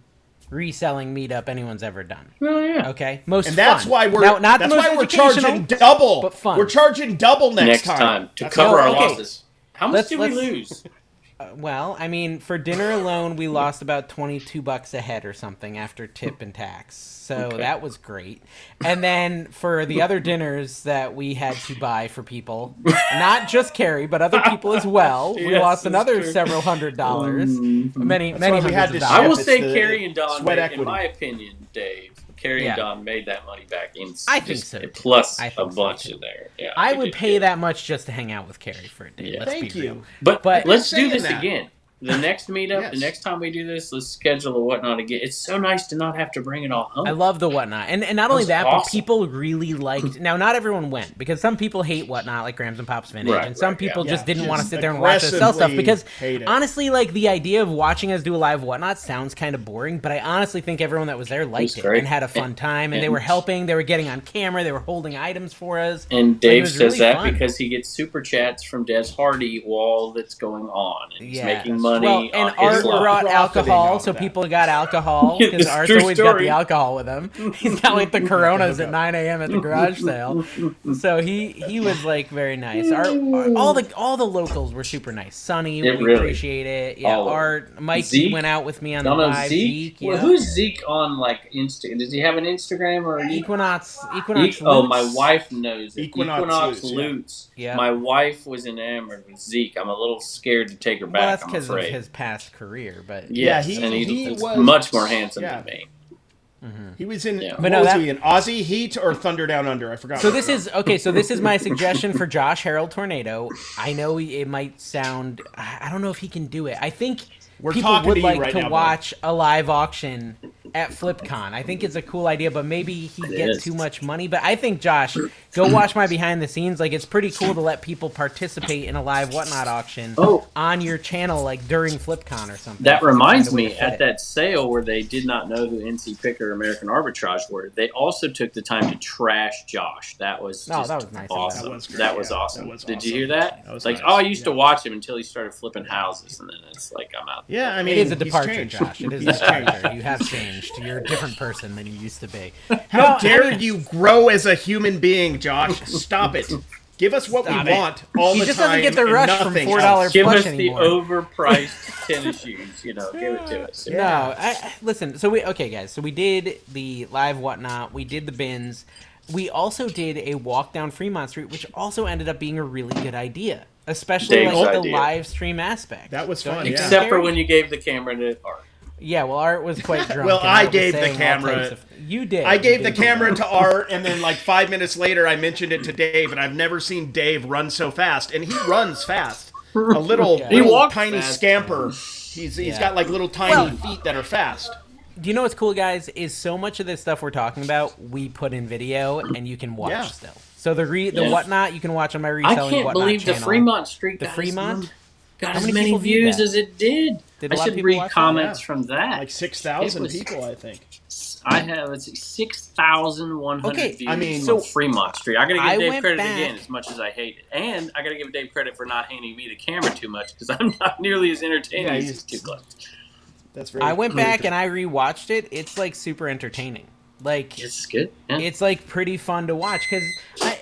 Speaker 1: reselling meetup anyone's ever done.
Speaker 3: Oh, yeah.
Speaker 1: Okay? Most
Speaker 2: And that's
Speaker 1: fun.
Speaker 2: why we're
Speaker 1: Now, not the
Speaker 2: that's
Speaker 1: most
Speaker 2: why we're
Speaker 1: educational,
Speaker 2: charging double.
Speaker 1: but fun.
Speaker 2: We're charging double next,
Speaker 3: Next time, to
Speaker 2: That's
Speaker 3: cover
Speaker 2: what
Speaker 1: our
Speaker 2: it is.
Speaker 3: losses. How much
Speaker 1: Let's-
Speaker 3: did we
Speaker 1: let's-
Speaker 3: lose?
Speaker 1: uh, Well, I mean, for dinner alone we lost about 22 bucks a head or something after tip and tax. So
Speaker 3: Okay.
Speaker 1: that was great. And then for the other dinners that we had to buy for people, not just Carrie, but other people as well, we
Speaker 3: Yes,
Speaker 1: lost
Speaker 3: that's
Speaker 1: another
Speaker 3: true.
Speaker 1: several hundred dollars.
Speaker 3: Mm.
Speaker 1: many
Speaker 2: Um, That's
Speaker 1: many
Speaker 2: why we
Speaker 1: hundreds
Speaker 2: had to
Speaker 1: of
Speaker 2: ship
Speaker 1: dollars.
Speaker 3: I
Speaker 2: Yeah,
Speaker 3: will
Speaker 2: it's
Speaker 3: say
Speaker 2: the-
Speaker 3: Carrie and Don,
Speaker 2: Mm-hmm. sweat
Speaker 3: made, in
Speaker 2: equity.
Speaker 3: my opinion, Dave, Carrie
Speaker 1: Yeah.
Speaker 3: and Don made that money back in.
Speaker 1: I think so, too.
Speaker 3: Plus
Speaker 1: I
Speaker 3: a
Speaker 1: think so,
Speaker 3: bunch
Speaker 1: too.
Speaker 3: in there. Yeah,
Speaker 1: I
Speaker 3: they
Speaker 1: would
Speaker 3: did
Speaker 1: pay
Speaker 3: good.
Speaker 1: that much just to hang out with Carrie for a day.
Speaker 3: Yeah.
Speaker 1: Let's
Speaker 2: Thank
Speaker 1: be
Speaker 2: you.
Speaker 1: real.
Speaker 3: But,
Speaker 1: But-
Speaker 3: let's
Speaker 2: You're
Speaker 3: do this
Speaker 2: saying that.
Speaker 3: again. The next meetup,
Speaker 2: Yes.
Speaker 3: the next time we do this, let's schedule a whatnot again. It's so nice to not have to bring it all home.
Speaker 1: I love the whatnot, and and
Speaker 3: Oh. That
Speaker 1: not only
Speaker 3: was
Speaker 1: that, but
Speaker 3: awesome. Mm-hmm.
Speaker 1: people really liked. Now, not everyone went because some people hate whatnot, like Grams and Pops Vintage,
Speaker 3: Right,
Speaker 1: and some
Speaker 3: right,
Speaker 1: people
Speaker 2: yeah.
Speaker 1: just didn't
Speaker 2: Yeah,
Speaker 1: want to
Speaker 2: just
Speaker 1: sit there and watch us sell stuff
Speaker 2: aggressively
Speaker 1: because
Speaker 2: hate it.
Speaker 1: honestly, like the idea of watching us do a live whatnot sounds kind of boring. But I honestly think everyone that was there liked
Speaker 3: was
Speaker 1: it,
Speaker 3: great.
Speaker 1: and had a fun
Speaker 3: And-
Speaker 1: time, and they
Speaker 3: and-
Speaker 1: were helping, they were getting on camera, they were holding items for us.
Speaker 3: and Dave
Speaker 1: was
Speaker 3: says
Speaker 1: really
Speaker 3: that
Speaker 1: fun.
Speaker 3: because he gets super chats from Des Hardy all that's going on, and he's
Speaker 1: Yeah.
Speaker 3: making money.
Speaker 1: Well, and
Speaker 3: on
Speaker 1: Art
Speaker 3: his live.
Speaker 1: brought
Speaker 2: Profiting off
Speaker 1: alcohol, so
Speaker 2: that.
Speaker 1: people got alcohol
Speaker 3: Yeah,
Speaker 1: because
Speaker 3: this
Speaker 1: Art's
Speaker 3: true
Speaker 1: always got
Speaker 3: story.
Speaker 1: the alcohol with him. He's got like the Coronas at
Speaker 2: hookup.
Speaker 1: 9 a.m. at the garage sale, so he he was like very nice. Art, Art- all the all the locals were super nice. Sunny,
Speaker 3: It
Speaker 1: we
Speaker 3: really-
Speaker 1: appreciate it. Yeah,
Speaker 3: all of them.
Speaker 1: Art, Mike
Speaker 3: Zeke?
Speaker 1: went out with me on
Speaker 3: Don't
Speaker 1: the
Speaker 3: know
Speaker 1: live.
Speaker 3: Zeke.
Speaker 1: Zeke,
Speaker 3: Well,
Speaker 1: yeah.
Speaker 3: who's Zeke on like Insta? Does he have an Instagram or? an
Speaker 1: Equinox, Equinox.
Speaker 3: E- oh, my
Speaker 1: Lutz.
Speaker 3: wife knows it.
Speaker 2: Equinox
Speaker 3: Equinox,
Speaker 2: Lutz,
Speaker 3: Lutz.
Speaker 2: yeah.
Speaker 1: Yeah.
Speaker 3: My wife was enamored with Zeke. I'm a little scared to take her
Speaker 1: Well,
Speaker 3: back.
Speaker 1: that's
Speaker 3: I'm
Speaker 1: because of
Speaker 3: afraid.
Speaker 1: his past career, but
Speaker 3: Yes,
Speaker 2: Yeah, he-
Speaker 3: and he's,
Speaker 2: he
Speaker 3: he's
Speaker 2: was-
Speaker 3: much more handsome
Speaker 2: yeah.
Speaker 3: than me.
Speaker 1: mhm.
Speaker 2: He was in
Speaker 3: Yeah.
Speaker 2: what
Speaker 1: But no,
Speaker 2: was
Speaker 1: that-
Speaker 2: he in Aussie Heat or Thunder Down Under? I forgot.
Speaker 1: So
Speaker 2: what
Speaker 1: this
Speaker 2: it
Speaker 1: is okay. So this is my suggestion for Josh Harold Tornado. I know it might sound. I I don't know if he can do it. I think
Speaker 2: We're
Speaker 1: people
Speaker 2: talking
Speaker 1: would
Speaker 2: to you
Speaker 1: like
Speaker 2: right
Speaker 1: to
Speaker 2: now, bud.
Speaker 1: watch a live auction at FlipCon. I think it's a cool idea, but maybe he
Speaker 3: It
Speaker 1: get
Speaker 3: is.
Speaker 1: too much money. But I think Josh, go watch my behind the scenes. Like it's pretty cool to let people participate in a live whatnot auction
Speaker 3: Oh.
Speaker 1: on your channel, like during FlipCon or something.
Speaker 3: That reminds
Speaker 1: Find a way
Speaker 3: me,
Speaker 1: to fit
Speaker 3: at
Speaker 1: it.
Speaker 3: that sale where they did not know who NC Picker or American Arbitrage were, they also took the time to trash Josh. That was
Speaker 1: No,
Speaker 3: just
Speaker 1: that was nice.
Speaker 3: awesome.
Speaker 2: That
Speaker 3: That
Speaker 2: was
Speaker 3: was,
Speaker 2: great, yeah.
Speaker 3: awesome.
Speaker 2: That was
Speaker 3: Did you
Speaker 2: awesome.
Speaker 3: hear that?
Speaker 2: That was
Speaker 3: like,
Speaker 2: nice,
Speaker 3: oh, I used to
Speaker 2: yeah.
Speaker 3: watch him until he started flipping houses, and then it's like I'm out.
Speaker 2: Yeah, I mean,
Speaker 1: It is a
Speaker 2: he's
Speaker 1: departure,
Speaker 2: changed.
Speaker 1: Josh. It is a
Speaker 2: He's changed.
Speaker 1: departure. You have changed. You're a different person than you used to be.
Speaker 2: How
Speaker 1: No, I
Speaker 2: dare you grow as a human being, Josh? Stop it. Give us what
Speaker 1: Stop
Speaker 2: we
Speaker 1: it.
Speaker 2: want all
Speaker 1: He
Speaker 2: the
Speaker 1: just
Speaker 2: time.
Speaker 1: doesn't get the
Speaker 2: and
Speaker 1: rush from
Speaker 2: nothing
Speaker 1: $4
Speaker 2: else.
Speaker 3: Give
Speaker 1: Plush
Speaker 3: us
Speaker 1: anymore.
Speaker 3: the overpriced tennis shoes. You know, give it to us.
Speaker 1: No, I, I- listen. So we okay, guys. So we did the live whatnot. We did the bins. We also did a walk down Fremont Street, which also ended up being a really good idea, especially
Speaker 3: Dave's
Speaker 1: like the
Speaker 3: idea.
Speaker 1: live stream aspect.
Speaker 2: That was
Speaker 1: Don't
Speaker 2: fun,
Speaker 1: you
Speaker 2: yeah.
Speaker 1: think,
Speaker 3: Except for
Speaker 1: Gary?
Speaker 3: when you gave the camera to Art.
Speaker 1: yeah. Well, Art was quite drunk.
Speaker 2: Well,
Speaker 1: and
Speaker 2: I
Speaker 1: Art was
Speaker 2: gave the
Speaker 1: saying all
Speaker 2: camera-
Speaker 1: types of- you did.
Speaker 2: I gave
Speaker 1: You
Speaker 2: the
Speaker 1: did do
Speaker 2: camera
Speaker 1: that.
Speaker 2: to Art, and then like five minutes later, I mentioned it to Dave, and I've never seen Dave run so fast. And he runs fast. A little,
Speaker 1: Yeah.
Speaker 3: He
Speaker 2: little
Speaker 3: walks
Speaker 2: tiny
Speaker 3: fast.
Speaker 2: scamper. He's, he's
Speaker 1: Yeah.
Speaker 2: got like little tiny
Speaker 1: Well-
Speaker 2: feet that are fast.
Speaker 1: Do you know what's cool, guys? Is so much of this stuff we're talking about, we put in video and you can watch
Speaker 2: Yeah.
Speaker 1: still. So the re- the
Speaker 3: Yeah.
Speaker 1: whatnot you can watch on my
Speaker 3: I
Speaker 1: reselling.
Speaker 3: can't
Speaker 1: whatnot
Speaker 3: believe the
Speaker 1: channel.
Speaker 3: Fremont Street.
Speaker 1: The
Speaker 3: got as
Speaker 1: Fremont?
Speaker 3: mon- Got
Speaker 1: How
Speaker 3: as
Speaker 1: many
Speaker 3: many
Speaker 1: people viewed
Speaker 3: views
Speaker 1: that?
Speaker 3: as it did.
Speaker 1: Did a
Speaker 3: I
Speaker 1: lot
Speaker 3: should
Speaker 1: of people watch
Speaker 3: read
Speaker 1: that?
Speaker 3: comments
Speaker 2: Yeah.
Speaker 3: from that.
Speaker 2: Like 6,000
Speaker 3: It was-
Speaker 2: people, I think.
Speaker 3: I have let's see, six thousand one hundred
Speaker 1: Okay,
Speaker 3: views
Speaker 2: I mean-
Speaker 3: so, Fremont Street. I gotta give
Speaker 1: I went
Speaker 3: Dave credit
Speaker 1: back-
Speaker 3: again, as much as I hate it, and I gotta give Dave credit for not handing me the camera too much because I'm not nearly as entertaining
Speaker 2: Yeah,
Speaker 3: as
Speaker 2: he's-
Speaker 3: his two clips.
Speaker 2: That's very
Speaker 1: I went
Speaker 2: very
Speaker 1: back
Speaker 2: good.
Speaker 1: and I rewatched it. It's like super entertaining. Like
Speaker 3: It's good. Yeah.
Speaker 1: it's like pretty fun to watch because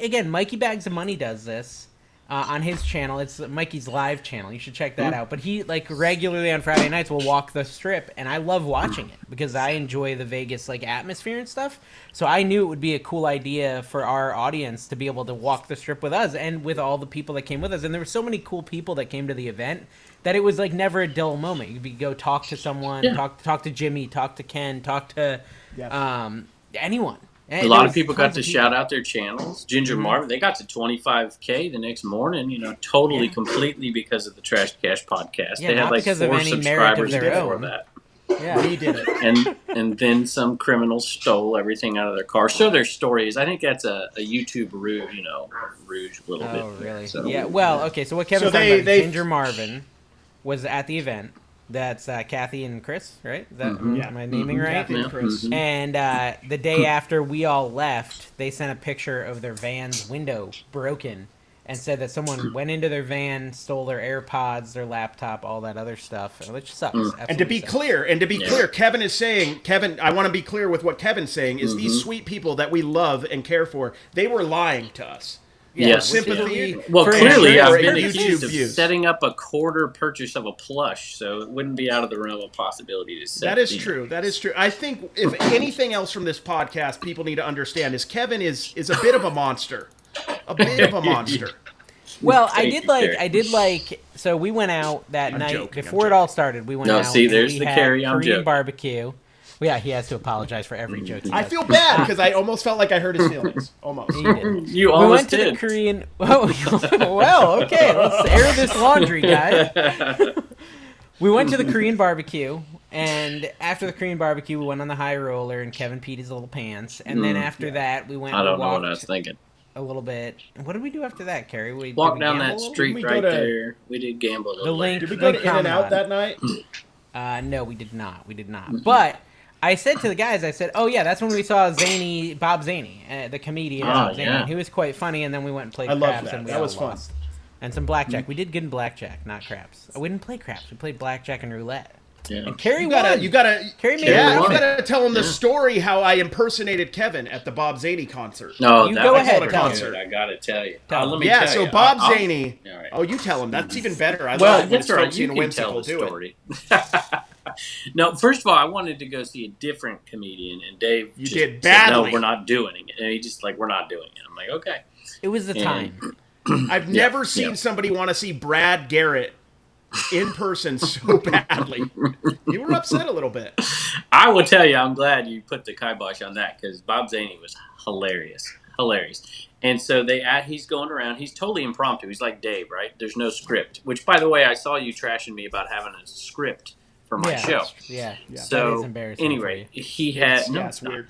Speaker 1: again, Mikey Bags of Money does this uh, on his channel. It's Mikey's live channel. You should check that out. But he like regularly on Friday nights will walk the strip, and I love watching it because I enjoy the Vegas like atmosphere and stuff. So I knew it would be a cool idea for our audience to be able to walk the strip with us and with all the people that came with us. And there were so many cool people that came to the event that it was like never a dull moment. You could go talk to someone,
Speaker 3: Yeah.
Speaker 1: talk talk to Jimmy, talk to Ken, talk to
Speaker 2: Yeah.
Speaker 1: um, anyone.
Speaker 3: a lot of people got to shout out their channels. Ginger
Speaker 1: Mm-hmm.
Speaker 3: Marvin, they got to 25k the next morning. You know, totally, completely because of the Trash Cash podcast.
Speaker 1: Yeah,
Speaker 3: they
Speaker 1: not
Speaker 3: had like
Speaker 1: because
Speaker 3: four
Speaker 1: of any merit of
Speaker 3: subscribers
Speaker 1: their
Speaker 3: before
Speaker 1: own.
Speaker 3: that,
Speaker 1: Yeah.
Speaker 2: He did it.
Speaker 3: and and then some criminal stole everything out of their car. So their stories. I think that's a, a YouTube ruse. You know, rouge a little
Speaker 1: Oh,
Speaker 3: bit.
Speaker 1: really?
Speaker 3: So-
Speaker 1: Yeah. Well, okay. So what Kevin
Speaker 2: So
Speaker 1: talking
Speaker 2: they-
Speaker 1: about?
Speaker 2: they-
Speaker 1: Ginger Marvin was at the event. That's uh, Kathy and Chris, right? Is that
Speaker 3: Mhm.
Speaker 2: Yeah.
Speaker 1: am I naming right?
Speaker 2: Kathy and Chris.
Speaker 3: Mhm.
Speaker 1: And uh, the day after we all left, they sent a picture of their van's window broken and said that someone went into their van, stole their AirPods, their laptop, all that other stuff, which sucks.
Speaker 2: And to
Speaker 1: absolutely
Speaker 2: be
Speaker 1: sucks.
Speaker 2: clear, and to be
Speaker 3: Yeah.
Speaker 2: clear, Kevin is saying, Kevin, I want to be clear with what Kevin's saying is these sweet people that we love and care for, they were lying to us.
Speaker 3: Yes.
Speaker 2: Sympathy.
Speaker 3: Well,
Speaker 1: For
Speaker 3: clearly,
Speaker 1: insurance
Speaker 3: I've been
Speaker 1: purposes.
Speaker 3: accused of
Speaker 2: Views.
Speaker 3: setting up a quarter purchase of a plush, so it wouldn't be out of the realm of possibility to set.
Speaker 2: That is
Speaker 3: you know.
Speaker 2: true. That is true. I think if anything else from this podcast, people need to understand is Kevin is is a bit of a monster, a bit of a monster.
Speaker 1: Well, I
Speaker 3: Thank
Speaker 1: did
Speaker 3: you,
Speaker 1: like
Speaker 3: Carrie.
Speaker 1: I did like so we went out that
Speaker 2: I'm
Speaker 1: night
Speaker 2: joking, I'm
Speaker 1: before it all started. We went
Speaker 3: No,
Speaker 1: out.
Speaker 3: see,
Speaker 1: and
Speaker 3: there's
Speaker 1: we
Speaker 3: the
Speaker 1: had
Speaker 3: Carrie, I'm
Speaker 1: Korean
Speaker 3: joking.
Speaker 1: barbecue. Well, yeah, he has to apologize for every joke. He
Speaker 2: I
Speaker 1: does.
Speaker 2: feel bad because I almost felt like I hurt his feelings. Almost.
Speaker 1: He did.
Speaker 3: You
Speaker 1: We
Speaker 3: almost
Speaker 1: went to the
Speaker 3: did.
Speaker 1: Korean. Oh, well, okay. Let's air this laundry, guys. We went to the Korean barbecue, and after the Korean barbecue, we went on the high roller, and Kevin peed his little pants. And then
Speaker 3: Mm.
Speaker 1: after that, we went.
Speaker 3: I
Speaker 1: and
Speaker 3: don't know
Speaker 1: walked
Speaker 3: what I was thinking.
Speaker 1: A little bit. What did we do after that, Carrie? We did
Speaker 3: Walked
Speaker 1: we
Speaker 3: down
Speaker 1: gamble a
Speaker 3: that
Speaker 1: little?
Speaker 3: street
Speaker 2: we go
Speaker 3: right
Speaker 2: to-
Speaker 3: there. We did gamble a little.
Speaker 1: The link.
Speaker 2: Did we go to
Speaker 1: the
Speaker 2: In and Out
Speaker 1: Promenade.
Speaker 2: that night?
Speaker 1: Uh, no, we did not. We did not. But I said to the guys, I said, "Oh yeah, that's when we saw Zany Bob Zany, uh, the comedian
Speaker 3: Oh,
Speaker 1: Bob Zany,
Speaker 3: yeah.
Speaker 1: who was quite funny." And then we went and played
Speaker 2: I love
Speaker 1: craps,
Speaker 2: that.
Speaker 1: and we
Speaker 2: That
Speaker 1: all
Speaker 2: was fun.
Speaker 1: lost. And some
Speaker 3: Mm.
Speaker 1: blackjack. We did good in blackjack, not craps. Oh, we didn't play craps. We played blackjack and roulette.
Speaker 3: Yeah.
Speaker 1: And Carrie
Speaker 2: You gotta,
Speaker 1: won.
Speaker 2: you gotta,
Speaker 1: Carrie made
Speaker 2: yeah,
Speaker 1: it
Speaker 2: you
Speaker 1: work.
Speaker 2: gotta tell him the story how I impersonated Kevin at the Bob Zaney concert.
Speaker 3: No,
Speaker 1: You
Speaker 3: that
Speaker 1: go
Speaker 3: was
Speaker 1: ahead,
Speaker 3: good.
Speaker 2: tell him.
Speaker 3: I gotta tell you.
Speaker 1: Tell
Speaker 3: Uh,
Speaker 1: him.
Speaker 3: let me
Speaker 2: yeah,
Speaker 3: tell
Speaker 2: so
Speaker 3: you.
Speaker 2: Bob
Speaker 3: I'll-
Speaker 2: Zaney.
Speaker 3: All right.
Speaker 2: Oh, you tell him. That's even better. I
Speaker 3: Well,
Speaker 2: love it when
Speaker 3: that's
Speaker 2: it's
Speaker 3: all right.
Speaker 2: folksy
Speaker 3: You
Speaker 2: and
Speaker 3: can tell
Speaker 2: whimsical.
Speaker 3: the
Speaker 2: Do it.
Speaker 3: story. no, first of all, I wanted to go see a different comedian, and Dave
Speaker 2: You
Speaker 3: just
Speaker 2: did
Speaker 3: said,
Speaker 2: badly.
Speaker 3: No, we're not doing it. And he just like, we're not doing it. I'm like, okay.
Speaker 1: it was the
Speaker 3: Yeah.
Speaker 1: time.
Speaker 2: I've
Speaker 3: Yeah,
Speaker 2: never seen
Speaker 3: yeah.
Speaker 2: somebody want to see Brad Garrett in person so badly. You were upset a little bit.
Speaker 3: I will tell you, I'm glad you put the kibosh on that because Bob Zaney was hilarious, hilarious. And so they at he's going around. He's totally impromptu. He's like Dave, right? There's no script. Which, by the way, I saw you trashing me about having a script for my
Speaker 1: yeah.
Speaker 3: show.
Speaker 1: Yeah.
Speaker 2: Yeah.
Speaker 3: so
Speaker 1: That is embarrassing
Speaker 3: anyway,
Speaker 1: for
Speaker 3: he had
Speaker 2: It's,
Speaker 3: no,
Speaker 2: yeah,
Speaker 3: it's
Speaker 2: it's
Speaker 3: not.
Speaker 2: weird.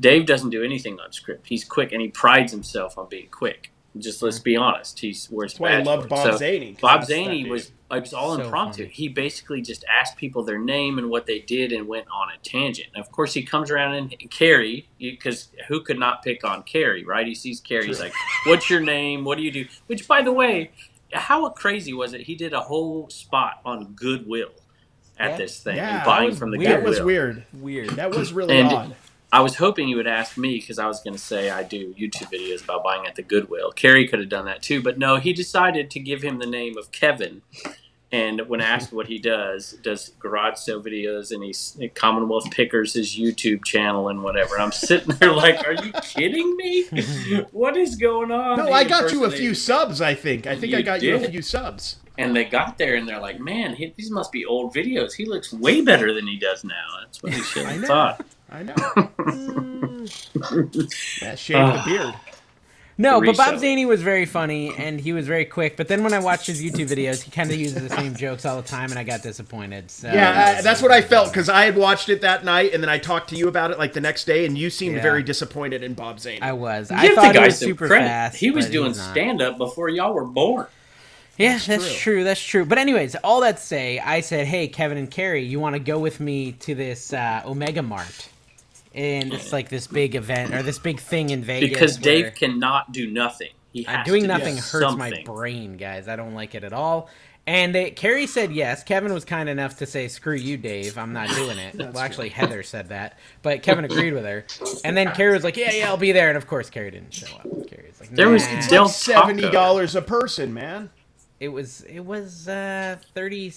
Speaker 3: Dave doesn't do anything on script. He's quick, and he prides himself on being quick. Just let's be honest. He's where it's
Speaker 2: That's why I
Speaker 3: bad
Speaker 2: love
Speaker 3: for it.
Speaker 2: Bob
Speaker 3: So
Speaker 2: Zaney. 'cause
Speaker 3: Bob
Speaker 2: that's that
Speaker 3: Zaney
Speaker 2: dude.
Speaker 3: was it was all
Speaker 1: So
Speaker 3: impromptu.
Speaker 1: funny.
Speaker 3: He basically just asked people their name and what they did and went on a tangent. And of course, he comes around and Carrie, because who could not pick on Carrie, right? He sees Carrie. He's
Speaker 2: True.
Speaker 3: like, "What's your name? What do you do?" Which, by the way, how crazy was it? He did a whole spot on Goodwill at
Speaker 1: Yeah.
Speaker 3: this thing
Speaker 2: Yeah,
Speaker 3: and
Speaker 2: that
Speaker 3: buying
Speaker 1: was
Speaker 3: from the
Speaker 2: that
Speaker 1: weird.
Speaker 2: was
Speaker 3: Goodwill.
Speaker 2: weird.
Speaker 1: Weird.
Speaker 2: That was really
Speaker 3: And-
Speaker 2: odd.
Speaker 3: I was hoping you would ask me because I was going to say I do YouTube videos about buying at the Goodwill. Carrie could have done that too, but no, he decided to give him the name of Kevin. And when asked what he does, does garage sale videos and he's Commonwealth Pickers his YouTube channel and whatever. And I'm sitting there like, are you kidding me? What is going on?
Speaker 2: No,
Speaker 3: He
Speaker 2: I got you a
Speaker 3: impersonated-
Speaker 2: few subs. I think. I think I
Speaker 3: You
Speaker 2: got you a
Speaker 3: did.
Speaker 2: few subs.
Speaker 3: And they got there and they're like, man, he, these must be old videos. He looks way better than he does now. That's what he should
Speaker 2: I
Speaker 3: have
Speaker 2: know.
Speaker 3: thought.
Speaker 2: I know. that shaved the beard.
Speaker 1: No, but Bob
Speaker 3: Resell.
Speaker 1: Zaney was very funny and he was very quick. But then when I watched his YouTube videos, he kind of uses the same jokes all the time, and I got disappointed. So
Speaker 2: Yeah, I, that's what I felt because I had watched it that night, and then I talked to you about it like the next day, and you seemed
Speaker 1: Yeah.
Speaker 2: very disappointed in Bob Zane.
Speaker 1: I was.
Speaker 3: Give
Speaker 1: I thought
Speaker 3: the
Speaker 1: he
Speaker 3: guy
Speaker 1: was
Speaker 3: some
Speaker 1: super
Speaker 3: credit.
Speaker 1: fast.
Speaker 3: He was
Speaker 1: but
Speaker 3: doing
Speaker 1: he's not.
Speaker 3: stand up before y'all were born.
Speaker 1: Yeah, that's,
Speaker 2: true.
Speaker 1: true. That's true. But anyways, all that to say, I said, "Hey, Kevin and Carrie, you want to go with me to this uh, Omega Mart?" And it's like this big event or this big thing in Vegas.
Speaker 3: Because
Speaker 1: where-
Speaker 3: Dave cannot do nothing. He has
Speaker 1: Uh, doing
Speaker 3: to do
Speaker 1: nothing hurts my
Speaker 3: something.
Speaker 1: brain, guys. I don't like it at all. And they, Carrie said yes. Kevin was kind enough to say, "Screw you, Dave. I'm not doing it." well, actually, Heather said that, but Kevin agreed with her. And then Carrie was like, "Yeah, yeah, I'll be there." And of course, Carrie didn't show up. Carrie's like,
Speaker 3: There was-
Speaker 1: "Nah."
Speaker 2: it's
Speaker 3: Del
Speaker 2: like
Speaker 3: Taco.
Speaker 2: seventy dollars a person, man.
Speaker 1: it was it was uh thirty.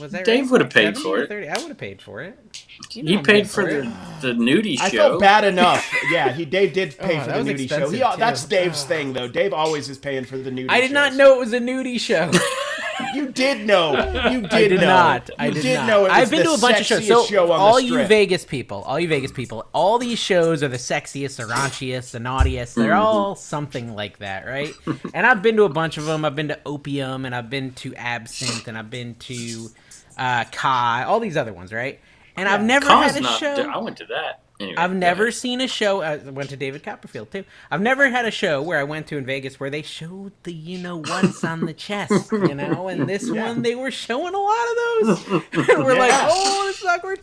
Speaker 1: Was that
Speaker 3: Dave
Speaker 1: right?
Speaker 3: would have paid
Speaker 1: 70
Speaker 3: for
Speaker 1: or
Speaker 3: it.
Speaker 1: 30? I would have paid for it. You know
Speaker 3: He
Speaker 1: I'm
Speaker 3: paid
Speaker 1: good
Speaker 3: for the,
Speaker 1: it.
Speaker 3: the nudie show.
Speaker 2: I felt bad enough. Yeah, he Dave did pay
Speaker 1: Oh,
Speaker 2: for
Speaker 1: that
Speaker 2: the
Speaker 1: was
Speaker 2: nudie show.
Speaker 1: expensive,
Speaker 2: He,
Speaker 1: too. Oh.
Speaker 2: that's Dave's thing though. Dave always is paying for the nudie.
Speaker 1: I did not
Speaker 2: shows.
Speaker 1: know it was a nudie show.
Speaker 2: You did know. You did,
Speaker 1: I did
Speaker 2: know.
Speaker 1: not. I
Speaker 2: You
Speaker 1: did,
Speaker 2: did
Speaker 1: not.
Speaker 2: know. It was
Speaker 1: I've been
Speaker 2: the
Speaker 1: to a bunch of shows.
Speaker 2: sexiest
Speaker 1: So
Speaker 2: show on
Speaker 1: all
Speaker 2: the
Speaker 1: you
Speaker 2: strip.
Speaker 1: Vegas people, all you Vegas people, all these shows are the sexiest, the raunchiest, the naughtiest. They're
Speaker 2: Mm.
Speaker 1: all something like that, right? and I've been to a bunch of them. I've been to Opium, and I've been to Absinthe, and I've been to uh, Kai, all these other ones, right? And I've never
Speaker 3: Khan's
Speaker 1: had a
Speaker 3: not-
Speaker 1: show.
Speaker 3: I went to that. Anyway,
Speaker 1: I've
Speaker 3: go
Speaker 1: never
Speaker 3: ahead.
Speaker 1: seen a show. I went to David Copperfield too. I've never had a show where I went to in Vegas where they showed the you know what's on the chest, you know. And this
Speaker 2: Yeah.
Speaker 1: one, they were showing a lot of those. And we're like,
Speaker 2: Yeah.
Speaker 1: oh, this is awkward.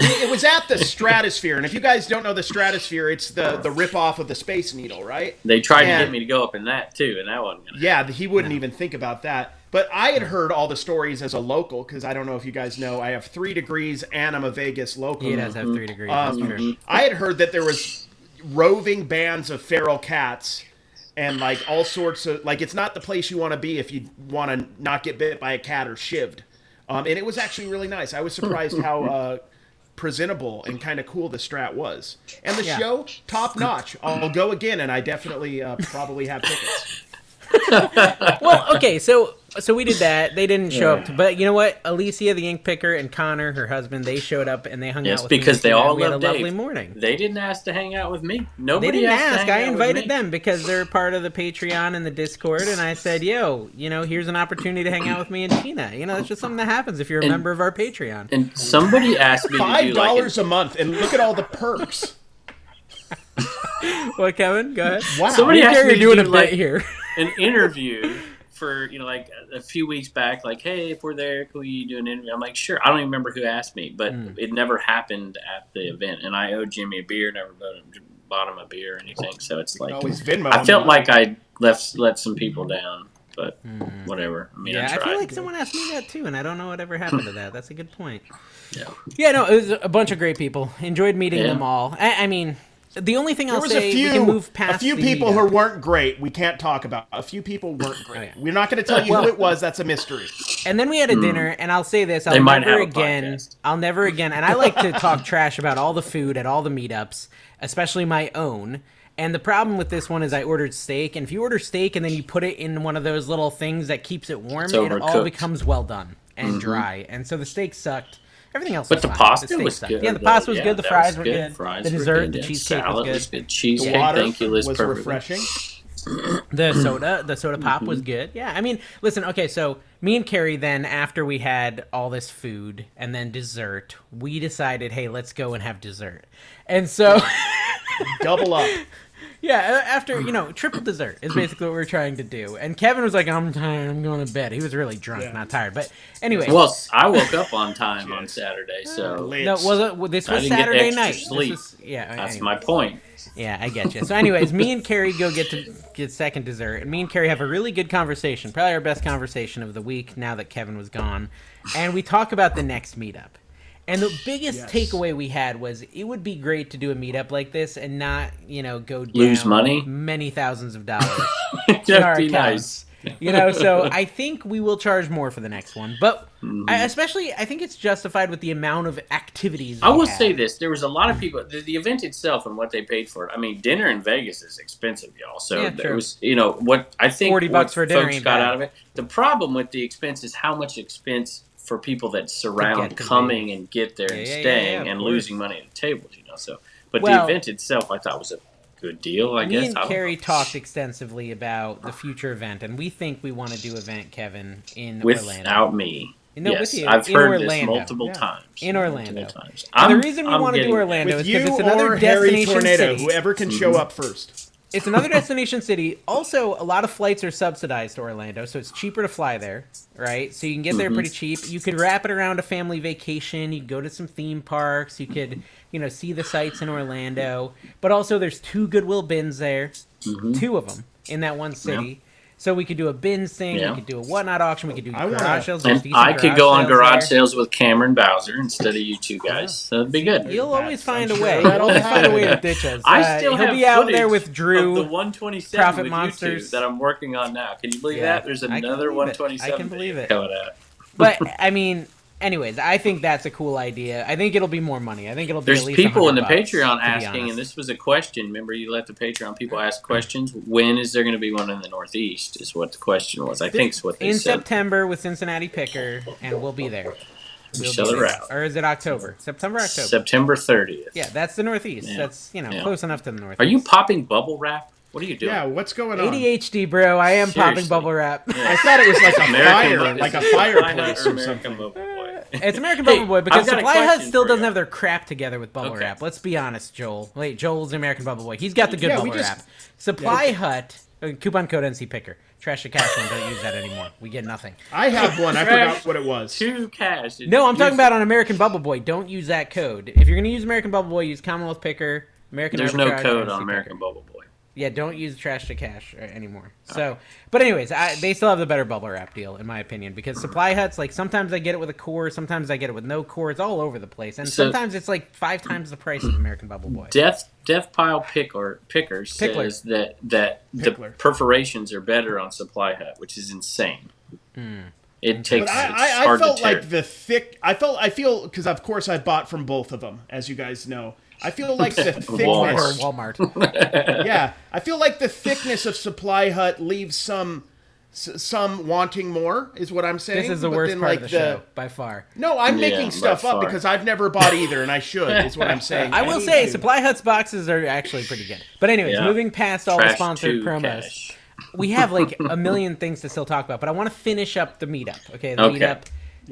Speaker 2: It was at the Stratosphere, and if you guys don't know the Stratosphere, it's the the ripoff of the Space Needle, right?
Speaker 3: They tried
Speaker 2: Yeah.
Speaker 3: to get me to go up in that too, and that wasn't gonna.
Speaker 2: Yeah, he wouldn't even think about that. But I had heard all the stories as a local because I don't know if you guys know, I have three degrees and I'm a Vegas local.
Speaker 1: He does have three degrees.
Speaker 2: Um,
Speaker 1: that's true.
Speaker 2: I had heard that there was roving bands of feral cats and like all sorts of like it's not the place you want to be if you want to not get bit by a cat or shivved. Um, and it was actually really nice. I was surprised how uh, presentable and kind of cool the strat was, and the
Speaker 1: Yeah.
Speaker 2: show top notch. I'll go again, and I definitely uh, probably have tickets.
Speaker 1: well, okay, so so we did that. They didn't show up, but you know what? Alicia, the ink picker, and Connor, her husband, they showed up and they hung
Speaker 3: Yes,
Speaker 1: out. with me
Speaker 3: because they
Speaker 1: and
Speaker 3: all
Speaker 1: we had a
Speaker 3: love
Speaker 1: lovely
Speaker 3: Dave.
Speaker 1: morning.
Speaker 3: They didn't ask to hang out with me.
Speaker 1: They
Speaker 3: Nobody
Speaker 1: didn't
Speaker 3: asked to
Speaker 1: ask.
Speaker 3: hang
Speaker 1: I
Speaker 3: out with
Speaker 1: invited
Speaker 3: me.
Speaker 1: them because they're part of the Patreon and the Discord, and I said, "Yo, you know, here's an opportunity to hang out with me and Tina. You know, that's just something that happens if you're a
Speaker 3: And-
Speaker 1: member of our Patreon."
Speaker 3: And somebody asked me to do
Speaker 2: Five
Speaker 3: like an
Speaker 2: dollars a month, and look at all the perks.
Speaker 1: What, Kevin? Go ahead.
Speaker 2: Wow.
Speaker 3: Somebody
Speaker 1: We
Speaker 3: asked
Speaker 1: care
Speaker 3: me
Speaker 1: you're
Speaker 3: to
Speaker 1: doing
Speaker 3: do,
Speaker 1: a bit
Speaker 3: like-
Speaker 1: here.
Speaker 3: an interview for you know like a few weeks back like hey if we're there can we do an interview i'm like sure i don't even remember who asked me but
Speaker 1: Hmm.
Speaker 3: it never happened at the event and i owe jimmy a beer never bought him, bought him a beer or anything so it's like
Speaker 2: Always Oh, Venmo.
Speaker 3: i felt like i left let some people down but whatever i mean
Speaker 1: Hmm. yeah,
Speaker 3: i
Speaker 1: I
Speaker 3: tried
Speaker 1: feel like someone asked me that too, and I don't know what ever happened to that. That's a good point.
Speaker 3: Yeah.
Speaker 1: Yeah, no, it was a bunch of great people. Enjoyed meeting
Speaker 3: Yeah.
Speaker 1: them all. I, I mean, the only thing
Speaker 2: there
Speaker 1: I'll
Speaker 2: was
Speaker 1: say
Speaker 2: a few,
Speaker 1: we can move past
Speaker 2: a few
Speaker 1: the uh,
Speaker 2: people
Speaker 1: meetup.
Speaker 2: who weren't great. We can't talk about. A few people weren't
Speaker 3: Oh,
Speaker 2: great.
Speaker 1: yeah.
Speaker 2: We're not going to tell you
Speaker 1: Well-
Speaker 2: who it was. That's a mystery.
Speaker 1: And then we had a dinner, and I'll say this: I'll
Speaker 3: Hmm. They might
Speaker 1: never
Speaker 3: have a
Speaker 1: again.
Speaker 3: podcast.
Speaker 1: I'll never again. And I like to talk trash about all the food at all the meetups, especially my own. And the problem with this one is I ordered steak, and if you order steak and then you put it in one of those little things that keeps it warm,
Speaker 3: It's
Speaker 1: it all
Speaker 3: overcooked. Mm-hmm.
Speaker 1: becomes well done and dry. And so the steak sucked. Everything else,
Speaker 3: but
Speaker 1: was
Speaker 3: the
Speaker 1: fine.
Speaker 3: pasta
Speaker 1: steak
Speaker 3: was
Speaker 1: sucked.
Speaker 3: good
Speaker 1: Yeah, the pasta was
Speaker 3: Yeah,
Speaker 1: good. The
Speaker 3: that
Speaker 1: fries
Speaker 3: was
Speaker 1: were good.
Speaker 3: Fries
Speaker 1: the
Speaker 3: were
Speaker 1: dessert,
Speaker 3: good,
Speaker 1: the
Speaker 3: yeah.
Speaker 1: cheesecake
Speaker 3: salad
Speaker 1: was
Speaker 3: was
Speaker 1: good.
Speaker 3: good cheesecake
Speaker 2: The water
Speaker 3: thank you liz
Speaker 2: was
Speaker 3: perfectly.
Speaker 2: refreshing.
Speaker 1: The soda, the soda pop was good. Yeah, I mean, listen, okay, so me and Carrie then after we had all this food and then dessert, we decided, hey, let's go and have dessert. And so,
Speaker 2: Double up.
Speaker 1: yeah, a- after you know, triple dessert is basically what we were trying to do. And Kevin was like, I'm tired, I'm going to bed. He was really drunk, not tired, but anyway.
Speaker 3: well i woke up on time on
Speaker 2: Yes.
Speaker 3: saturday so
Speaker 1: no, was it, well, this
Speaker 3: I
Speaker 1: was
Speaker 3: didn't get
Speaker 1: Saturday
Speaker 3: extra
Speaker 1: night. This
Speaker 3: sleep.
Speaker 1: was- yeah,
Speaker 3: that's
Speaker 1: anyway.
Speaker 3: my point
Speaker 1: Yeah, I get you. So, anyways, me and Carrie go get to get second dessert, and me and Carrie have a really good conversation, probably our best conversation of the week now that Kevin was gone, and we talk about the next meetup. And the biggest
Speaker 2: Yes.
Speaker 1: takeaway we had was it would be great to do a meetup like this and not, you know, go down
Speaker 3: Lose money?
Speaker 1: many thousands of dollars. in our
Speaker 3: that'd be nice
Speaker 1: accounts. You know, so I think we will charge more for the next one, but
Speaker 3: Mm-hmm.
Speaker 1: I, especially I think it's justified with the amount of activities.
Speaker 3: I
Speaker 1: we
Speaker 3: will
Speaker 1: had.
Speaker 3: say this: there was a lot of people. The, the event itself and what they paid for it. I mean, dinner in Vegas is expensive, y'all. So
Speaker 1: Yeah,
Speaker 3: there
Speaker 1: true.
Speaker 3: was, you know, what I think
Speaker 1: 40 bucks
Speaker 3: what
Speaker 1: for dinner
Speaker 3: folks
Speaker 1: ain't
Speaker 3: got
Speaker 1: bad.
Speaker 3: out of it. The problem with the expense is how much expense for people that surround
Speaker 1: get to
Speaker 3: coming and get there and
Speaker 1: Yeah, yeah, yeah,
Speaker 3: staying
Speaker 1: yeah, of
Speaker 3: and
Speaker 1: course.
Speaker 3: losing money at the tables, you know. So, but
Speaker 1: Well-
Speaker 3: the event itself, I thought was a good deal. I
Speaker 1: me
Speaker 3: guess.
Speaker 1: and
Speaker 3: I don't
Speaker 1: Carrie
Speaker 3: know.
Speaker 1: talked extensively about the future event, and we think we want to do event Kevin in Orlando.
Speaker 3: without me.
Speaker 1: No, with
Speaker 3: yes,
Speaker 1: you.
Speaker 3: I've
Speaker 1: In
Speaker 3: heard this
Speaker 1: Orlando.
Speaker 3: multiple
Speaker 2: Yeah.
Speaker 3: times.
Speaker 1: In
Speaker 3: multiple
Speaker 1: Orlando.
Speaker 3: times.
Speaker 1: And
Speaker 3: I'm-
Speaker 1: the reason we
Speaker 3: I'm
Speaker 1: want to do
Speaker 3: getting-
Speaker 1: Orlando
Speaker 2: With
Speaker 1: is because
Speaker 2: you
Speaker 1: it's another
Speaker 2: or Harry
Speaker 1: destination
Speaker 2: Tornado,
Speaker 1: city.
Speaker 2: whoever can show
Speaker 3: Mm-hmm.
Speaker 2: up first.
Speaker 1: It's another destination city. Also, a lot of flights are subsidized to Orlando, so it's cheaper to fly there, right? So you can get
Speaker 3: Mm-hmm.
Speaker 1: there pretty cheap. You could wrap it around a family vacation. You could go to some theme parks. You could, you know, see the sights in Orlando. But also, there's two Goodwill bins there,
Speaker 3: Mm-hmm.
Speaker 1: two of them in that one city. So we could do a bins thing.
Speaker 3: Yeah.
Speaker 1: We could do a whatnot auction. We could do
Speaker 2: I wanna-
Speaker 1: garage sales. There's
Speaker 3: And
Speaker 1: decent
Speaker 3: I could go on
Speaker 1: sales
Speaker 3: garage
Speaker 1: there.
Speaker 3: sales with Cameron Bowser instead of you two guys. So that'd be good.
Speaker 1: You'll always
Speaker 2: That's-
Speaker 1: find a
Speaker 2: I'm sure
Speaker 1: way. You'll
Speaker 2: that'll
Speaker 1: always find a way to
Speaker 2: happen.
Speaker 1: ditch us.
Speaker 3: I
Speaker 1: Uh,
Speaker 3: still
Speaker 1: he'll
Speaker 3: have
Speaker 1: be out
Speaker 3: footage
Speaker 1: there with Drew.
Speaker 3: of the 127
Speaker 1: Profit
Speaker 3: with you two
Speaker 1: Monsters.
Speaker 3: that I'm working on now. Can you believe
Speaker 1: Yeah,
Speaker 3: that? There's
Speaker 1: I can
Speaker 3: another
Speaker 1: believe it.
Speaker 3: 127.
Speaker 1: I can believe it.
Speaker 3: Coming out.
Speaker 1: but I mean, anyways, I think that's a cool idea. I think it'll be more money. I think it'll be
Speaker 3: There's
Speaker 1: at least
Speaker 3: people in the
Speaker 1: 100 bucks,
Speaker 3: Patreon
Speaker 1: to be
Speaker 3: asking,
Speaker 1: honest.
Speaker 3: and this was a question. Remember, you let the Patreon people ask questions. When is there going to be one in the Northeast? Is what the question was. I think is what they
Speaker 1: in
Speaker 3: said.
Speaker 1: September with Cincinnati Picker, and we'll be there. We'll
Speaker 3: Shell
Speaker 1: be
Speaker 3: her
Speaker 1: there.
Speaker 3: out.
Speaker 1: Or is it October? September, October.
Speaker 3: September 30th.
Speaker 1: yeah, that's the Northeast.
Speaker 3: Yeah.
Speaker 1: That's you know
Speaker 3: Yeah.
Speaker 1: close enough to the Northeast.
Speaker 3: Are you popping bubble wrap? What are you doing?
Speaker 2: Yeah, what's going on?
Speaker 1: ADHD, bro? I am popping
Speaker 3: Seriously.
Speaker 1: bubble wrap.
Speaker 2: I thought it was like a
Speaker 3: American
Speaker 2: fire,
Speaker 3: Bubble-
Speaker 2: like a
Speaker 3: Why not
Speaker 2: fireplace or
Speaker 3: American
Speaker 2: something.
Speaker 3: Bubble Boy?
Speaker 1: It's American
Speaker 3: Hey,
Speaker 1: Bubble Boy because
Speaker 3: I've got a
Speaker 1: Supply Hut
Speaker 3: question
Speaker 1: still
Speaker 3: for
Speaker 1: doesn't
Speaker 3: you.
Speaker 1: have their crap together with bubble
Speaker 3: Okay.
Speaker 1: wrap. Let's be honest, Joel. Wait, Joel's American Bubble Boy. He's got the good
Speaker 2: Yeah, we
Speaker 1: bubble
Speaker 2: just-
Speaker 1: wrap. Supply Hut uh, coupon code NC Picker. Trash the cash one. Don't use that anymore. We get nothing.
Speaker 2: I have one. I
Speaker 3: Trash
Speaker 2: forgot what it was.
Speaker 3: Two cash.
Speaker 1: No, I'm talking about on American Bubble Boy. Don't use that code. If you're gonna use American Bubble Boy, use Commonwealth Picker. American.
Speaker 3: There's no
Speaker 1: Arbitrage,
Speaker 3: code
Speaker 1: NC
Speaker 3: on
Speaker 1: Picker.
Speaker 3: American Bubble Boy.
Speaker 1: Yeah, don't use trash to cash uh, anymore.
Speaker 3: Oh.
Speaker 1: So, but anyways, I, they still have the better bubble wrap deal in my opinion because supply huts like sometimes I get it with a core, sometimes I get it with no core. It's all over the place, and
Speaker 3: So-
Speaker 1: sometimes it's like five times the price of American Bubble Boy.
Speaker 3: Death Death Pile Picker Picker says
Speaker 1: Pickler.
Speaker 3: that that the
Speaker 2: Pickler.
Speaker 3: perforations are better on Supply Hut, which is insane.
Speaker 1: Hmm.
Speaker 3: It takes.
Speaker 2: But
Speaker 3: it's
Speaker 2: I, I, I
Speaker 3: hard
Speaker 2: felt
Speaker 3: to tear.
Speaker 2: like the thick. I felt. I feel because of course I bought from both of them, as you guys know. I feel like the
Speaker 1: Or
Speaker 2: thickness.
Speaker 1: Walmart.
Speaker 2: yeah, I feel like the thickness of Supply Hut leaves some s- some wanting more. Is what I'm saying.
Speaker 1: This is the
Speaker 2: But
Speaker 1: worst
Speaker 2: then,
Speaker 1: part
Speaker 2: like,
Speaker 1: of the, show by far.
Speaker 2: No, I'm
Speaker 3: Yeah,
Speaker 2: making
Speaker 3: by
Speaker 2: stuff up
Speaker 3: far.
Speaker 2: because I've never bought either, and I should. Is what I'm saying.
Speaker 1: I will
Speaker 2: need
Speaker 1: say
Speaker 2: to.
Speaker 1: supply huts boxes are actually pretty good. But anyways,
Speaker 3: Yeah.
Speaker 1: moving past all the
Speaker 3: Trash
Speaker 1: sponsored
Speaker 3: to
Speaker 1: promos.
Speaker 3: cash.
Speaker 1: we have like a million things to still talk about, but I want to finish up the meetup. Okay, the
Speaker 3: Okay.
Speaker 1: meetup.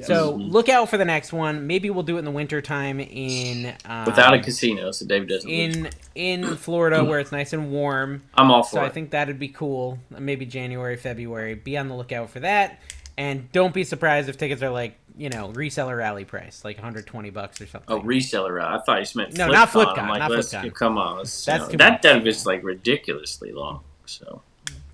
Speaker 1: So
Speaker 3: Mm-hmm.
Speaker 1: look out for the next one. Maybe we'll do it in the wintertime in um,
Speaker 3: without a casino, so Dave doesn't. lose.
Speaker 1: in in Florida where it's nice and warm.
Speaker 3: I'm all for
Speaker 1: So
Speaker 3: it.
Speaker 1: I think that'd be cool. Maybe January, February. Be on the lookout for that. And don't be surprised if tickets are like you know reseller rally price, like 120 bucks or something.
Speaker 3: Oh, reseller route. I thought you meant
Speaker 1: No,
Speaker 3: Flipcon.
Speaker 1: not Flipcon,
Speaker 3: I'm like,
Speaker 1: not
Speaker 3: let's,
Speaker 1: Flipcon.
Speaker 3: Come on, let's,
Speaker 1: That's
Speaker 3: you know,
Speaker 1: too
Speaker 3: that
Speaker 1: much.
Speaker 3: dive is like ridiculously long. So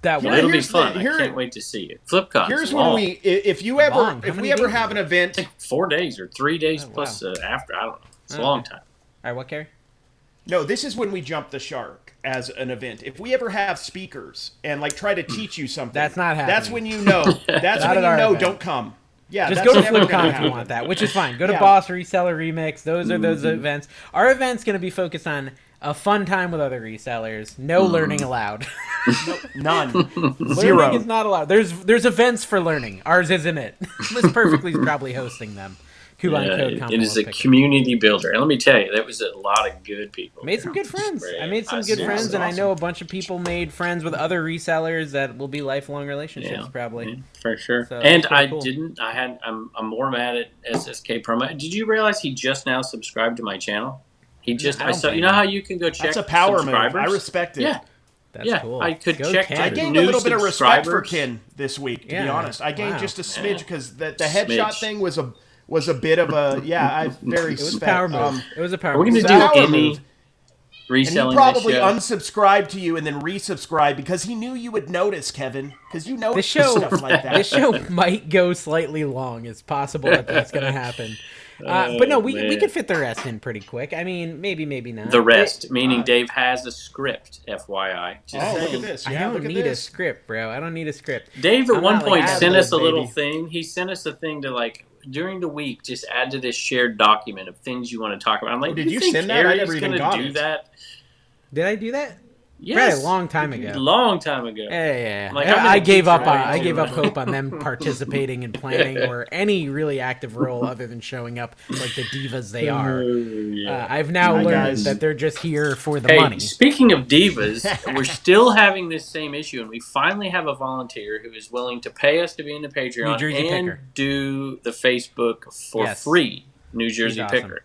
Speaker 1: that
Speaker 2: Yeah,
Speaker 1: one.
Speaker 3: it'll be
Speaker 2: here's the-
Speaker 3: fun.
Speaker 2: here-
Speaker 3: I can't wait to see it. Flipcon.
Speaker 2: Here's
Speaker 3: long.
Speaker 2: when we, i- if you ever,
Speaker 1: Long. How
Speaker 2: if
Speaker 1: many
Speaker 2: we ever
Speaker 1: days?
Speaker 2: have an event,
Speaker 3: I think four days or three days
Speaker 1: Oh, wow.
Speaker 3: plus uh, after. I don't know. It's
Speaker 1: Okay.
Speaker 3: a long time.
Speaker 1: All right, what Carrie?
Speaker 2: No, this is when we jump the shark as an event. If we ever have speakers and like try to teach you something,
Speaker 1: That's not
Speaker 2: That's
Speaker 1: happening.
Speaker 2: when you know. That's
Speaker 1: Not
Speaker 2: when
Speaker 1: at
Speaker 2: you
Speaker 1: our
Speaker 2: know.
Speaker 1: event.
Speaker 2: Don't come. Yeah,
Speaker 1: Just
Speaker 2: that's
Speaker 1: go to
Speaker 2: never gonna
Speaker 1: FlipCon if you
Speaker 2: happen.
Speaker 1: want that, which is fine. Go to
Speaker 2: Yeah.
Speaker 1: Boss Reseller Remix. Those are those
Speaker 3: Mm-hmm.
Speaker 1: events. Our event's going to be focused on a fun time with other resellers. No
Speaker 3: Mm-hmm.
Speaker 1: learning allowed.
Speaker 2: None.
Speaker 1: learning is
Speaker 2: Zero.
Speaker 1: not allowed. There's there's events for learning. Ours isn't it. Liz Perfectly is probably hosting them. Coupon
Speaker 3: Yeah,
Speaker 1: code
Speaker 3: it is a
Speaker 1: Commonwealth Picker.
Speaker 3: community builder, and let me tell you, that was a lot of good people.
Speaker 1: Made
Speaker 3: there.
Speaker 1: some good frifriends. I
Speaker 3: Great.
Speaker 1: made some
Speaker 3: I
Speaker 1: good
Speaker 3: see.
Speaker 1: friends,
Speaker 3: That's
Speaker 1: and I
Speaker 3: awesome.
Speaker 1: know a bunch of people made friends with other resellers that will be lifelong relationships,
Speaker 3: Yeah.
Speaker 1: probably.
Speaker 3: Yeah, for sure.
Speaker 1: So,
Speaker 3: and
Speaker 1: cool,
Speaker 3: I
Speaker 1: cool.
Speaker 3: didn't. I had. I'm. I'm more mad at SSK promo. Did you realize he just now subscribed to my channel? He just.
Speaker 1: I
Speaker 3: I,
Speaker 1: don't
Speaker 3: saw.
Speaker 1: blame
Speaker 3: You know
Speaker 1: him.
Speaker 3: how you can go check.
Speaker 2: That's a power move.
Speaker 3: subscribers?
Speaker 2: I respect it.
Speaker 3: Yeah,
Speaker 1: That's
Speaker 3: yeah.
Speaker 1: cool.
Speaker 3: I could
Speaker 1: Go
Speaker 3: check.
Speaker 1: Ken.
Speaker 2: I
Speaker 3: the
Speaker 2: gained
Speaker 3: new
Speaker 2: a little bit of respect for
Speaker 3: subscribers.
Speaker 2: Ken this week. To be
Speaker 1: Yeah.
Speaker 2: honest, I gained
Speaker 1: Wow.
Speaker 2: just a smidge
Speaker 3: Yeah.
Speaker 2: because the, the headshot
Speaker 3: Smidge.
Speaker 2: thing was a was a bit of a yeah. I very
Speaker 1: It was a
Speaker 2: spec-
Speaker 1: power move.
Speaker 2: um,
Speaker 1: it was a power
Speaker 3: Are we
Speaker 1: move.
Speaker 3: going to
Speaker 2: It's
Speaker 3: do
Speaker 2: a power
Speaker 3: any
Speaker 2: move. And
Speaker 3: reselling
Speaker 2: he probably
Speaker 3: this show?
Speaker 2: unsubscribed to you and then resubscribed because he knew you would notice, Kevin. Because you know
Speaker 1: This show-
Speaker 2: stuff like that.
Speaker 1: this show might go slightly long. It's possible that that's going to happen. Uh, but no, we,
Speaker 3: Oh,
Speaker 1: we
Speaker 3: man.
Speaker 1: could fit the rest in pretty quick. I mean, maybe, maybe not.
Speaker 3: the rest, meaning
Speaker 1: uh,
Speaker 3: Dave has a script. FYI. Just
Speaker 2: oh, look at
Speaker 3: saying.
Speaker 2: this!
Speaker 1: I
Speaker 2: Yeah,
Speaker 1: don't
Speaker 2: look at
Speaker 1: need a
Speaker 2: this.
Speaker 1: script, bro. I don't need a script.
Speaker 3: Dave at
Speaker 1: I'm
Speaker 3: one
Speaker 1: not, like,
Speaker 3: point
Speaker 1: ad
Speaker 3: sent
Speaker 2: lib,
Speaker 3: us a little
Speaker 2: baby.
Speaker 3: thing. He sent us a thing to like during the week just add to this shared document of things you want to talk about. I'm like,
Speaker 2: Oh, did
Speaker 3: "Do
Speaker 2: you
Speaker 3: think
Speaker 2: send that? I
Speaker 3: Gary's
Speaker 2: never even
Speaker 3: gonna
Speaker 2: got
Speaker 3: do
Speaker 2: it."
Speaker 3: that.
Speaker 1: Did I do that?
Speaker 3: Yes,
Speaker 1: a long time ago.
Speaker 3: Long time ago.
Speaker 1: Yeah, yeah, yeah.
Speaker 3: Like, I'm
Speaker 1: I,
Speaker 3: gonna
Speaker 1: I gave
Speaker 3: keep
Speaker 1: up on
Speaker 3: trying
Speaker 1: I
Speaker 3: to-
Speaker 1: gave up hope on them participating in planning or any really active role other than showing up like the divas they
Speaker 3: Oh,
Speaker 1: are. Uh,
Speaker 3: yeah.
Speaker 1: I've now
Speaker 2: Hi,
Speaker 1: learned
Speaker 2: guys.
Speaker 1: that they're just here for the
Speaker 3: hey,
Speaker 1: money.
Speaker 3: speaking of divas, we're still having this same issue, and we finally have a volunteer who is willing to pay us to be in the Patreon
Speaker 1: New Jersey
Speaker 3: and
Speaker 1: Picker.
Speaker 3: do the Facebook for
Speaker 1: Yes.
Speaker 3: free. New Jersey
Speaker 1: awesome.
Speaker 3: Picker.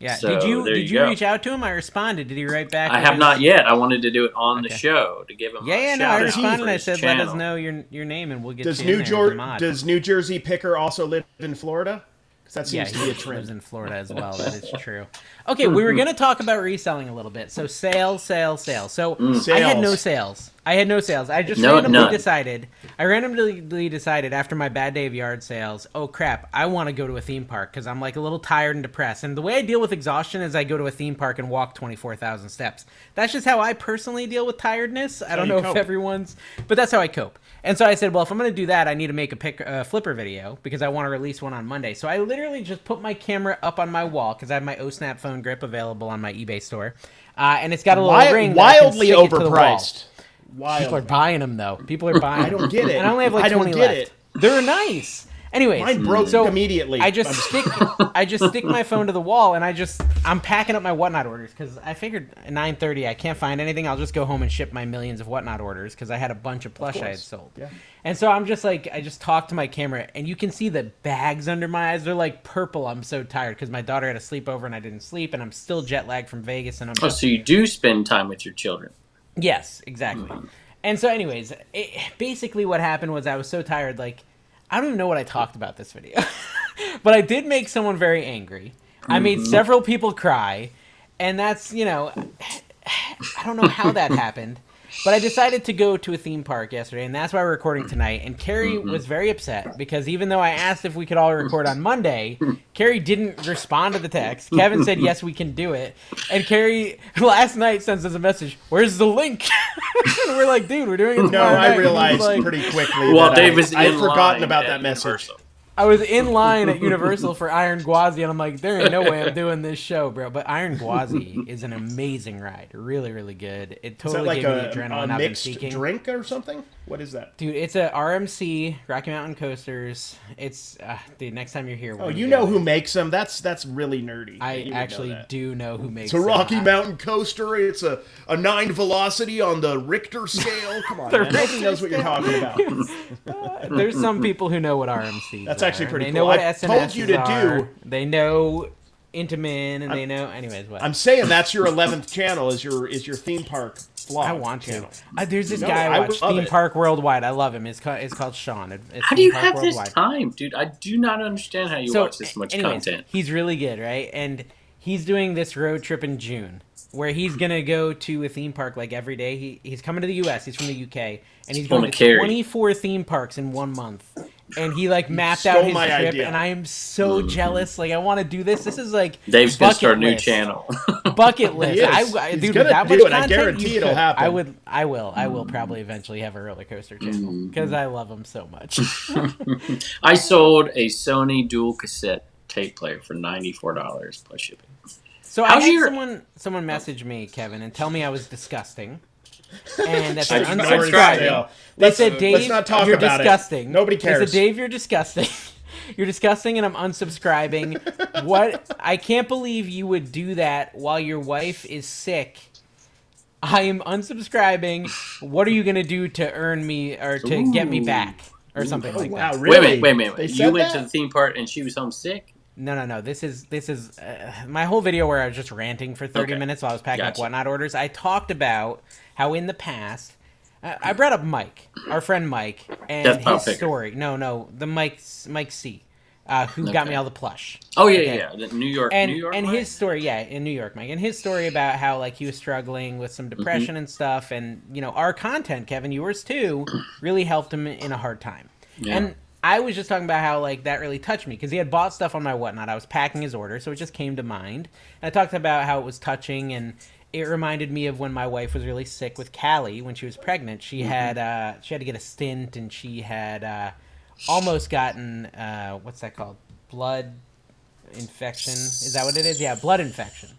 Speaker 1: Yeah.
Speaker 3: so
Speaker 1: did you
Speaker 3: there
Speaker 1: did
Speaker 3: you
Speaker 1: you
Speaker 3: go.
Speaker 1: reach out to him? I responded. Did he write back?
Speaker 3: I have
Speaker 1: because-
Speaker 3: not yet. I wanted to do it on
Speaker 1: Okay.
Speaker 3: the show to give him.
Speaker 1: Yeah,
Speaker 3: a
Speaker 1: yeah, no.
Speaker 3: shout
Speaker 1: I
Speaker 3: out
Speaker 1: responded.
Speaker 3: for
Speaker 1: I
Speaker 3: his
Speaker 1: said, "Let us
Speaker 3: channel."
Speaker 1: know your your name, and we'll get
Speaker 2: Does
Speaker 1: you in
Speaker 2: New
Speaker 1: there as a
Speaker 2: Jer-
Speaker 1: mod."
Speaker 2: does New Jersey Picker also live in Florida? Because that
Speaker 1: yeah,
Speaker 2: seems to
Speaker 1: he
Speaker 2: be a
Speaker 1: lives
Speaker 2: trend.
Speaker 1: in Florida as well. That is true. Okay, we were gonna talk about reselling a little bit. So sales, sales, sales. So I had no
Speaker 2: Sales.
Speaker 1: sales. I had no sales. I just
Speaker 3: Mm. No-
Speaker 1: randomly
Speaker 3: none.
Speaker 1: decided. I randomly decided after my bad day of yard sales. Oh crap! I want to go to a theme park because I'm like a little tired and depressed. And the way I deal with exhaustion is I go to a theme park and walk twenty four thousand steps. That's just how I personally deal with tiredness. I don't
Speaker 2: you
Speaker 1: know if
Speaker 2: cope.
Speaker 1: everyone's, but that's how I cope. And so I said, well, if I'm going to do that, I need to make a pick, uh, flipper video because I want to release one on Monday. So I literally just put my camera up on my wall because I have my O Snap phone grip available on my eBay store, uh, and it's got a little
Speaker 2: Wi-
Speaker 1: ring. that I can
Speaker 2: wildly
Speaker 1: stick it to the wall.
Speaker 2: overpriced.
Speaker 1: People are
Speaker 2: Wild.
Speaker 1: buying them though. People are buying.
Speaker 2: I don't get it.
Speaker 1: And I only have like
Speaker 2: I don't
Speaker 1: twenty
Speaker 2: get
Speaker 1: left.
Speaker 2: it.
Speaker 1: They're nice. Anyways,
Speaker 2: Mine broke
Speaker 1: so
Speaker 2: immediately.
Speaker 1: I just
Speaker 2: I'm
Speaker 1: stick I just stick my phone to the wall and I just I'm packing up my whatnot orders because I figured at 9:30 I can't find anything. I'll just go home and ship my millions of whatnot orders because I had a bunch of plush I had
Speaker 2: course.
Speaker 1: sold.
Speaker 2: Yeah.
Speaker 1: And so I'm just like I just talk to my camera and you can see the bags under my eyes. They're like purple. I'm so tired because my daughter had a sleepover and I didn't sleep and I'm still jet lagged from Vegas and I'm
Speaker 3: Oh,
Speaker 1: just
Speaker 3: so you do spend time with your children.
Speaker 1: Yes, exactly. And so, anyways, it, basically what happened was I was so tired, like, I don't even know what I talked about this video. but I did make someone very angry. I made
Speaker 2: Mm-hmm.
Speaker 1: several people cry. And that's, you know, I don't know how that happened. But I decided to go to a theme park yesterday, and that's why we're recording tonight. And Carrie
Speaker 2: Mm-hmm.
Speaker 1: was very upset because even though I asked if we could all record on Monday, Carrie didn't respond to the text. Kevin said, Yes, we can do it. And Carrie last night sends us a message, Where's the link? and we're like, Dude, we're doing it
Speaker 2: No,
Speaker 1: tomorrow. night."
Speaker 2: I
Speaker 1: He's
Speaker 2: realized
Speaker 1: like-
Speaker 2: pretty quickly.
Speaker 3: Well,
Speaker 2: that
Speaker 3: Dave
Speaker 2: I,
Speaker 3: was in
Speaker 2: I'd forgotten
Speaker 3: line
Speaker 2: about
Speaker 3: at
Speaker 2: that message.
Speaker 3: Universal.
Speaker 1: I was in line at Universal for Iron Gwazi, and I'm like, there ain't no way I'm doing this show, bro. But Iron Gwazi is an amazing ride, really, really good. It
Speaker 2: Is that
Speaker 1: totally
Speaker 2: like
Speaker 1: gave me the
Speaker 2: a,
Speaker 1: adrenaline
Speaker 2: a
Speaker 1: I've been
Speaker 2: mixed
Speaker 1: seeking.
Speaker 2: drink or something? What is that?
Speaker 1: Dude, it's a RMC Rocky Mountain Coasters. It's uh, dude. Next time you're here,
Speaker 2: Oh,
Speaker 1: we're
Speaker 2: you
Speaker 1: gonna
Speaker 2: know
Speaker 1: go.
Speaker 2: who makes them? That's that's really nerdy. You
Speaker 1: I
Speaker 2: would know
Speaker 1: actually
Speaker 2: that.
Speaker 1: do know who makes.
Speaker 2: It's a
Speaker 1: them.
Speaker 2: Rocky
Speaker 1: I-
Speaker 2: Mountain coaster. It's a, a nine velocity on the Richter scale. Come on,
Speaker 1: The
Speaker 2: man. Nobody
Speaker 1: Richter
Speaker 2: knows what you're
Speaker 1: scale.
Speaker 2: talking about.
Speaker 1: Uh, there's some people who know what RMC.
Speaker 2: That's actually pretty
Speaker 1: They
Speaker 2: cool.
Speaker 1: know what
Speaker 2: I
Speaker 1: SNS
Speaker 2: told you to
Speaker 1: are.
Speaker 2: do-
Speaker 1: They know Intamin, and they know. Anyways, what
Speaker 2: I'm saying that's your eleventh channel. Is your is your theme park vlog?
Speaker 1: I want to.
Speaker 2: channel.
Speaker 1: Uh, there's this
Speaker 2: No,
Speaker 1: guy I
Speaker 2: I
Speaker 1: watch
Speaker 2: would love
Speaker 1: Theme
Speaker 2: it.
Speaker 1: Park Worldwide. I love him. It's called, it's called Sean. It- It's
Speaker 3: How do
Speaker 1: Theme
Speaker 3: you
Speaker 1: Park
Speaker 3: have this
Speaker 1: Worldwide.
Speaker 3: time, dude? I do not understand how you watch this much
Speaker 1: anyways,
Speaker 3: content.
Speaker 1: He's really good, right? And he's doing this road trip in June where he's gonna go to a theme park like every day. He he's coming to the US, he's from the UK, and he's
Speaker 3: Full
Speaker 1: going to
Speaker 3: of carry.
Speaker 1: twenty four theme parks in one month. And he like mapped
Speaker 2: stole
Speaker 1: out his
Speaker 2: my
Speaker 1: trip
Speaker 2: idea.
Speaker 1: and I am so jealous. Like I wanna do this. This is like
Speaker 3: Dave's gonna
Speaker 1: bucket
Speaker 3: start a new
Speaker 1: list.
Speaker 3: channel.
Speaker 1: Bucket list.
Speaker 2: is.
Speaker 1: I, I,
Speaker 2: He's
Speaker 1: dude,
Speaker 2: gonna
Speaker 1: with that
Speaker 2: do
Speaker 1: much
Speaker 2: it. I
Speaker 1: content,
Speaker 2: guarantee
Speaker 1: you
Speaker 2: it'll
Speaker 1: could.
Speaker 2: happen. Mm.
Speaker 1: I would. I will. I will probably eventually have a roller coaster channel because I love him so much.
Speaker 3: I sold a Sony dual cassette tape player for ninety four dollars plus shipping.
Speaker 1: So I
Speaker 3: How's
Speaker 1: had
Speaker 3: your-
Speaker 1: someone someone message me, Kevin, and tell me I was disgusting, and that's
Speaker 2: I
Speaker 1: an
Speaker 2: just know where it's at
Speaker 1: unsubscribing.
Speaker 2: now.
Speaker 1: They
Speaker 2: Let's-
Speaker 1: said,
Speaker 2: uh, let's
Speaker 1: "Dave,
Speaker 2: not talk
Speaker 1: you're
Speaker 2: about it.
Speaker 1: disgusting."
Speaker 2: Nobody
Speaker 1: They
Speaker 2: cares.
Speaker 1: said, "Dave, you're disgusting. you're disgusting, and I'm unsubscribing." what? I can't believe you would do that while your wife is sick. I am unsubscribing. What are you gonna do to earn me or to get me
Speaker 3: Ooh.
Speaker 1: back or something
Speaker 2: Oh,
Speaker 1: like
Speaker 2: wow,
Speaker 1: that?
Speaker 2: really?
Speaker 3: Wait a minute, wait a minute.
Speaker 2: They
Speaker 3: You
Speaker 2: said
Speaker 3: went
Speaker 2: that?
Speaker 3: to the theme park and she was homesick.
Speaker 1: No, no, no. This is this is uh, my whole video where I was just ranting for thirty
Speaker 3: Okay.
Speaker 1: minutes while I was packing up
Speaker 3: Gotcha.
Speaker 1: whatnot orders. I talked about how in the past uh, I, I brought up Mike, our friend Mike, and
Speaker 3: Death Pile
Speaker 1: his
Speaker 3: Picker.
Speaker 1: story. No, no, the Mike Mike C, uh, who got
Speaker 3: Okay.
Speaker 1: me all the plush
Speaker 3: Oh yeah,
Speaker 1: Okay.
Speaker 3: yeah. The New York,
Speaker 1: and
Speaker 3: New York.
Speaker 1: and
Speaker 3: right?
Speaker 1: his story yeah in new york mike and his story about how like he was struggling with some
Speaker 3: Mm-hmm.
Speaker 1: depression and stuff and you know our content kevin yours too really helped him in a hard time
Speaker 3: Yeah.
Speaker 1: and i was just talking about how like that really touched me because he had bought stuff on my whatnot i was packing his order so it just came to mind and i talked about how it was touching and it reminded me of when my wife was really sick with callie when she was pregnant she
Speaker 3: Mm-hmm.
Speaker 1: had uh she had to get a stint and she had uh almost gotten uh what's that called blood infection. Is that what it is? Yeah, blood infection.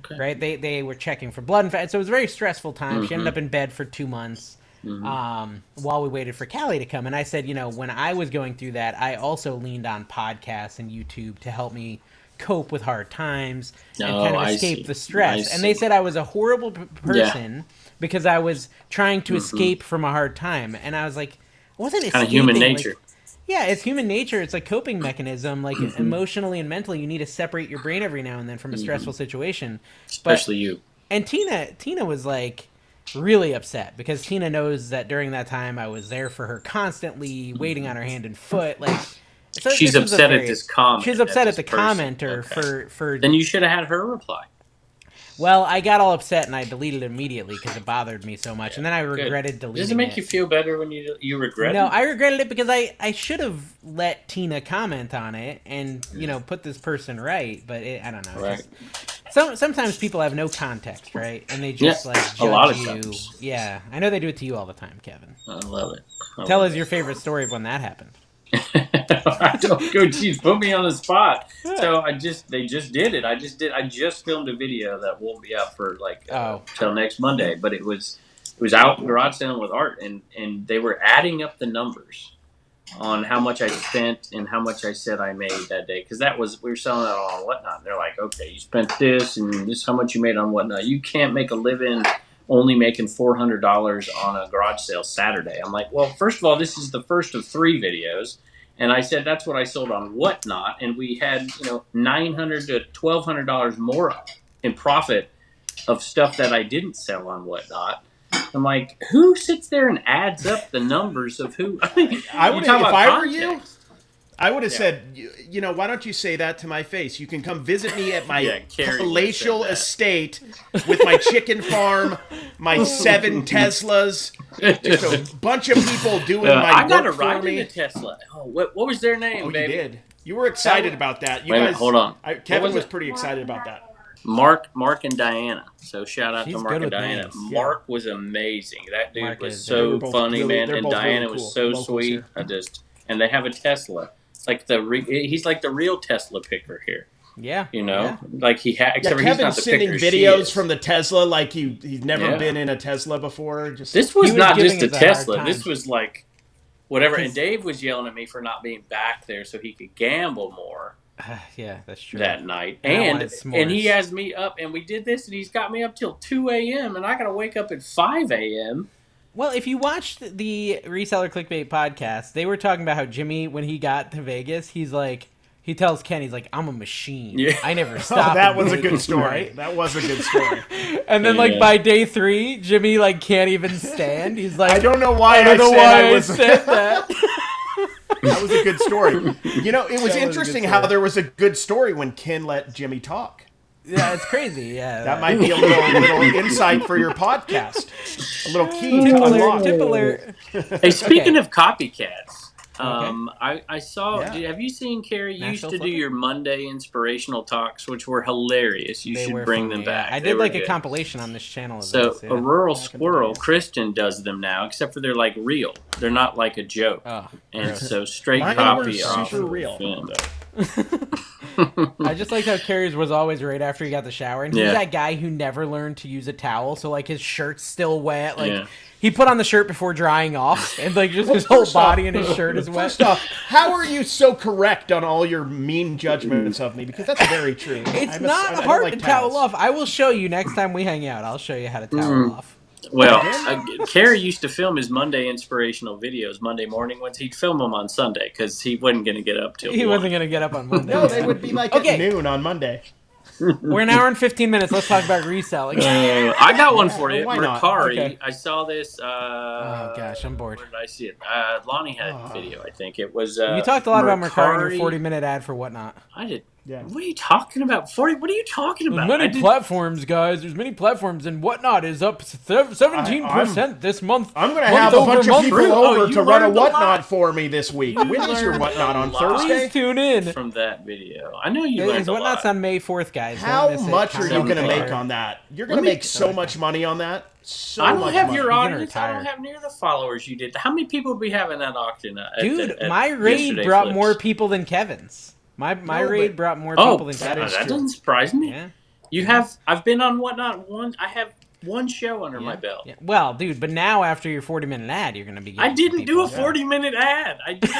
Speaker 3: Okay.
Speaker 1: Right? They they were checking for blood infection. So it was a very stressful time. She
Speaker 3: Mm-hmm.
Speaker 1: ended up in bed for two months um, while we waited for Callie to come. And I said, you know, when I was going through that, I also leaned on podcasts and YouTube to help me cope with hard times and
Speaker 3: Oh,
Speaker 1: kind of
Speaker 3: I
Speaker 1: escape
Speaker 3: see.
Speaker 1: the stress.
Speaker 3: I
Speaker 1: and they
Speaker 3: see.
Speaker 1: said I was a horrible p-
Speaker 3: Yeah. Mm-hmm.
Speaker 1: person because I was trying to escape from a hard time. And I was like, I wasn't
Speaker 3: Kinda human
Speaker 1: escaping, like-
Speaker 3: nature.
Speaker 1: yeah, it's human nature. It's a coping mechanism. Like emotionally and mentally, you need to separate your brain every now and then
Speaker 3: Mm-hmm.
Speaker 1: from a stressful situation. But-
Speaker 3: especially you.
Speaker 1: and Tina, Tina was like really upset because Tina knows that during that time I was there for her constantly, waiting on her hand and foot. Like so
Speaker 3: She's
Speaker 1: this was a
Speaker 3: upset at
Speaker 1: very-
Speaker 3: this comment.
Speaker 1: She's upset at
Speaker 3: this
Speaker 1: the
Speaker 3: person.
Speaker 1: commenter
Speaker 3: Okay.
Speaker 1: for for
Speaker 3: Then you should have had her reply.
Speaker 1: well, I got all upset and I deleted it immediately because it bothered me so much, and then I
Speaker 3: Good.
Speaker 1: regretted deleting.
Speaker 3: Does it make you feel better when you you regret?
Speaker 1: No,
Speaker 3: it?
Speaker 1: I regretted it because I, I should have let Tina comment on it and you know put this person right, but it, I don't know. it's
Speaker 3: Right.
Speaker 1: just- some sometimes people have no context, right? And they just
Speaker 3: Yeah,
Speaker 1: like judge
Speaker 3: a lot of
Speaker 1: you.
Speaker 3: times.
Speaker 1: Yeah, I know they do it to you all the time, Kevin.
Speaker 3: I love it. I
Speaker 1: Tell
Speaker 3: love
Speaker 1: us your favorite story of when that happened.
Speaker 3: I don't go. Geez, put me on the spot. So I just they just did it. I just did. I just filmed a video that won't be out for like uh,
Speaker 1: Oh.
Speaker 3: till next Monday. But it was it was out garage sale with art, and and they were adding up the numbers on how much I spent and how much I said I made that day because that was we were selling that all on whatnot. And they're like, okay, you spent this and this is how much you made on whatnot. You can't make a living only making four hundred dollars on a garage sale Saturday. I'm like, well, first of all, this is the first of three videos. And I said that's what I sold on whatnot, and we had you know nine hundred to twelve hundred dollars more in profit of stuff that I didn't sell on whatnot. I'm like, who sits there and adds up the numbers of who? I, mean,
Speaker 2: I would-
Speaker 3: you talk
Speaker 2: if
Speaker 3: about
Speaker 2: I were you,
Speaker 3: context.
Speaker 2: I would have
Speaker 3: Yeah.
Speaker 2: said, you, you know, why don't you say that to my face? You can come visit me at my
Speaker 3: Yeah, Carrie would've
Speaker 2: palatial
Speaker 3: said that.
Speaker 2: estate with my chicken farm, my seven Teslas, just a bunch of people doing
Speaker 3: Uh,
Speaker 2: my
Speaker 3: I got a
Speaker 2: work for
Speaker 3: ride in
Speaker 2: me.
Speaker 3: a Tesla. Oh, what, what was their name,
Speaker 2: oh, you
Speaker 3: baby?
Speaker 2: did. You were excited about that. You
Speaker 3: Wait a
Speaker 2: guys,
Speaker 3: minute, hold on.
Speaker 2: I,
Speaker 3: What
Speaker 2: Kevin
Speaker 3: was
Speaker 2: was
Speaker 3: it?
Speaker 2: pretty excited about that.
Speaker 3: Mark, Mark and Diana. So shout out
Speaker 1: She's
Speaker 3: to
Speaker 1: good
Speaker 3: Mark and
Speaker 1: with
Speaker 3: Diana.
Speaker 1: names,
Speaker 2: yeah.
Speaker 3: Mark was amazing. That dude
Speaker 1: Mark
Speaker 3: was
Speaker 1: is-
Speaker 2: they
Speaker 3: so
Speaker 2: were both
Speaker 3: funny,
Speaker 2: really-
Speaker 3: man.
Speaker 2: they're
Speaker 3: And
Speaker 2: both really
Speaker 3: Diana
Speaker 2: cool
Speaker 3: was so
Speaker 2: locals
Speaker 3: sweet.
Speaker 2: here.
Speaker 3: I just and they have a Tesla. Like the re, he's like the real Tesla picker here.
Speaker 1: Yeah.
Speaker 3: You know,
Speaker 1: yeah.
Speaker 3: like he ha-
Speaker 2: Yeah,
Speaker 3: except for he's not
Speaker 2: Kevin's
Speaker 3: the
Speaker 2: sending
Speaker 3: picker. she
Speaker 2: videos
Speaker 3: is.
Speaker 2: from the Tesla like he, he's never
Speaker 3: Yeah.
Speaker 2: been in a Tesla before. Just
Speaker 3: This was,
Speaker 1: was
Speaker 3: not
Speaker 1: giving
Speaker 3: just a
Speaker 1: us a hard
Speaker 3: Tesla.
Speaker 1: time.
Speaker 3: This was like whatever. And
Speaker 1: He's-
Speaker 3: Dave was yelling at me for not being back there so he could gamble more
Speaker 1: yeah, that's true.
Speaker 3: that night.
Speaker 1: And I
Speaker 3: And
Speaker 1: wanted s'mores.
Speaker 3: and he has me up, and we did this, and he's got me up till two a.m. and I got to wake up at five a.m.
Speaker 1: Well, if you watched the reseller clickbait podcast, they were talking about how Jimmy, when he got to Vegas, he's like, he tells Ken, he's like, "I'm a machine.
Speaker 3: Yeah.
Speaker 1: I never stop."
Speaker 2: oh, that
Speaker 1: in
Speaker 2: was a good
Speaker 1: Vegas."
Speaker 2: story. That was a good story.
Speaker 1: And then, like
Speaker 3: Yeah.
Speaker 1: by day three, Jimmy like can't even stand. He's like,
Speaker 2: I don't know why I,
Speaker 1: I don't know
Speaker 2: said
Speaker 1: why
Speaker 2: I
Speaker 1: I
Speaker 2: was
Speaker 1: said that.
Speaker 2: That was a good story. You know, it
Speaker 1: That
Speaker 2: was
Speaker 1: was a good
Speaker 2: interesting how
Speaker 1: story.
Speaker 2: there was a good story when Ken let Jimmy talk.
Speaker 1: yeah, it's crazy. Yeah,
Speaker 2: That might be a little, little insight for your podcast, a little key
Speaker 1: Tip
Speaker 2: to
Speaker 1: alert,
Speaker 2: unlock.
Speaker 1: tip alert.
Speaker 3: Hey, speaking
Speaker 1: Okay.
Speaker 3: of copycats, um, I, I saw.
Speaker 2: Yeah.
Speaker 3: Did, have you seen Carrie? You used
Speaker 1: Nashville
Speaker 3: to do
Speaker 1: Flipper?
Speaker 3: your Monday inspirational talks, which were hilarious. You
Speaker 1: They
Speaker 3: should
Speaker 1: were
Speaker 3: bring
Speaker 1: funny,
Speaker 3: them
Speaker 1: yeah.
Speaker 3: back.
Speaker 1: I
Speaker 3: They
Speaker 1: did
Speaker 3: were
Speaker 1: like a
Speaker 3: good.
Speaker 1: compilation on this channel. Of
Speaker 3: So
Speaker 1: those, yeah.
Speaker 3: a rural
Speaker 2: Back in the
Speaker 3: squirrel,
Speaker 2: days.
Speaker 3: Kristen does them now, except for they're like real. They're not like a joke.
Speaker 1: Oh,
Speaker 3: and
Speaker 1: gross.
Speaker 3: so straight
Speaker 2: Mine
Speaker 3: copy
Speaker 2: were
Speaker 3: off of
Speaker 2: super
Speaker 3: the
Speaker 2: real.
Speaker 3: film.
Speaker 1: I just liked how Carrie's was always right after he got the shower, and he's
Speaker 3: Yeah.
Speaker 1: that guy who never learned to use a towel, so like his shirt's still wet. Like
Speaker 3: Yeah.
Speaker 1: he put on the shirt before drying off, and like just his whole
Speaker 2: First off-
Speaker 1: body and his shirt is wet.
Speaker 2: First off, how are you so correct on all your mean judgments of me? Because that's very true.
Speaker 1: it's
Speaker 2: I'm a-
Speaker 1: not
Speaker 2: I don't
Speaker 1: hard
Speaker 2: like
Speaker 1: to towel
Speaker 2: towels.
Speaker 1: off. I will show you next time we hang out. I'll show you how to towel
Speaker 3: Mm.
Speaker 1: off.
Speaker 3: Well, uh, Carrie used to film his Monday inspirational videos Monday morning ones. He'd film them on Sunday because he wasn't going to get up till
Speaker 1: He
Speaker 3: one.
Speaker 1: wasn't gonna get up on Monday.
Speaker 2: No, they would be like
Speaker 1: Okay.
Speaker 2: at noon on Monday.
Speaker 1: We're an hour and fifteen minutes. Let's talk about reselling.
Speaker 3: Uh, I got one for you.
Speaker 2: Why not?
Speaker 3: Mercari.
Speaker 2: Okay.
Speaker 3: I saw this. Uh, oh
Speaker 1: gosh, I'm bored.
Speaker 3: Where did I see it? Uh, Lonnie had
Speaker 2: Oh.
Speaker 3: a video. I think it was. Uh,
Speaker 1: you talked a lot about Mercari in your forty-minute ad for whatnot.
Speaker 3: I did.
Speaker 2: Yeah.
Speaker 3: What are you talking about? Forty? What are you talking
Speaker 1: There's
Speaker 3: about? I
Speaker 1: many
Speaker 3: did-
Speaker 1: platforms, guys. There's many platforms, and whatnot is up seventeen percent this month.
Speaker 2: I'm going to
Speaker 1: Month
Speaker 2: have a
Speaker 1: over
Speaker 2: bunch of
Speaker 1: month.
Speaker 2: people
Speaker 1: Through- oh,
Speaker 2: over
Speaker 1: you
Speaker 2: to run a
Speaker 1: learned a lot.
Speaker 2: whatnot for me this week. When is your
Speaker 3: learned
Speaker 2: whatnot
Speaker 3: a
Speaker 2: on
Speaker 3: lot.
Speaker 2: Thursday?
Speaker 1: Please tune in.
Speaker 3: from that video. I know you
Speaker 1: It
Speaker 3: learned
Speaker 1: is
Speaker 3: a
Speaker 1: whatnot's
Speaker 3: lot.
Speaker 1: on May fourth, guys. Don't
Speaker 2: How
Speaker 1: miss it.
Speaker 2: much are you
Speaker 1: Comment
Speaker 2: going to
Speaker 3: Seventy
Speaker 2: make
Speaker 1: there.
Speaker 2: on that? You're going to
Speaker 3: Let me-
Speaker 2: make so much money on that. So
Speaker 3: I don't
Speaker 2: much
Speaker 3: have
Speaker 2: money.
Speaker 3: your
Speaker 1: You can
Speaker 3: audience. I don't
Speaker 1: retire.
Speaker 3: have near the followers you did. How many people we have in that auction? uh, At,
Speaker 1: Dude,
Speaker 3: at- at
Speaker 1: my raid
Speaker 3: yesterday's
Speaker 1: brought
Speaker 3: list?
Speaker 1: more people than Kevin's. My my
Speaker 2: No,
Speaker 1: raid
Speaker 2: but-
Speaker 1: brought more
Speaker 3: Oh,
Speaker 1: people than
Speaker 3: that,
Speaker 1: Kevin's.
Speaker 2: is
Speaker 3: that
Speaker 2: true.
Speaker 3: doesn't surprise me.
Speaker 1: yeah.
Speaker 3: You have. I've been on whatnot one. I have one show under my
Speaker 1: yeah,
Speaker 3: belt.
Speaker 1: yeah. Well, dude, but now after your forty minute ad, you're gonna be.
Speaker 3: I
Speaker 1: getting
Speaker 3: didn't do
Speaker 1: people.
Speaker 3: a forty-minute ad. I didn't.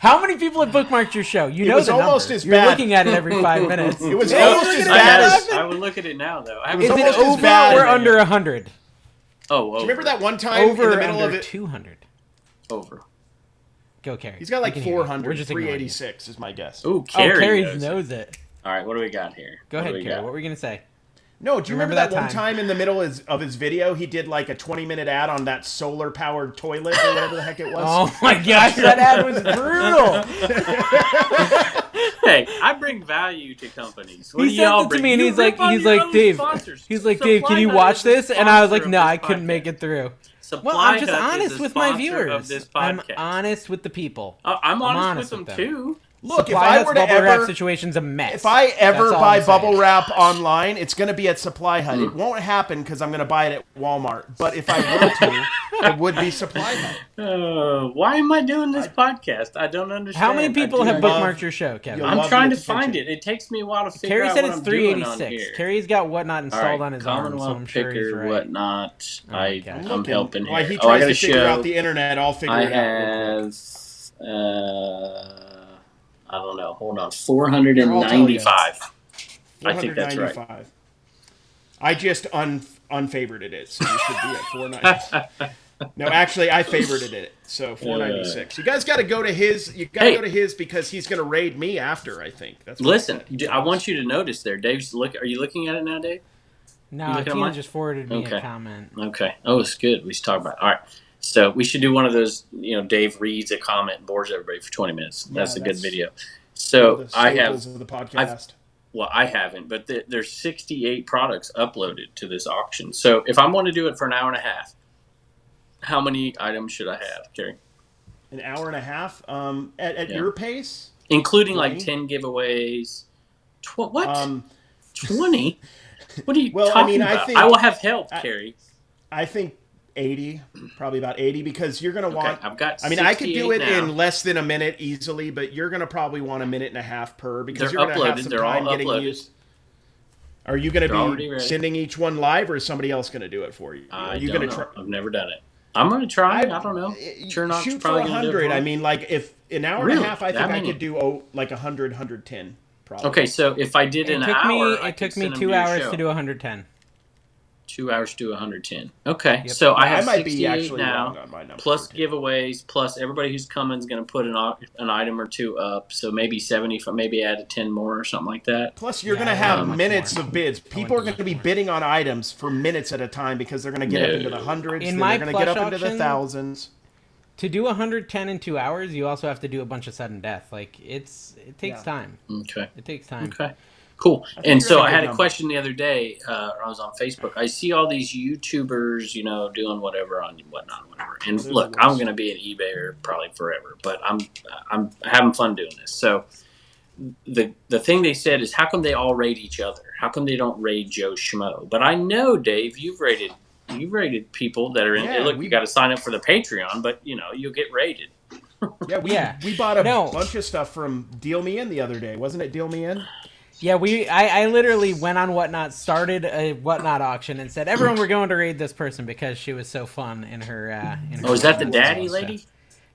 Speaker 1: How many people have bookmarked your show? You
Speaker 2: It
Speaker 1: know
Speaker 2: was
Speaker 1: the
Speaker 2: almost
Speaker 1: numbers.
Speaker 2: as
Speaker 1: You're
Speaker 2: bad.
Speaker 1: looking at it every five minutes.
Speaker 2: It was
Speaker 1: Yeah,
Speaker 2: almost
Speaker 1: look
Speaker 2: as
Speaker 1: at
Speaker 3: I,
Speaker 1: it.
Speaker 2: bad
Speaker 3: gotta-
Speaker 2: as-
Speaker 3: I would look at it now though. I
Speaker 2: It
Speaker 3: haven't
Speaker 2: was
Speaker 1: Is
Speaker 3: looked
Speaker 1: it
Speaker 2: almost
Speaker 3: at
Speaker 2: as
Speaker 1: over
Speaker 2: bad.
Speaker 1: or under hundred?
Speaker 3: Oh, over.
Speaker 2: Do you remember that one time in
Speaker 1: Over or
Speaker 2: the middle of
Speaker 1: under
Speaker 2: it?
Speaker 1: two hundred?
Speaker 3: Over.
Speaker 1: Go Carrie.
Speaker 2: He's got
Speaker 1: We
Speaker 2: like
Speaker 1: can hear you. We're
Speaker 2: 400,
Speaker 1: just ignoring you.
Speaker 2: 386 is my guess.
Speaker 3: Ooh,
Speaker 1: Oh,
Speaker 3: Carrie.
Speaker 1: Carrie
Speaker 3: knows.
Speaker 1: knows it.
Speaker 3: All right, what do we got here?
Speaker 1: Go
Speaker 3: What do
Speaker 1: ahead,
Speaker 3: we
Speaker 1: Carrie.
Speaker 3: got?
Speaker 1: What were you gonna say?
Speaker 2: No, do you
Speaker 1: Remember
Speaker 2: remember, that,
Speaker 1: that
Speaker 2: one
Speaker 1: time?
Speaker 2: time in the middle is, of his video? He did like a 20 minute ad on that solar powered toilet or whatever the heck it was.
Speaker 1: Oh my gosh, that ad was brutal.
Speaker 3: Hey, I bring value to companies. What
Speaker 1: He
Speaker 3: do
Speaker 1: sent
Speaker 3: y'all
Speaker 1: it to
Speaker 3: bring?
Speaker 1: me and
Speaker 3: You
Speaker 1: he's like-
Speaker 3: rip on
Speaker 1: he's
Speaker 3: your
Speaker 1: like,
Speaker 3: own
Speaker 1: "Dave,"
Speaker 3: sponsors.
Speaker 1: He's like, Dave, can
Speaker 3: Supply
Speaker 1: you
Speaker 3: Hut
Speaker 1: watch
Speaker 3: is a
Speaker 1: this? And I was like,
Speaker 3: sponsor of this
Speaker 1: No, I couldn't make
Speaker 3: podcast.
Speaker 1: it through.
Speaker 3: Supply
Speaker 1: Well, I'm just
Speaker 3: Hut is
Speaker 1: honest
Speaker 3: a
Speaker 1: with my
Speaker 3: sponsor Of
Speaker 1: viewers.
Speaker 3: this
Speaker 1: I'm
Speaker 3: podcast.
Speaker 1: honest with the people.
Speaker 3: I- Uh, I'm honest,
Speaker 1: honest
Speaker 3: with them,
Speaker 1: with them.
Speaker 3: too.
Speaker 2: Look, if
Speaker 1: Supply
Speaker 2: I
Speaker 1: Hut's
Speaker 2: were to
Speaker 1: bubble wrap
Speaker 2: ever.
Speaker 1: situation's a mess.
Speaker 2: If I ever
Speaker 1: That's all
Speaker 2: buy
Speaker 1: I'm saying.
Speaker 2: bubble wrap online, it's going to be at Supply Hut.
Speaker 3: Mm.
Speaker 2: It won't happen because I'm going to buy it at Walmart. But if I were to, it would be Supply Hut.
Speaker 3: Uh, why am I doing this podcast? I don't understand.
Speaker 1: how many people
Speaker 3: I do
Speaker 1: have
Speaker 2: love-
Speaker 1: bookmarked your show, Kevin?
Speaker 2: You'll
Speaker 3: I'm
Speaker 2: love
Speaker 3: trying
Speaker 2: the
Speaker 3: to find it.
Speaker 2: attention.
Speaker 3: It takes me a while to figure
Speaker 1: Carrie
Speaker 3: out
Speaker 1: said
Speaker 3: what
Speaker 1: it's
Speaker 3: I'm doing on
Speaker 1: 386.
Speaker 3: here.
Speaker 1: Carrie's got whatnot
Speaker 3: All
Speaker 1: installed
Speaker 3: right,
Speaker 1: on his arm,
Speaker 3: Commonwealth
Speaker 1: so I'm sure
Speaker 3: picker,
Speaker 1: he's right.
Speaker 3: whatnot.
Speaker 1: Oh my
Speaker 3: I,
Speaker 1: gosh.
Speaker 3: I'm
Speaker 2: Look,
Speaker 3: helping
Speaker 2: While
Speaker 3: here.
Speaker 2: he
Speaker 3: oh, I
Speaker 2: tries
Speaker 3: got
Speaker 2: to
Speaker 3: a
Speaker 2: figure
Speaker 3: show.
Speaker 2: out the internet, I'll figure
Speaker 3: I
Speaker 2: it out. real
Speaker 3: have
Speaker 2: quick.
Speaker 3: Uh, I don't know. Hold on. 495. I think that's right.
Speaker 2: 495. I just un unfavorited it, so you should be at 490. no, actually, I favorited it, so 496. You guys got to go to his. You got to
Speaker 3: Hey.
Speaker 2: go to his because he's going to raid me after. I think that's what he
Speaker 3: Listen,
Speaker 2: said.
Speaker 3: d- I want you to notice there. Dave's look. Are you looking at it now, Dave? You
Speaker 1: No,
Speaker 3: looking at
Speaker 1: Tina
Speaker 3: mine?
Speaker 1: just forwarded me a
Speaker 3: Okay.
Speaker 1: comment.
Speaker 3: Okay. Oh, it's good. We should talk about. It. All right. So we should do one of those. You know, Dave reads a comment and bores everybody for twenty minutes. That's a
Speaker 2: that's
Speaker 3: good video.
Speaker 2: The
Speaker 3: So I have.
Speaker 2: staples of the podcast.
Speaker 3: Well, I haven't, but th- there's 68 products uploaded to this auction. So if I'm going to do it for an hour and a half, how many items should I have, Carrie?
Speaker 2: An hour and a half. Um, at, at
Speaker 3: Yeah.
Speaker 2: your pace.
Speaker 3: Including like
Speaker 2: Twenty?
Speaker 3: 10 giveaways. Tw- what?
Speaker 2: Um,
Speaker 3: 20? What are you
Speaker 2: Well, I
Speaker 3: talking
Speaker 2: mean, I
Speaker 3: about? I,
Speaker 2: think-
Speaker 3: will have help,
Speaker 2: I-
Speaker 3: Carrie.
Speaker 2: I think 80, probably about 80, because you're going to
Speaker 3: Okay,
Speaker 2: want.
Speaker 3: I've got.
Speaker 2: I mean, I could
Speaker 3: 68
Speaker 2: do it
Speaker 3: now.
Speaker 2: in less than a minute easily, but you're going to probably want a minute and a half per because
Speaker 3: They're
Speaker 2: you're going to have
Speaker 3: uploaded.
Speaker 2: some
Speaker 3: They're all
Speaker 2: time getting
Speaker 3: uploaded.
Speaker 2: used. Are you going
Speaker 3: They're
Speaker 2: to
Speaker 3: already
Speaker 2: be
Speaker 3: ready.
Speaker 2: sending each one live, or is somebody else going to do it for you?
Speaker 3: I
Speaker 2: Are you
Speaker 3: don't
Speaker 2: gonna
Speaker 3: know.
Speaker 2: try?
Speaker 3: I've never done it. I'm going to try.
Speaker 2: I-
Speaker 3: I, don't know.
Speaker 2: y-
Speaker 3: Chernok's
Speaker 2: shoot for
Speaker 3: probably gonna do it for
Speaker 2: hundred. I
Speaker 3: me.
Speaker 2: mean, like if an hour and
Speaker 3: Really?
Speaker 2: a half, I
Speaker 3: That
Speaker 2: think I
Speaker 3: many?
Speaker 2: could do oh, like 100, 110 probably.
Speaker 3: Okay, so if I did
Speaker 1: It
Speaker 3: an
Speaker 1: took
Speaker 3: hour,
Speaker 1: me
Speaker 3: I
Speaker 1: it
Speaker 3: could
Speaker 1: took me
Speaker 3: send them
Speaker 1: two
Speaker 3: your
Speaker 1: hours
Speaker 3: show.
Speaker 1: to do 110.
Speaker 3: two hours to 110. Okay,
Speaker 1: Yep.
Speaker 3: so I have
Speaker 2: I might
Speaker 3: 68
Speaker 2: be actually
Speaker 3: now.
Speaker 2: wrong on my number.
Speaker 3: Plus
Speaker 2: too.
Speaker 3: giveaways, plus everybody who's coming is going to put an, au- an item or two up. So maybe 70, maybe add a 10 more or something like that.
Speaker 2: Plus, you're
Speaker 1: Yeah,
Speaker 2: going
Speaker 1: I
Speaker 2: to have
Speaker 3: want much
Speaker 2: minutes
Speaker 1: more.
Speaker 2: of bids. People are
Speaker 1: want
Speaker 2: going to
Speaker 1: much
Speaker 2: be
Speaker 1: more.
Speaker 2: bidding on items for minutes at a time because they're going to get up
Speaker 3: No.
Speaker 2: into the hundreds,
Speaker 1: In
Speaker 2: then
Speaker 1: my
Speaker 2: they're going to get
Speaker 1: plush
Speaker 2: up into the
Speaker 1: auction-
Speaker 2: thousands.
Speaker 1: To do 110 in 2 hours, you also have to do a bunch of sudden death. Like it's it takes
Speaker 2: Yeah.
Speaker 1: time.
Speaker 3: Okay.
Speaker 1: It takes time.
Speaker 3: Okay. Cool.
Speaker 2: Mm. think
Speaker 3: And
Speaker 2: that's
Speaker 3: so
Speaker 2: a
Speaker 3: I
Speaker 2: good
Speaker 3: had a
Speaker 2: number.
Speaker 3: question the other day. Uh, I was on Facebook. I see all these YouTubers, you know, doing whatever on whatnot, whatever. And
Speaker 2: They're the
Speaker 3: look, I'm
Speaker 2: worst.
Speaker 3: going to be an eBayer probably forever, but I'm I'm having fun doing this. So the the thing they said is, how come they all raid each other? How come they don't raid Joe Schmo? But I know, Dave, you've rated you've rated people that are in.
Speaker 2: Yeah,
Speaker 3: look,
Speaker 2: we-
Speaker 3: you got to sign up for the Patreon, but you know, you'll get raided.
Speaker 2: Yeah, we
Speaker 1: Yeah.
Speaker 2: we bought a
Speaker 1: No.
Speaker 2: bunch of stuff from Deal Me In the other day, wasn't it? Deal Me In.
Speaker 1: Yeah, we I, I literally went on Whatnot, started a Whatnot auction, and said everyone we're going to raid this person because she was so fun in her. Uh, in her
Speaker 3: Oh, is that the
Speaker 1: Whatnot
Speaker 3: daddy
Speaker 1: stuff.
Speaker 3: lady?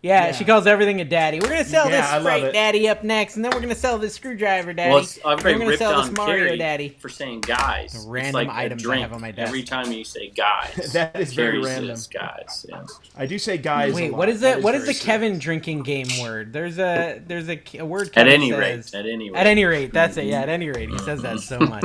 Speaker 1: Yeah,
Speaker 2: Yeah.
Speaker 1: she calls everything a daddy. We're gonna sell
Speaker 2: Yeah, I
Speaker 1: this
Speaker 2: love
Speaker 1: sprite
Speaker 2: it.
Speaker 1: daddy up next, and then we're gonna sell this screwdriver daddy.
Speaker 3: Well, it's, uh, I've
Speaker 1: and then we're
Speaker 3: already
Speaker 1: gonna
Speaker 3: ripped
Speaker 1: sell
Speaker 3: on
Speaker 1: this Mario
Speaker 3: Carrie
Speaker 1: daddy.
Speaker 3: for saying guys. It's
Speaker 1: Random
Speaker 3: like a
Speaker 1: items I
Speaker 3: drink.
Speaker 1: have on my desk.
Speaker 3: Every time you say guys,
Speaker 2: That is very
Speaker 3: Carrie
Speaker 2: random.
Speaker 3: says guys. yeah.
Speaker 2: I do say guys. a
Speaker 1: Wait,
Speaker 2: lot.
Speaker 1: what is that?
Speaker 2: is
Speaker 1: What is the
Speaker 2: very serious.
Speaker 1: Kevin drinking game word? There's a there's a, a word.
Speaker 3: At
Speaker 1: Kevin
Speaker 3: any
Speaker 1: says,
Speaker 3: rate, at any rate,
Speaker 1: At any rate, that's it. Yeah, at any rate, he says that so much.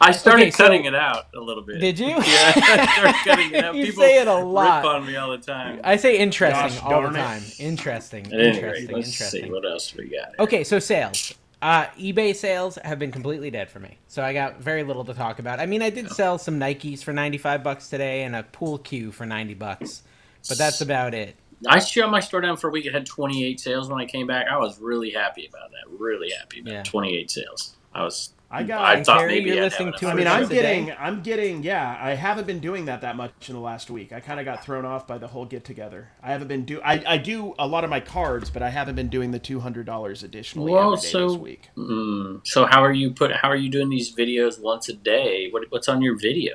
Speaker 3: I started
Speaker 1: Okay, so-
Speaker 3: cutting it out a little bit.
Speaker 1: Did you?
Speaker 3: Yeah, I started cutting it out.
Speaker 1: You
Speaker 3: People
Speaker 1: say it a lot.
Speaker 3: rip on me all the time.
Speaker 1: I say interesting
Speaker 2: Gosh
Speaker 1: all the
Speaker 2: darn it.
Speaker 1: time. Interesting,
Speaker 3: At any
Speaker 1: interesting,
Speaker 3: rate, let's
Speaker 1: interesting.
Speaker 3: see what else we got.
Speaker 1: Okay, so sales. Uh, eBay sales have been completely dead for me. So I got very little to talk about. I mean, I did sell some Nikes for 95 bucks today and a pool cue for 90 bucks, but that's about it.
Speaker 3: I shut my store down for a week. It had 28 sales when I came back. I was really happy about that. Really happy about
Speaker 1: Yeah.
Speaker 3: 28 sales. I was.
Speaker 2: I got.
Speaker 3: I thought
Speaker 1: Carrie,
Speaker 3: maybe
Speaker 1: you're
Speaker 3: I'd
Speaker 1: listening
Speaker 3: have
Speaker 1: to
Speaker 2: I
Speaker 3: enough.
Speaker 2: mean,
Speaker 1: Hundred
Speaker 2: I'm
Speaker 1: times a day.
Speaker 2: getting, I'm getting, yeah. I haven't been doing that that much in the last week. I kind of got thrown off by the whole get together. I haven't been do, I, I do a lot of my cards, but I haven't been doing the two hundred dollars additionally
Speaker 3: Well,
Speaker 2: every day
Speaker 3: so-
Speaker 2: this week.
Speaker 3: Mm, so how are you put? How are you doing these videos once a day? What, what's on your video?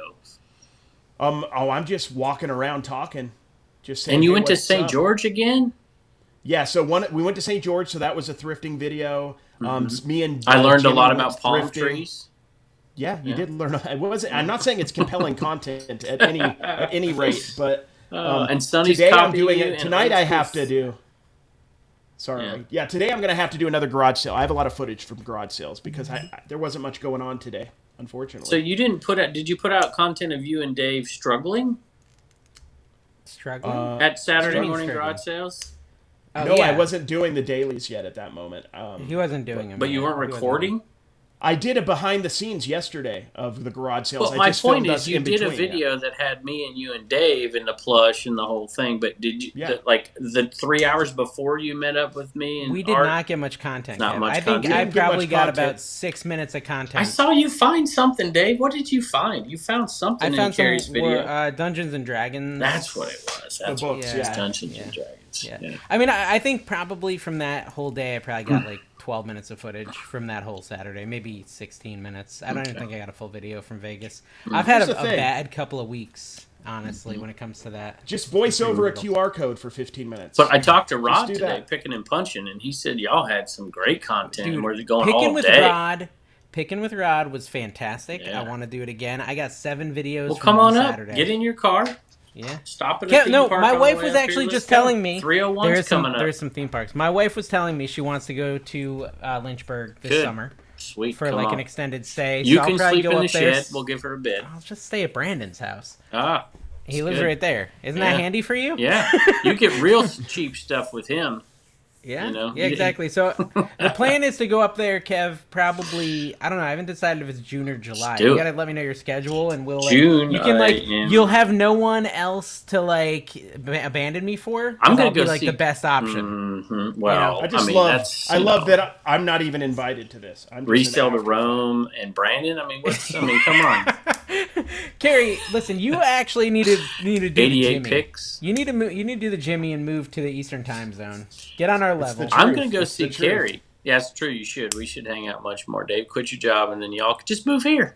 Speaker 2: Um, oh, I'm just walking around talking, just saying.
Speaker 3: And you
Speaker 2: "Hey,
Speaker 3: went to
Speaker 2: what's
Speaker 3: St.
Speaker 2: up?"
Speaker 3: George again?
Speaker 2: Yeah, so one we went to St. George, so that was a thrifting video. Um, s- me and
Speaker 3: Mm-hmm. I
Speaker 2: uh,
Speaker 3: learned a
Speaker 2: Jimmy
Speaker 3: lot
Speaker 2: went
Speaker 3: about palm
Speaker 2: thrifting.
Speaker 3: trees.
Speaker 2: Yeah, you
Speaker 3: Yeah.
Speaker 2: did learn. What was it? I'm not saying it's compelling content at any at any rate, but
Speaker 3: Uh,
Speaker 2: um,
Speaker 3: and Sunny's
Speaker 2: today I'm
Speaker 3: copy
Speaker 2: doing
Speaker 3: and
Speaker 2: it. Tonight I
Speaker 3: old
Speaker 2: have
Speaker 3: school-
Speaker 2: to do. Sorry,
Speaker 3: Yeah.
Speaker 2: yeah. Today I'm gonna have to do another garage sale. I have a lot of footage from garage sales because I, I- there wasn't much going on today, unfortunately.
Speaker 3: So you didn't put out? Did you put out content of you and Dave struggling
Speaker 1: Struggling?
Speaker 2: uh,
Speaker 3: at Saturday
Speaker 1: struggling,
Speaker 3: morning
Speaker 1: struggling.
Speaker 3: garage sales?
Speaker 1: Oh,
Speaker 2: no, I
Speaker 1: yeah.
Speaker 2: wasn't doing the dailies yet at that moment. Um,
Speaker 1: He wasn't doing it.
Speaker 3: But you weren't recording.
Speaker 2: I did a behind the scenes yesterday of the garage sales.
Speaker 3: But
Speaker 2: I
Speaker 3: my
Speaker 2: just
Speaker 3: point
Speaker 2: filmed
Speaker 3: is,
Speaker 2: us
Speaker 3: you
Speaker 2: in
Speaker 3: did a
Speaker 2: between.
Speaker 3: video that had me and you and Dave in the plush and the whole thing. But did you
Speaker 2: Yeah.
Speaker 3: the- like the three hours before you met up with me? And
Speaker 1: We did
Speaker 3: Art,
Speaker 1: not get much content.
Speaker 3: Not
Speaker 1: Kev.
Speaker 3: much
Speaker 1: I think
Speaker 3: content.
Speaker 1: I
Speaker 2: Didn't get
Speaker 1: probably
Speaker 2: much
Speaker 1: got
Speaker 2: content.
Speaker 1: about six minutes of content.
Speaker 3: I saw you find something, Dave. What did you find? You found
Speaker 1: I
Speaker 3: something in
Speaker 1: found
Speaker 3: Carrie's
Speaker 1: some
Speaker 3: video.
Speaker 1: were, uh, Dungeons and Dragons.
Speaker 3: That's what it was.
Speaker 2: The
Speaker 3: That's what
Speaker 2: books,
Speaker 1: yeah.
Speaker 2: yeah.
Speaker 3: Dungeons
Speaker 1: Yeah.
Speaker 3: and Dragons.
Speaker 1: Yeah.
Speaker 3: Yeah.
Speaker 1: I mean, I, I think probably from that whole day, I probably got like 12 minutes of footage from that whole Saturday, maybe 16 minutes. I don't even
Speaker 3: Okay. Hmm.
Speaker 1: think I got a full video from Vegas. I've had
Speaker 2: Here's the
Speaker 1: a, a
Speaker 2: thing.
Speaker 1: bad couple of weeks, honestly,
Speaker 3: Mm-hmm.
Speaker 1: when it comes to that.
Speaker 2: Just voice over a
Speaker 1: brutal.
Speaker 2: QR code for 15 minutes.
Speaker 3: But I talked to Rod
Speaker 2: do
Speaker 3: today,
Speaker 2: that.
Speaker 3: picking and punching, and he said y'all had some great content.
Speaker 1: Dude,
Speaker 3: Where you going
Speaker 1: Picking
Speaker 3: all
Speaker 1: with
Speaker 3: day?
Speaker 1: Rod, picking with Rod was fantastic.
Speaker 3: Yeah.
Speaker 1: I want to do it again. I got seven videos.
Speaker 3: well,
Speaker 1: from
Speaker 3: come on
Speaker 1: one
Speaker 3: up.
Speaker 1: Saturday.
Speaker 3: Get in your car.
Speaker 1: Yeah.
Speaker 3: Stop at a
Speaker 1: Kev-
Speaker 3: theme
Speaker 1: no,
Speaker 3: park
Speaker 1: my
Speaker 3: on the
Speaker 1: wife
Speaker 3: way
Speaker 1: was
Speaker 3: up here.
Speaker 1: actually
Speaker 3: Let's
Speaker 1: just
Speaker 3: go.
Speaker 1: telling me
Speaker 3: 301's
Speaker 1: There's some
Speaker 3: coming up.
Speaker 1: there's some theme parks. My wife was telling me she wants to go to uh, Lynchburg this
Speaker 3: Good.
Speaker 1: summer
Speaker 3: Sweet.
Speaker 1: for
Speaker 3: come
Speaker 1: like an
Speaker 3: on.
Speaker 1: extended stay.
Speaker 3: You
Speaker 1: so
Speaker 3: can
Speaker 1: I'll probably
Speaker 3: sleep
Speaker 1: go
Speaker 3: in
Speaker 1: up
Speaker 3: the
Speaker 1: there.
Speaker 3: shed. We'll give her a bed.
Speaker 1: I'll just stay at Brandon's house.
Speaker 3: Ah,
Speaker 1: He
Speaker 3: It's
Speaker 1: lives
Speaker 3: good.
Speaker 1: right there. Isn't
Speaker 3: Yeah.
Speaker 1: that handy for you?
Speaker 3: yeah. you get real cheap stuff with him.
Speaker 1: Yeah.
Speaker 3: You know?
Speaker 1: Yeah, exactly. So the plan is to go up there, Kev, probably I don't know, I haven't decided if it's June or July.
Speaker 3: do
Speaker 1: You
Speaker 3: it.
Speaker 1: gotta let me know your schedule and we'll like,
Speaker 3: June, uh,
Speaker 1: you can
Speaker 3: I
Speaker 1: like
Speaker 3: am-
Speaker 1: you'll have no one else to like ab- abandon me for.
Speaker 3: I'm
Speaker 1: 'cause
Speaker 3: gonna
Speaker 1: I'll be
Speaker 3: go
Speaker 1: like
Speaker 3: see-
Speaker 1: the best option.
Speaker 3: Mhm. Well,
Speaker 2: I just
Speaker 3: mean,
Speaker 2: love.
Speaker 3: that's,
Speaker 2: I
Speaker 3: you
Speaker 2: love
Speaker 3: know,
Speaker 2: that I, I'm not even invited to this. I'm just an
Speaker 3: resale to
Speaker 2: after-
Speaker 3: Rome and Brandon. I mean, what's? I mean, come on.
Speaker 1: Carrie, listen, you actually need to need to do the
Speaker 3: 88
Speaker 1: Jimmy.
Speaker 3: picks.
Speaker 1: You need to move, you need to do the Jimmy and move to the Eastern Time Zone. Get on our
Speaker 2: the
Speaker 1: level.
Speaker 2: truth.
Speaker 3: I'm gonna go
Speaker 2: It's the
Speaker 3: see
Speaker 2: truth.
Speaker 3: Carrie. Yeah, it's true. You should. We should hang out much more. Dave, quit your job, and then y'all could just move here.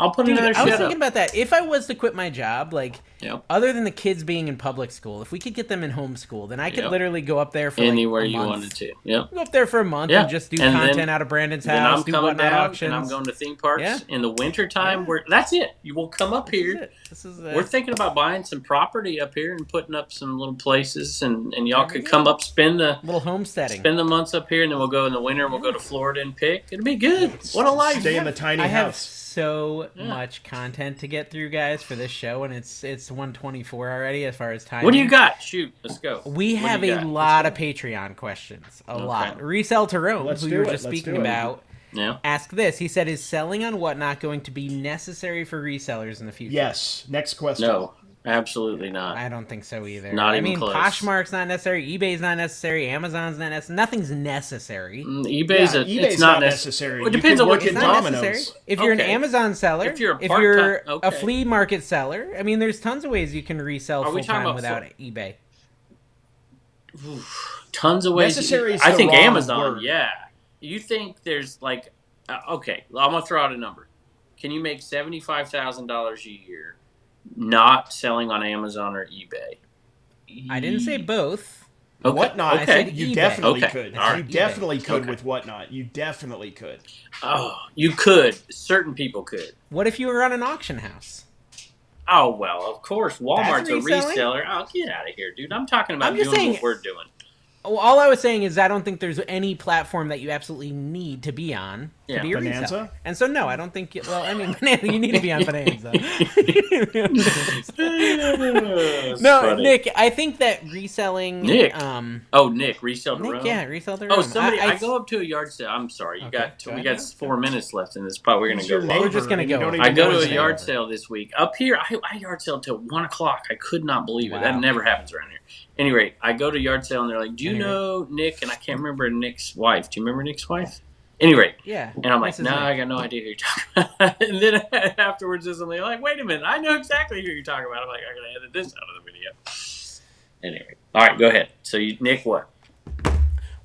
Speaker 3: I'll put
Speaker 1: Dude,
Speaker 3: another
Speaker 1: I was
Speaker 3: shut
Speaker 1: thinking
Speaker 3: up.
Speaker 1: about that. If I was to quit my job, like
Speaker 3: Yep.
Speaker 1: other than the kids being in public school, if we could get them in homeschool, then I could
Speaker 3: Yep.
Speaker 1: literally go up there for
Speaker 3: Anywhere
Speaker 1: like, a
Speaker 3: you
Speaker 1: month.
Speaker 3: wanted to. Yep.
Speaker 1: Go up there for a month
Speaker 3: Yeah.
Speaker 1: and just do
Speaker 3: And then-
Speaker 1: content out of Brandon's
Speaker 3: Then
Speaker 1: house.
Speaker 3: I'm
Speaker 1: do
Speaker 3: coming
Speaker 1: whatnot
Speaker 3: down,
Speaker 1: auctions.
Speaker 3: and I'm going to theme parks
Speaker 1: Yeah.
Speaker 3: in the wintertime.
Speaker 1: Yeah.
Speaker 3: Where that's it. You will come up
Speaker 1: This is
Speaker 3: here.
Speaker 1: it. This is it.
Speaker 3: We're thinking about buying some property up here and putting up some little places, and, and y'all
Speaker 1: There we
Speaker 3: could
Speaker 1: go.
Speaker 3: come up, spend the
Speaker 1: little homesteading.
Speaker 3: spend the months up here, and then we'll go in the winter. and We'll go to Florida and pick. It'll be good. What a life!
Speaker 2: Stay in the tiny
Speaker 1: I have
Speaker 2: house.
Speaker 1: so
Speaker 3: Yeah.
Speaker 1: much content to get through, guys, for this show, and it's it's 124 already as far as time.
Speaker 3: What do you got? Shoot, let's go.
Speaker 1: We
Speaker 3: What do
Speaker 1: have
Speaker 3: you
Speaker 1: a
Speaker 3: got?
Speaker 1: lot of Patreon questions. A
Speaker 3: Okay.
Speaker 1: lot. Resell Tarot,
Speaker 2: Let's
Speaker 1: who
Speaker 2: do
Speaker 1: you were
Speaker 2: it.
Speaker 1: just
Speaker 2: Let's
Speaker 1: speaking
Speaker 2: do it.
Speaker 1: about,
Speaker 3: Yeah.
Speaker 1: asked this. He said, "Is selling on Whatnot going to be necessary for resellers in the future?"
Speaker 2: Yes. Next question.
Speaker 3: No, absolutely not.
Speaker 1: I don't think so either.
Speaker 3: Not
Speaker 1: I
Speaker 3: even
Speaker 1: mean,
Speaker 3: close.
Speaker 1: Poshmark's not necessary. eBay's not necessary. Amazon's not necessary. Nothing's necessary.
Speaker 3: Mm,
Speaker 2: Yeah,
Speaker 3: eBay's, a,
Speaker 2: eBay's
Speaker 3: it's not, necessary.
Speaker 2: necessary.
Speaker 3: Well, it
Speaker 2: You
Speaker 3: depends
Speaker 2: could
Speaker 3: on what
Speaker 2: work
Speaker 3: you-
Speaker 1: It's
Speaker 2: in
Speaker 1: not
Speaker 2: dominoes.
Speaker 1: necessary. If you're an
Speaker 3: Okay.
Speaker 1: Amazon seller,
Speaker 3: If you're a
Speaker 1: if
Speaker 3: part-time-
Speaker 1: you're a
Speaker 3: okay.
Speaker 1: flea market seller, I mean, there's tons of ways you can resell
Speaker 3: Are we talking
Speaker 1: full time
Speaker 3: about
Speaker 1: without
Speaker 3: full-
Speaker 1: eBay.
Speaker 3: Tons of ways. to-
Speaker 2: Necessary is
Speaker 3: I
Speaker 2: the
Speaker 3: think
Speaker 2: wrong
Speaker 3: Amazon.
Speaker 2: word.
Speaker 3: Yeah. You think there's like, uh, okay, I'm gonna throw out a number. Can you make seventy five thousand dollars a year not selling on Amazon or eBay?
Speaker 1: I didn't say both.
Speaker 3: Okay.
Speaker 2: Whatnot.
Speaker 1: I
Speaker 3: Okay.
Speaker 1: said
Speaker 2: You
Speaker 1: eBay.
Speaker 2: definitely
Speaker 3: Okay.
Speaker 2: could.
Speaker 3: All right.
Speaker 2: You definitely could
Speaker 3: Okay.
Speaker 2: with whatnot. You definitely could.
Speaker 3: Oh, you could. Certain people could.
Speaker 1: What if you were on an auction house?
Speaker 3: Oh well, of course. Walmart's a
Speaker 1: reselling?
Speaker 3: reseller. Oh, get out of here, dude. I'm talking about
Speaker 1: I'm just
Speaker 3: doing
Speaker 1: saying-
Speaker 3: what we're doing.
Speaker 1: Well, all I was saying is I don't think there's any platform that you absolutely need to be on to
Speaker 3: Yeah.
Speaker 1: be a
Speaker 2: Bonanza?
Speaker 1: reseller. And so, no, I don't think. You, well, I mean, Bonanza, you need to be on Bonanza.
Speaker 3: That's
Speaker 1: no,
Speaker 3: funny.
Speaker 1: Nick, I think that reselling.
Speaker 3: Nick.
Speaker 1: um,
Speaker 3: Oh, Nick, resell the
Speaker 1: Nick,
Speaker 3: room.
Speaker 1: yeah, resell their
Speaker 3: Oh,
Speaker 1: own.
Speaker 3: somebody!
Speaker 1: I,
Speaker 3: I,
Speaker 1: I-
Speaker 3: go up to a yard sale. I'm sorry, you
Speaker 1: Okay,
Speaker 3: got
Speaker 1: go
Speaker 3: we
Speaker 1: ahead.
Speaker 3: got four minutes left in this pod. We're gonna
Speaker 2: Who's
Speaker 3: go.
Speaker 2: your
Speaker 3: long.
Speaker 1: just
Speaker 2: neighbor
Speaker 1: gonna
Speaker 2: and you
Speaker 1: go
Speaker 2: don't
Speaker 1: with
Speaker 2: even
Speaker 3: I
Speaker 2: know
Speaker 3: go to
Speaker 2: his
Speaker 3: a
Speaker 2: name?
Speaker 3: yard sale this week up here. I, I yard sale till one o'clock. I could not believe it.
Speaker 1: Wow.
Speaker 3: That never happens around here. Anyway, I go to yard sale and they're like, "Do you
Speaker 1: Anyway.
Speaker 3: know Nick?" And I can't remember Nick's wife. Do you remember Nick's wife? Anyway,
Speaker 1: yeah.
Speaker 3: and I'm like,
Speaker 1: Mrs.
Speaker 3: "No,
Speaker 1: Nick.
Speaker 3: I got no idea who you're talking about." and then afterwards, there's something like, "Wait a minute, I know exactly who you're talking about." I'm like, "I gotta edit this out of the video." Anyway, all right, go ahead. So you, Nick, what?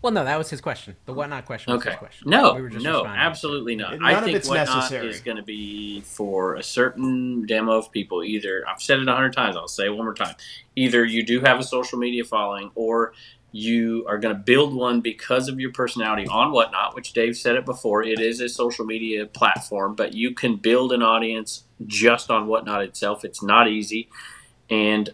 Speaker 1: Well, no, that was his question. The whatnot question was
Speaker 3: Okay.
Speaker 1: his question.
Speaker 3: No,
Speaker 1: We were just
Speaker 3: no,
Speaker 1: responding.
Speaker 3: absolutely not.
Speaker 2: None
Speaker 3: I
Speaker 2: of
Speaker 3: think
Speaker 2: it's
Speaker 3: whatnot
Speaker 2: necessary.
Speaker 3: is going to be for a certain demo of people. Either I've said it a hundred times. I'll say it one more time. Either you do have a social media following, or you are going to build one because of your personality on whatnot. Which Dave said it before. It is a social media platform, but you can build an audience just on whatnot itself. It's not easy, and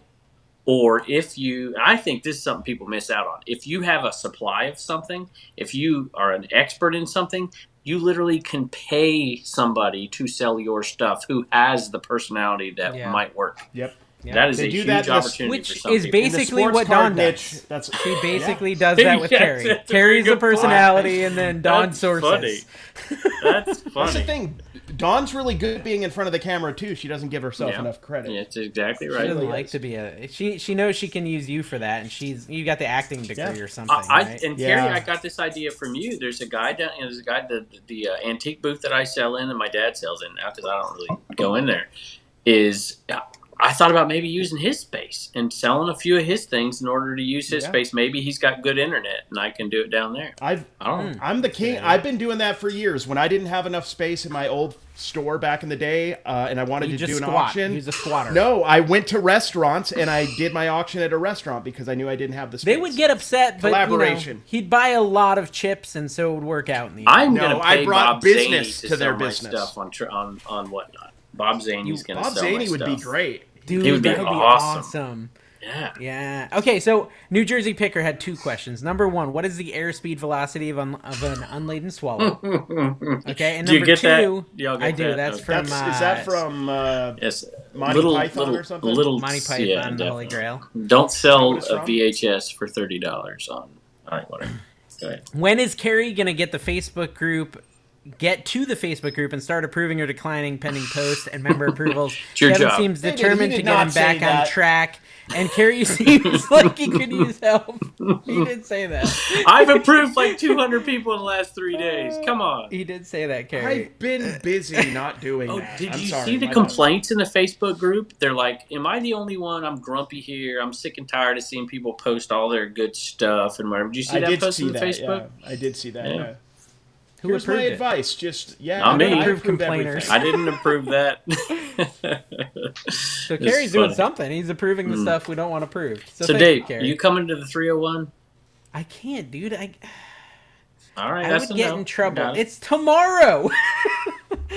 Speaker 3: or if you i think this is something people miss out on if you have a supply of something if you are an expert in something you literally can pay somebody to sell your stuff who has the personality that
Speaker 1: Yeah.
Speaker 3: might work
Speaker 2: Yep.
Speaker 1: Yeah.
Speaker 3: that is
Speaker 2: They
Speaker 3: a
Speaker 2: do
Speaker 3: huge
Speaker 2: that in the-
Speaker 3: opportunity for
Speaker 1: Which
Speaker 3: some
Speaker 1: is
Speaker 3: people.
Speaker 2: In the
Speaker 1: basically
Speaker 2: sports
Speaker 1: what
Speaker 2: card
Speaker 1: Don
Speaker 2: niche,
Speaker 1: does.
Speaker 2: That's
Speaker 1: He basically
Speaker 2: Yeah.
Speaker 1: does that with
Speaker 3: Yes,
Speaker 1: Carrie.
Speaker 3: that's a
Speaker 1: Carrie's
Speaker 3: pretty
Speaker 1: the
Speaker 3: good point.
Speaker 1: personality, and then Don
Speaker 3: That's
Speaker 1: sources.
Speaker 3: that's
Speaker 2: That's the
Speaker 3: funny
Speaker 2: thing. Dawn's really good being in front of the camera too. She doesn't give herself
Speaker 3: Yeah.
Speaker 2: enough credit.
Speaker 3: yeah, that's exactly
Speaker 1: She
Speaker 3: right
Speaker 1: doesn't
Speaker 2: Really
Speaker 1: like
Speaker 2: is.
Speaker 1: to be a. She she knows she can use you for that, and she's you got the acting degree
Speaker 2: Yeah.
Speaker 1: or something.
Speaker 3: I, I
Speaker 1: right?
Speaker 3: and
Speaker 2: Yeah.
Speaker 3: Terry, I got this idea from you. There's a guy down. There's a guy the the uh, antique booth that I sell in, and my dad sells in now because I don't really go in there. Is uh, I thought about maybe using his space and selling a few of his things in order to use his
Speaker 2: Yeah.
Speaker 3: space. Maybe he's got good internet and I can do it down there.
Speaker 2: I've
Speaker 3: I don't know.
Speaker 2: I'm the king.
Speaker 1: Yeah.
Speaker 2: I've been doing that for years. When I didn't have enough space in my old store back in the day, uh, and I wanted
Speaker 1: You
Speaker 2: to
Speaker 1: just
Speaker 2: do an
Speaker 1: squat.
Speaker 2: auction,
Speaker 1: He's a squatter.
Speaker 2: no, I went to restaurants and I did my auction at a restaurant because I knew I didn't have the space.
Speaker 1: They would get upset, but You know,
Speaker 2: Collaboration.
Speaker 1: he'd buy a lot of chips, and so it would work out in the end.
Speaker 3: I'm
Speaker 2: No,
Speaker 3: gonna
Speaker 2: I
Speaker 3: pay
Speaker 2: brought
Speaker 3: Bob
Speaker 2: business
Speaker 3: Zaney to,
Speaker 2: to their
Speaker 3: sell my
Speaker 2: business.
Speaker 3: stuff on tr- on on whatnot. Bob Zaney's gonna
Speaker 2: Bob
Speaker 3: sell my
Speaker 2: Zaney would be
Speaker 3: stuff.
Speaker 2: great.
Speaker 1: Dude,
Speaker 3: It would be
Speaker 1: that would be
Speaker 3: awesome.
Speaker 1: awesome.
Speaker 3: Yeah.
Speaker 1: Yeah. Okay, so New Jersey Picker had two questions. Number one, what is the airspeed velocity of, un- of an unladen swallow? Okay, and
Speaker 3: Hmm. Do you
Speaker 1: number
Speaker 3: get that?
Speaker 1: two,
Speaker 3: Y'all get
Speaker 1: I do.
Speaker 3: that?
Speaker 1: That's
Speaker 3: Okay.
Speaker 1: from
Speaker 2: That's
Speaker 1: uh,
Speaker 2: is that from uh,
Speaker 3: Yes.
Speaker 2: Monty Python
Speaker 3: little,
Speaker 2: or something?
Speaker 3: Little
Speaker 1: Monty Python,
Speaker 3: yeah,
Speaker 1: and the Holy
Speaker 3: definitely.
Speaker 1: Grail.
Speaker 3: Don't sell
Speaker 2: Is that
Speaker 3: a
Speaker 2: what
Speaker 3: VHS for thirty dollars on. All right, whatever. Go ahead.
Speaker 1: When is Carrie gonna get the Facebook group? Get to the Facebook group and start approving or declining pending posts and member approvals.
Speaker 3: It's your
Speaker 1: Kevin
Speaker 3: job.
Speaker 1: seems
Speaker 2: They did- he
Speaker 1: determined
Speaker 2: did
Speaker 1: to get
Speaker 2: not
Speaker 1: him
Speaker 2: say
Speaker 1: back on
Speaker 2: that.
Speaker 1: track, and Carrie seems like he could use help. He did say that.
Speaker 3: I've approved like two hundred people in the last three days.
Speaker 2: Uh,
Speaker 3: Come on.
Speaker 1: He did say that, Carrie.
Speaker 2: I've been busy not doing
Speaker 3: Oh,
Speaker 2: that.
Speaker 3: did
Speaker 2: I'm
Speaker 3: you
Speaker 2: sorry,
Speaker 3: see the
Speaker 2: my bad.
Speaker 3: complaints in the Facebook group? They're like, "Am I the only one? I'm grumpy here. I'm sick and tired of seeing people post all their good stuff and whatever." Did you see
Speaker 2: I
Speaker 3: that
Speaker 2: did
Speaker 3: post
Speaker 2: see
Speaker 3: in the
Speaker 2: that.
Speaker 3: Facebook?
Speaker 2: yeah. I did see that.
Speaker 3: Yeah.
Speaker 2: yeah.
Speaker 1: Who
Speaker 2: Here's my
Speaker 1: approved it?
Speaker 2: advice. Just yeah,
Speaker 3: Not me.
Speaker 2: I
Speaker 3: Approve
Speaker 2: approve everything.
Speaker 1: complainers.
Speaker 3: I didn't approve that.
Speaker 1: So
Speaker 3: so
Speaker 1: Carrie's doing something. He's approving the
Speaker 3: Mm.
Speaker 1: stuff we don't want approved. So,
Speaker 3: So
Speaker 1: thank you,
Speaker 3: Dave,
Speaker 1: Carrie.
Speaker 3: you coming to the three hundred one?
Speaker 1: I can't, dude. I,
Speaker 3: All right,
Speaker 1: I
Speaker 3: that's
Speaker 1: would
Speaker 3: a
Speaker 1: get
Speaker 3: no.
Speaker 1: in trouble.
Speaker 3: Got it.
Speaker 1: It's tomorrow.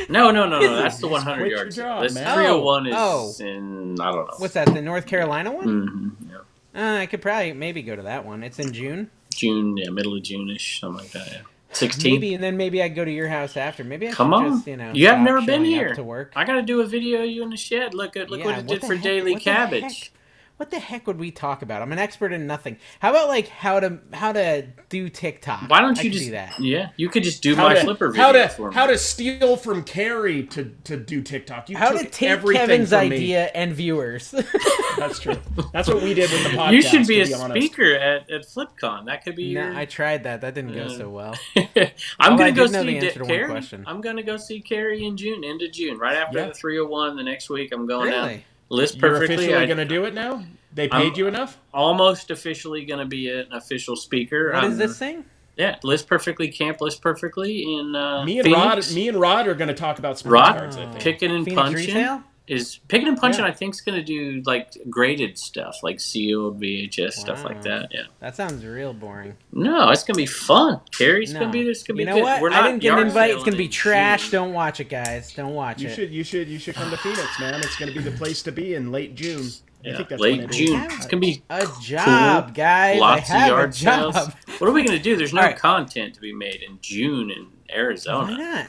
Speaker 3: No, no, no, no. That's the
Speaker 2: Just
Speaker 3: 100 yard.
Speaker 2: quit your
Speaker 3: test.
Speaker 2: job,
Speaker 3: This
Speaker 2: man.
Speaker 3: 301 is
Speaker 1: Oh.
Speaker 3: in, I don't know.
Speaker 1: What's that? The North Carolina one?
Speaker 3: Mhm, yeah.
Speaker 1: Uh, I could probably maybe go to that one. It's in June,
Speaker 3: June, yeah, middle of June ish, something like that. Yeah. 16.
Speaker 1: maybe, and then maybe I go to your house after. Maybe I
Speaker 3: Come
Speaker 1: should
Speaker 3: on.
Speaker 1: just, you know,
Speaker 3: You have
Speaker 1: stop
Speaker 3: never been
Speaker 1: showing up
Speaker 3: here.
Speaker 1: to work.
Speaker 3: I got to do a video of you in the shed. Look at look
Speaker 1: Yeah,
Speaker 3: what it did
Speaker 1: the
Speaker 3: for
Speaker 1: heck-
Speaker 3: Daily
Speaker 1: what the
Speaker 3: Cabbage.
Speaker 1: heck- what the heck would we talk about? I'm an expert in nothing. How about like how to how to do TikTok?
Speaker 3: Why don't
Speaker 1: I
Speaker 3: you
Speaker 1: could
Speaker 3: just
Speaker 1: do that?
Speaker 3: Yeah, you could just do
Speaker 2: How
Speaker 3: my
Speaker 2: to,
Speaker 3: flipper video
Speaker 2: how to
Speaker 3: for me.
Speaker 2: how to steal from Carrie to to do TikTok? You
Speaker 1: How
Speaker 2: took
Speaker 1: to take
Speaker 2: everything
Speaker 1: Kevin's
Speaker 2: from me.
Speaker 1: idea and viewers?
Speaker 2: That's true. That's what we did with the podcast.
Speaker 3: you should be
Speaker 2: to
Speaker 3: a
Speaker 2: honest.
Speaker 3: speaker at, at FlipCon. That could be
Speaker 1: no,
Speaker 3: your
Speaker 1: I tried that. That didn't go
Speaker 3: Yeah.
Speaker 1: so well.
Speaker 3: I'm
Speaker 1: Although I
Speaker 3: gonna go
Speaker 1: did know the
Speaker 3: see
Speaker 1: answer
Speaker 3: Dick
Speaker 1: to one
Speaker 3: Carey.
Speaker 1: question.
Speaker 3: I'm gonna go see Carrie in June, end of June, right after
Speaker 2: Yeah.
Speaker 3: the 301. The next week, I'm going out.
Speaker 1: Really?
Speaker 3: List
Speaker 2: You're
Speaker 3: perfectly.
Speaker 2: officially
Speaker 3: I,
Speaker 2: going to do it now. They
Speaker 3: I'm-
Speaker 2: paid you enough.
Speaker 3: almost officially gonna be an official speaker.
Speaker 1: What
Speaker 3: I'm-
Speaker 1: is this thing?
Speaker 3: Yeah, list perfectly camp, list perfectly in uh,
Speaker 2: Me and
Speaker 3: Phoenix
Speaker 2: Rod, me and Rod are going to talk about sports
Speaker 3: Rod?
Speaker 2: cards.
Speaker 1: Oh,
Speaker 2: I think.
Speaker 3: Picking and
Speaker 1: Phoenix
Speaker 3: punching?
Speaker 1: Retail?
Speaker 3: is picking and punching.
Speaker 2: Yeah.
Speaker 3: I think's gonna do like graded stuff, like sealed VHS stuff
Speaker 1: Wow.
Speaker 3: like that. Yeah,
Speaker 1: That sounds real boring.
Speaker 3: no, it's gonna be fun. Carrie's
Speaker 1: no.
Speaker 3: gonna be this. Gonna
Speaker 1: you
Speaker 3: be
Speaker 1: know
Speaker 3: good.
Speaker 1: what?
Speaker 3: We're not
Speaker 1: I didn't get an
Speaker 3: yard
Speaker 1: invite. It's
Speaker 3: selling
Speaker 1: gonna be
Speaker 3: in
Speaker 1: trash.
Speaker 3: June.
Speaker 1: Don't watch it, guys. Don't watch
Speaker 2: You
Speaker 1: it.
Speaker 2: should you should you should come to Phoenix, man. It's going to be the place to be in late June. I
Speaker 3: Yeah,
Speaker 2: think that's
Speaker 3: late
Speaker 2: when it is.
Speaker 3: June.
Speaker 1: is.
Speaker 3: It's gonna be
Speaker 1: A job, guys.
Speaker 3: lots
Speaker 1: I
Speaker 3: of
Speaker 1: have
Speaker 3: yard
Speaker 1: a job.
Speaker 3: sales. What are we gonna do? There's no
Speaker 1: All right.
Speaker 3: content to be made in June in
Speaker 1: Why
Speaker 3: Arizona.
Speaker 1: not?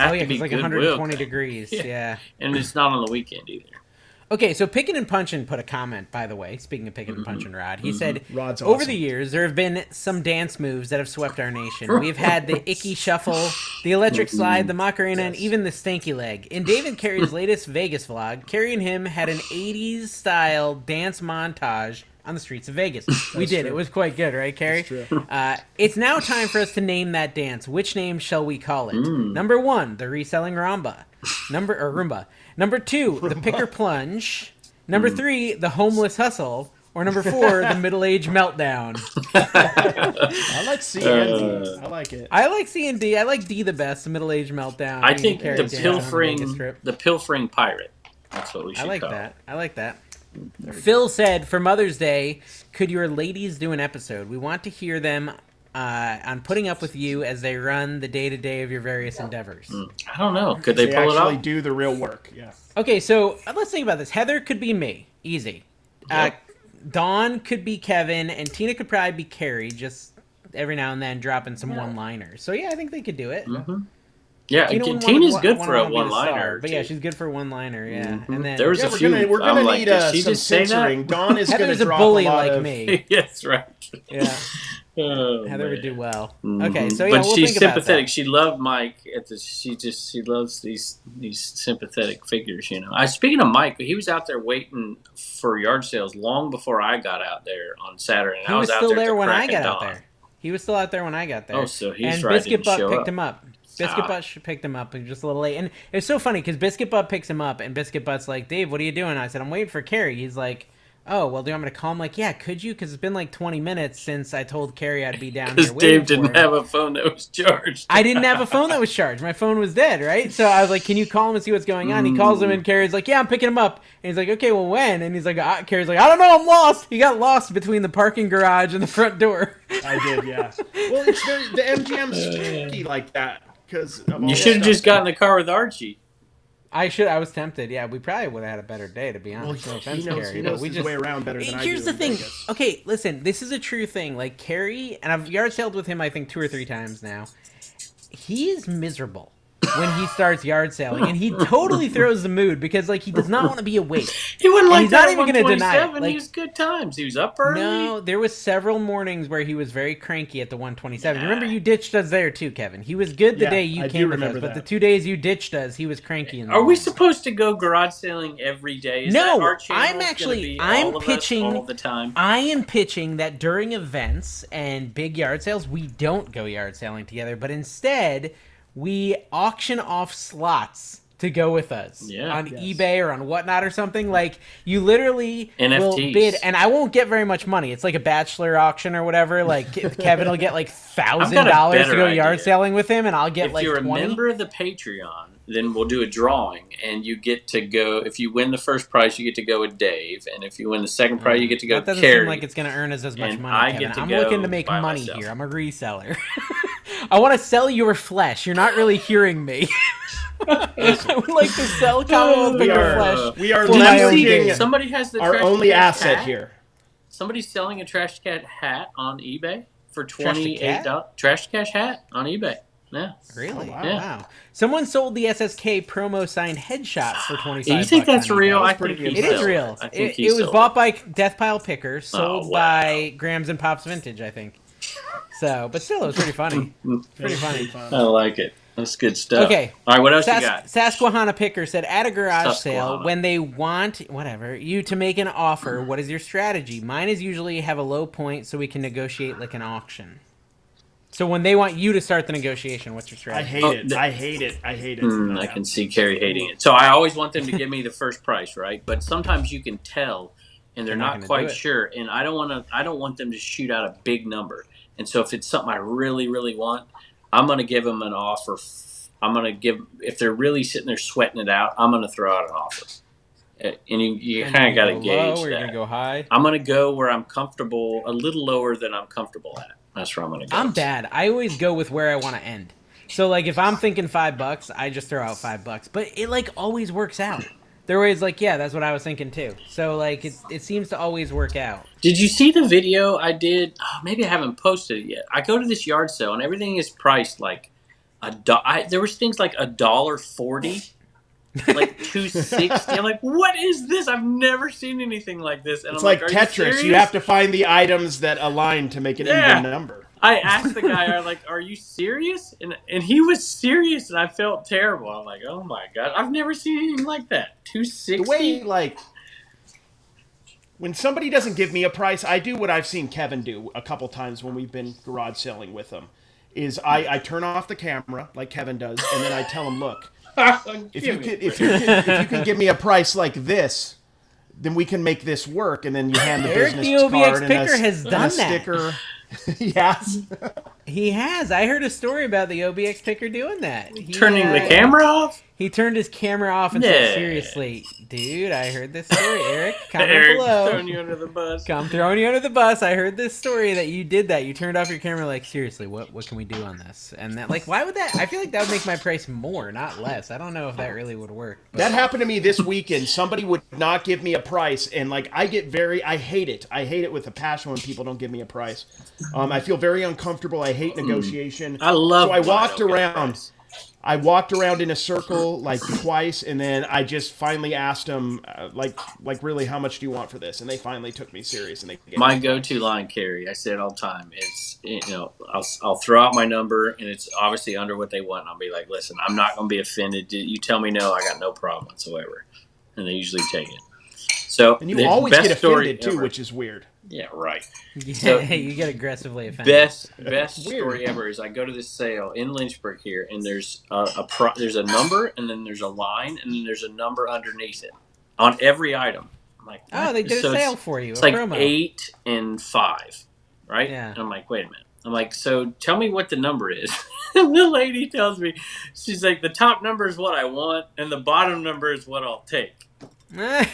Speaker 3: Have
Speaker 1: oh
Speaker 3: to
Speaker 1: yeah, 'cause
Speaker 3: be
Speaker 1: it's like
Speaker 3: goodwill,
Speaker 1: 120 degrees.
Speaker 3: Yeah.
Speaker 1: Yeah.
Speaker 3: and it's not on the weekend either.
Speaker 1: Okay, so Pickin' and Punchin put a comment, by the way. Speaking of Pickin' and Punchin, Rod, he said,
Speaker 2: Rod's
Speaker 1: Over
Speaker 2: Mm-hmm. awesome.
Speaker 1: the years, there have been some dance moves that have swept our nation. We've had the icky shuffle, the electric
Speaker 2: Mm-hmm.
Speaker 1: slide, the macarena, and even the stanky leg. In David Carey's latest Vegas vlog, Carey and him had an 80s style dance montage on the streets of Vegas. we did.
Speaker 2: true.
Speaker 1: It was quite good, right, Carey?
Speaker 2: That's true.
Speaker 1: Uh, it's now time for us to name that dance. Which name shall we call it?
Speaker 3: Hmm.
Speaker 1: Number one, the reselling rumba. Number or Roomba. Number two, the picker plunge.
Speaker 3: Hmm.
Speaker 1: Number three, the homeless hustle. Or number four, the middle age meltdown.
Speaker 2: I like C
Speaker 3: Uh,
Speaker 2: I like it.
Speaker 1: I like C and D. I like D the best. The middle age meltdown.
Speaker 3: I
Speaker 1: You can
Speaker 3: think
Speaker 1: carry
Speaker 3: the
Speaker 1: it down on a
Speaker 3: pilfering,
Speaker 1: Vegas trip.
Speaker 3: the pilfering pirate. That's what we should
Speaker 1: I like
Speaker 3: call
Speaker 1: that. I like that. Phil said for Mother's Day, could your ladies do an episode? We want to hear them uh, on putting up with you as they run the day to day of your various endeavors.
Speaker 3: it. I don't know. Could they,
Speaker 2: They,
Speaker 3: pull it
Speaker 2: actually
Speaker 3: off?
Speaker 2: do the real work. Yeah.
Speaker 1: Okay, so uh, let's think about this. Heather could be me, easy. Uh, Dawn could be Kevin, and Tina could probably be Carrie, just every now and then dropping some one-liners. So yeah, I think they could do it.
Speaker 3: hmm Yeah,
Speaker 1: Tina wouldn't wanna-
Speaker 3: Tina's good
Speaker 1: wouldn't
Speaker 3: for a
Speaker 1: wanna be the star,
Speaker 3: one-liner.
Speaker 1: but yeah, she's good for a one-liner. Yeah,
Speaker 3: Mhm.
Speaker 1: and then
Speaker 3: There was
Speaker 2: Yeah,
Speaker 3: a
Speaker 2: we're
Speaker 3: few
Speaker 2: gonna we're
Speaker 3: I'm
Speaker 2: gonna
Speaker 3: like,
Speaker 2: need
Speaker 3: did
Speaker 2: uh,
Speaker 3: she
Speaker 2: some
Speaker 3: just say that?
Speaker 2: censoring. Dawn is gonna
Speaker 1: Heather's a
Speaker 2: drop
Speaker 1: bully
Speaker 2: a lot
Speaker 1: like
Speaker 2: of,
Speaker 1: me.
Speaker 3: yes, right.
Speaker 1: Yeah,
Speaker 3: Oh,
Speaker 1: Heather would do
Speaker 3: man.
Speaker 1: well.
Speaker 3: Mhm.
Speaker 1: Okay, so yeah,
Speaker 3: but
Speaker 1: we'll
Speaker 3: she's
Speaker 1: think about that.
Speaker 3: sympathetic. She loved Mike. At the, she just she loves these these sympathetic figures. You know. I speaking of Mike, he was out there waiting for yard sales long before I got out there on Saturday. And
Speaker 1: He
Speaker 3: I
Speaker 1: was
Speaker 3: was, out
Speaker 1: still
Speaker 3: there, at
Speaker 1: there
Speaker 3: the
Speaker 1: when I
Speaker 3: crack
Speaker 1: got
Speaker 3: of
Speaker 1: out
Speaker 3: dawn.
Speaker 1: there. He was still out there when I got there.
Speaker 3: Oh, so he's
Speaker 1: and
Speaker 3: right, he
Speaker 1: Biscuit
Speaker 3: didn't
Speaker 1: Butt
Speaker 3: show
Speaker 1: picked
Speaker 3: up.
Speaker 1: him up. Biscuit
Speaker 3: Ah.
Speaker 1: Butt sh- picked him up. He was just a little late, and it's so funny because Biscuit Butt picks him up, and Biscuit Butt's like, "Dave, what are you doing?" I said, "I'm waiting for Carrie." He's like, "Oh, well, do you want me to call him?" Like, "Yeah, could you?" Because it's been like 20 minutes since I told Carrie I'd be down
Speaker 3: Because
Speaker 1: here. waiting
Speaker 3: Dave
Speaker 1: for
Speaker 3: didn't
Speaker 1: her.
Speaker 3: have a phone that was charged.
Speaker 1: I didn't have a phone that was charged. My phone was dead, right? So I was like, "Can you call him and see what's going on?" He calls
Speaker 3: Mm.
Speaker 1: him, and Carrie's like, "Yeah, I'm picking him up." And he's like, "Okay, well, when?" And he's like, uh, "Carrie's like, I don't know, I'm lost." He got lost between the parking garage and the front door.
Speaker 2: I did, yeah. Well, it's the, the MGM's tricky like that because
Speaker 3: You should have just gotten in the car with Archie.
Speaker 1: I should. I was tempted. Yeah, we probably would have had a better day, to be honest. no offense,
Speaker 2: he knows,
Speaker 1: Carrie,
Speaker 2: he
Speaker 1: but
Speaker 2: knows
Speaker 1: we
Speaker 2: his
Speaker 1: just-
Speaker 2: way around better than I do.
Speaker 1: Here's the
Speaker 2: in
Speaker 1: thing.
Speaker 2: Vegas.
Speaker 1: Okay, listen, this is a true thing. Like Carrie, and I've yard sailed with him, I think, two or three times now. He is miserable when he starts yard sailing, and he totally throws the mood because, like, he does not want to be awake.
Speaker 3: He wasn't
Speaker 1: like
Speaker 3: like
Speaker 1: he's that
Speaker 3: that
Speaker 1: not at even gonna deny it, 127. He
Speaker 3: he
Speaker 1: like- was
Speaker 3: was good times. He was up early.
Speaker 1: No, there was several mornings where he was very cranky at the 127. Remember, you ditched us there too, Kevin. He was good the
Speaker 2: Yeah,
Speaker 1: day you
Speaker 2: I do
Speaker 1: came with us,
Speaker 2: remember
Speaker 1: but the
Speaker 2: that.
Speaker 1: two days you ditched us, he was cranky. In the
Speaker 3: Are we
Speaker 1: morning.
Speaker 3: supposed to go garage sailing every day? Is
Speaker 1: No,
Speaker 3: that our channel
Speaker 1: I'm
Speaker 3: is gonna
Speaker 1: actually-
Speaker 3: be
Speaker 1: I'm
Speaker 3: all of us
Speaker 1: pitching-
Speaker 3: all the time.
Speaker 1: I am pitching that during events and big yard sales, we don't go yard selling together, but instead we auction off slots to go with us
Speaker 3: Yeah.
Speaker 1: on
Speaker 2: Yes.
Speaker 1: eBay or on whatnot or something. Like you literally will
Speaker 3: NFTs.
Speaker 1: bid, and I won't get very much money. It's like a bachelor auction or whatever. Like Kevin will get like thousand dollars to
Speaker 3: better
Speaker 1: go yard
Speaker 3: idea.
Speaker 1: selling with him, and I'll get
Speaker 3: if
Speaker 1: like
Speaker 3: you're a
Speaker 1: twenty.
Speaker 3: member of the Patreon, then we'll do a drawing, and you get to go. If you win the first prize, you get to go with Dave, and if you win the second prize, you get to go
Speaker 1: that doesn't
Speaker 3: Carrie.
Speaker 1: seem like it's going to earn us as much
Speaker 3: and
Speaker 1: money,
Speaker 3: I
Speaker 1: Kevin.
Speaker 3: get to
Speaker 1: I'm
Speaker 3: go
Speaker 1: looking to make
Speaker 3: by
Speaker 1: money
Speaker 3: myself.
Speaker 1: here. I'm a reseller. I want to sell your flesh. You're not really hearing me. I would like to sell Commonwealth
Speaker 3: Oh,
Speaker 1: Picker
Speaker 2: yeah.
Speaker 1: flesh.
Speaker 2: We are
Speaker 1: For my own
Speaker 2: leveraging
Speaker 1: gain.
Speaker 3: Somebody has the
Speaker 2: our
Speaker 3: trash
Speaker 2: only
Speaker 3: cat
Speaker 2: asset
Speaker 3: hat.
Speaker 2: here.
Speaker 3: Somebody's selling a trash cat hat on eBay for
Speaker 1: Trash the
Speaker 3: twenty eight
Speaker 1: cat?
Speaker 3: dollars. Trash cash hat on eBay. Yeah.
Speaker 1: Really?
Speaker 2: Oh,
Speaker 1: wow.
Speaker 2: wow.
Speaker 3: Yeah.
Speaker 1: Someone sold the SSK promo signed headshots for 25
Speaker 3: you think
Speaker 1: bucks
Speaker 3: that's
Speaker 1: on eBay.
Speaker 3: real?
Speaker 2: That's
Speaker 3: I
Speaker 2: pretty
Speaker 3: think he
Speaker 2: good.
Speaker 1: It is
Speaker 3: sold
Speaker 1: real.
Speaker 3: I think
Speaker 1: It,
Speaker 3: he
Speaker 1: it was
Speaker 3: sold Oh,
Speaker 1: bought by Death Pile Picker, sold
Speaker 3: wow.
Speaker 1: by Grams and Pops Vintage, I think. So, but still, it was pretty funny. Pretty funny.
Speaker 3: I like it. That's good stuff.
Speaker 1: Okay.
Speaker 3: All right. What else you
Speaker 1: Sas-
Speaker 3: got?
Speaker 1: Susquehanna Picker said at a garage sale
Speaker 3: Susquehanna. Mm-hmm.
Speaker 1: when they want whatever you to make an offer. What is your strategy? Mine is usually have a low point so we can negotiate like an auction. So when they want you to start the negotiation, what's your
Speaker 2: I
Speaker 1: strategy?
Speaker 2: hate
Speaker 3: Oh,
Speaker 2: it.
Speaker 3: the-
Speaker 2: I hate it. I hate it.
Speaker 3: Mm, I can see Carrie hating it. So I always want them to give me the first price, right? But sometimes you can tell, and they're
Speaker 1: They're not
Speaker 3: not,
Speaker 1: gonna do
Speaker 3: quite
Speaker 1: it.
Speaker 3: sure. And I don't want to. I don't want them to shoot out a big number. And so if it's something I really, really want, I'm going to give them an offer. f- I'm going to give if they're really sitting there sweating it out. I'm going to throw out an offer, Uh, and you, you
Speaker 1: And
Speaker 3: kind of
Speaker 1: you
Speaker 3: got to
Speaker 1: go
Speaker 3: gauge
Speaker 1: low,
Speaker 3: that.
Speaker 1: or You're gonna go high.
Speaker 3: I'm going to go where I'm comfortable, a little lower than I'm comfortable at. That's where I'm going to go.
Speaker 1: I'm bad. I always go with where I want to end. So like if I'm thinking five bucks, I just throw out five bucks. But it like always works out. They're always like, yeah, that's what I was thinking too. So like it, it seems to always work out.
Speaker 3: Did you see the video I did? Oh, maybe I haven't posted it yet. I go to this yard sale and everything is priced like a do- I, There was things like a dollar forty, like two sixty. I'm like, what is this? I've never seen anything like this. And
Speaker 2: It's
Speaker 3: I'm
Speaker 2: like
Speaker 3: are
Speaker 2: Tetris. You
Speaker 3: serious?
Speaker 2: have to find the items that align to make an
Speaker 3: Yeah.
Speaker 2: even number.
Speaker 3: I asked the guy, "Are like, are you serious?" And and he was serious, and I felt terrible. I'm like, oh my god, I've never seen anything like that. Two
Speaker 2: The way
Speaker 3: sixty.
Speaker 2: like when somebody doesn't give me a price, I do what I've seen Kevin do a couple times when we've been garage selling with him. Is I, I turn off the camera like Kevin does, and then I tell him, "Look, if you can, if you can, if you can give me a price like this, then we can make this work." And then you hand the
Speaker 1: Eric,
Speaker 2: business
Speaker 1: the OBX
Speaker 2: card and a,
Speaker 1: picker has
Speaker 2: and a
Speaker 1: done that.
Speaker 2: sticker. yes,
Speaker 1: He has. I heard a story about the OBX picker doing that. He,
Speaker 3: turning the
Speaker 1: uh,
Speaker 3: camera off.
Speaker 1: He turned his camera off and
Speaker 3: Nah.
Speaker 1: said, "Seriously, dude, I heard this story. Eric, comment
Speaker 3: Eric's
Speaker 1: below.
Speaker 3: throwing you under the bus.
Speaker 1: I'm throwing you under the bus. I heard this story that you did that. You turned off your camera. Like, seriously, what what can we do on this? And that, like, why would that? I feel like that would make my price more, not less. I don't know if that really would work. but-
Speaker 2: That happened to me this weekend. Somebody would not give me a price, and like I get very, I hate it. I hate it with a passion when people don't give me a price. Um, I feel very uncomfortable. I hate negotiation.
Speaker 3: I love.
Speaker 2: So I
Speaker 3: when
Speaker 2: walked
Speaker 3: don't get a
Speaker 2: around.
Speaker 3: price.
Speaker 2: I walked around in a circle like twice, and then I just finally asked them, uh, like, like really, how much do you want for this? And they finally took me serious, and they gave
Speaker 3: My
Speaker 2: me-
Speaker 3: go-to line, Carrie, I say it all the time. It's you know, I'll, I'll throw out my number, and it's obviously under what they want. And I'll be like, "Listen, I'm not going to be offended. You tell me no, I got no problem whatsoever." And they usually take it. So
Speaker 2: and you
Speaker 3: the
Speaker 2: always
Speaker 3: best
Speaker 2: get
Speaker 3: story
Speaker 2: offended too,
Speaker 3: ever-
Speaker 2: which is weird.
Speaker 3: Yeah, right.
Speaker 1: Yeah,
Speaker 3: So-
Speaker 1: you get aggressively offended.
Speaker 3: Best best
Speaker 2: Weird.
Speaker 3: story ever is I go to this sale in Lynchburg here, and there's a, a pro, there's a number, and then there's a line, and then there's a number underneath it on every item. I'm like,
Speaker 1: Oh,
Speaker 2: Ah,
Speaker 3: what?
Speaker 1: they did
Speaker 3: So
Speaker 1: a
Speaker 3: it's-
Speaker 1: sale for you.
Speaker 3: It's
Speaker 1: a
Speaker 3: like
Speaker 1: promo.
Speaker 3: eight and five, right?
Speaker 1: Yeah.
Speaker 3: And I'm like, wait a minute. I'm like, so tell me what the number is. and the lady tells me, she's like, the top number is what I want, and the bottom number is what I'll take. I'm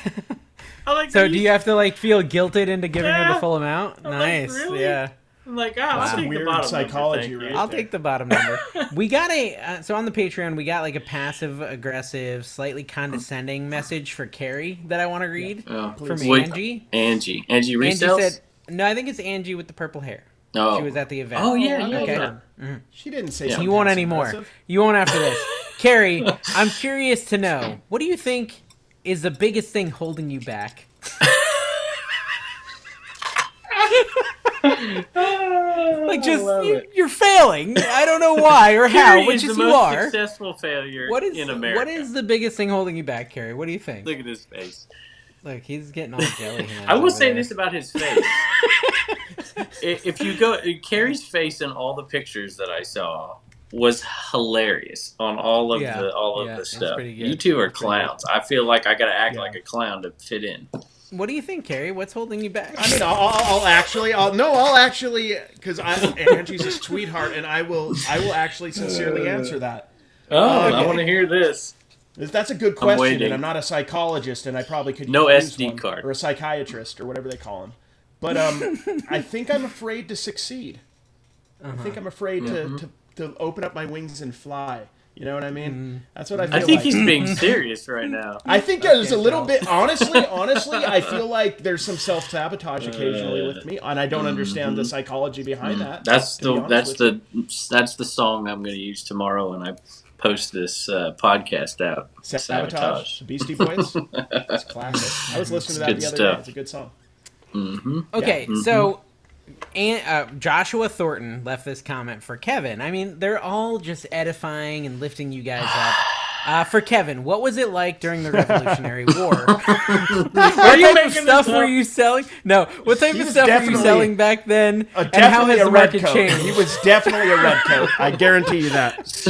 Speaker 3: like,
Speaker 1: so
Speaker 3: "Are
Speaker 1: do you have to like feel guilted into giving her
Speaker 3: Yeah.
Speaker 1: the full amount?
Speaker 3: I'm like,
Speaker 1: Nice.
Speaker 3: really?
Speaker 1: Yeah.
Speaker 3: I'm like, oh,
Speaker 1: That's
Speaker 3: I'll take the
Speaker 2: weird
Speaker 3: bottom
Speaker 2: psychology
Speaker 3: number, thank
Speaker 2: right
Speaker 3: you."
Speaker 1: I'll take the bottom number. we got a uh, so on the Patreon we got like a passive aggressive, slightly condescending message for Carrie that I want to read
Speaker 3: Oh,
Speaker 1: from
Speaker 3: Wait,
Speaker 1: Angie.
Speaker 3: Angie. Angie
Speaker 1: Angie
Speaker 3: resells.
Speaker 1: said, "No, I think it's Angie with the purple hair.
Speaker 3: oh.
Speaker 1: She was at the event.
Speaker 3: oh yeah, yeah.
Speaker 1: Okay.
Speaker 3: yeah.
Speaker 1: Mhm.
Speaker 2: She didn't say
Speaker 3: Yeah.
Speaker 2: something
Speaker 1: You want
Speaker 2: passive
Speaker 1: any more?
Speaker 2: aggressive.
Speaker 1: You won't after this, Carrie. I'm curious to know what do you think is the biggest thing holding you back? Like
Speaker 3: I
Speaker 1: just
Speaker 3: love
Speaker 1: you,
Speaker 3: it.
Speaker 1: you're failing. I don't know why or
Speaker 3: Carrie
Speaker 1: how,
Speaker 3: is
Speaker 1: which
Speaker 3: the
Speaker 1: is
Speaker 3: most
Speaker 1: you are.
Speaker 3: successful failure
Speaker 1: What is
Speaker 3: in America.
Speaker 1: what is the biggest thing holding you back, Carrie? What do you think? Look,
Speaker 3: Look at his face.
Speaker 1: he's getting all jelly hands.
Speaker 3: I will
Speaker 1: over
Speaker 3: say
Speaker 1: there.
Speaker 3: this about his face. I- if you go, Carrie's face in all the pictures that I saw was hilarious on all of
Speaker 1: Yeah,
Speaker 3: the all of
Speaker 1: yeah,
Speaker 3: the
Speaker 1: it's
Speaker 3: stuff.
Speaker 1: pretty good.
Speaker 3: You two are
Speaker 1: It's pretty good.
Speaker 3: clowns. I feel like I got to act
Speaker 2: Yeah.
Speaker 3: like a clown to fit in.
Speaker 1: What do you think, Carrie? What's holding you back?
Speaker 2: I mean, I'll, I'll I'll actually, I'll no, I'll actually, because I Angie's a sweetheart, and I will, I will actually sincerely answer that.
Speaker 3: Oh, I
Speaker 2: okay.
Speaker 3: want to hear this.
Speaker 2: That's a good question,
Speaker 3: waiting.
Speaker 2: and I'm not a psychologist, and I probably could
Speaker 3: No
Speaker 2: use
Speaker 3: SD
Speaker 2: one,
Speaker 3: card.
Speaker 2: or a psychiatrist or whatever they call him. But um, I think I'm afraid to succeed. I
Speaker 1: Uh-huh.
Speaker 2: think I'm afraid
Speaker 3: Mm-hmm.
Speaker 2: to, to to open up my wings and fly. You know what I mean?
Speaker 1: Mm-hmm.
Speaker 2: That's what I feel
Speaker 3: I think
Speaker 2: like.
Speaker 3: he's being serious right now.
Speaker 2: I think there's a little
Speaker 1: no.
Speaker 2: bit. Honestly, honestly, I feel like there's some self sabotage occasionally
Speaker 3: Uh,
Speaker 2: with me, and I don't understand
Speaker 3: mm-hmm.
Speaker 2: the psychology behind that.
Speaker 3: That's
Speaker 2: to be
Speaker 3: the
Speaker 2: honest
Speaker 3: that's
Speaker 2: with
Speaker 3: the that's the song I'm going to use tomorrow when I post this uh, podcast out.
Speaker 2: Sabotage, Beastie Boys. It's classic. I was listening to that
Speaker 3: It's good
Speaker 2: the other
Speaker 3: stuff.
Speaker 2: day. It's a good song.
Speaker 3: hmm
Speaker 1: Okay,
Speaker 2: Yeah. Mm-hmm.
Speaker 1: so and, uh, Joshua Thornton left this comment for Kevin. I mean, they're all just edifying and lifting you guys up. Uh, for Kevin, what was it like during the Revolutionary War? what
Speaker 3: you
Speaker 1: type of
Speaker 3: making
Speaker 1: stuff
Speaker 3: this
Speaker 1: were
Speaker 3: up?
Speaker 1: you selling? No, what type
Speaker 2: He
Speaker 1: of
Speaker 2: was
Speaker 1: stuff were you
Speaker 2: definitely-
Speaker 1: selling back then?
Speaker 2: Uh,
Speaker 1: and how
Speaker 2: definitely
Speaker 1: has
Speaker 2: a
Speaker 1: the
Speaker 2: red
Speaker 1: market
Speaker 2: coat. He
Speaker 1: changed?
Speaker 2: was definitely a red coat. I guarantee you that.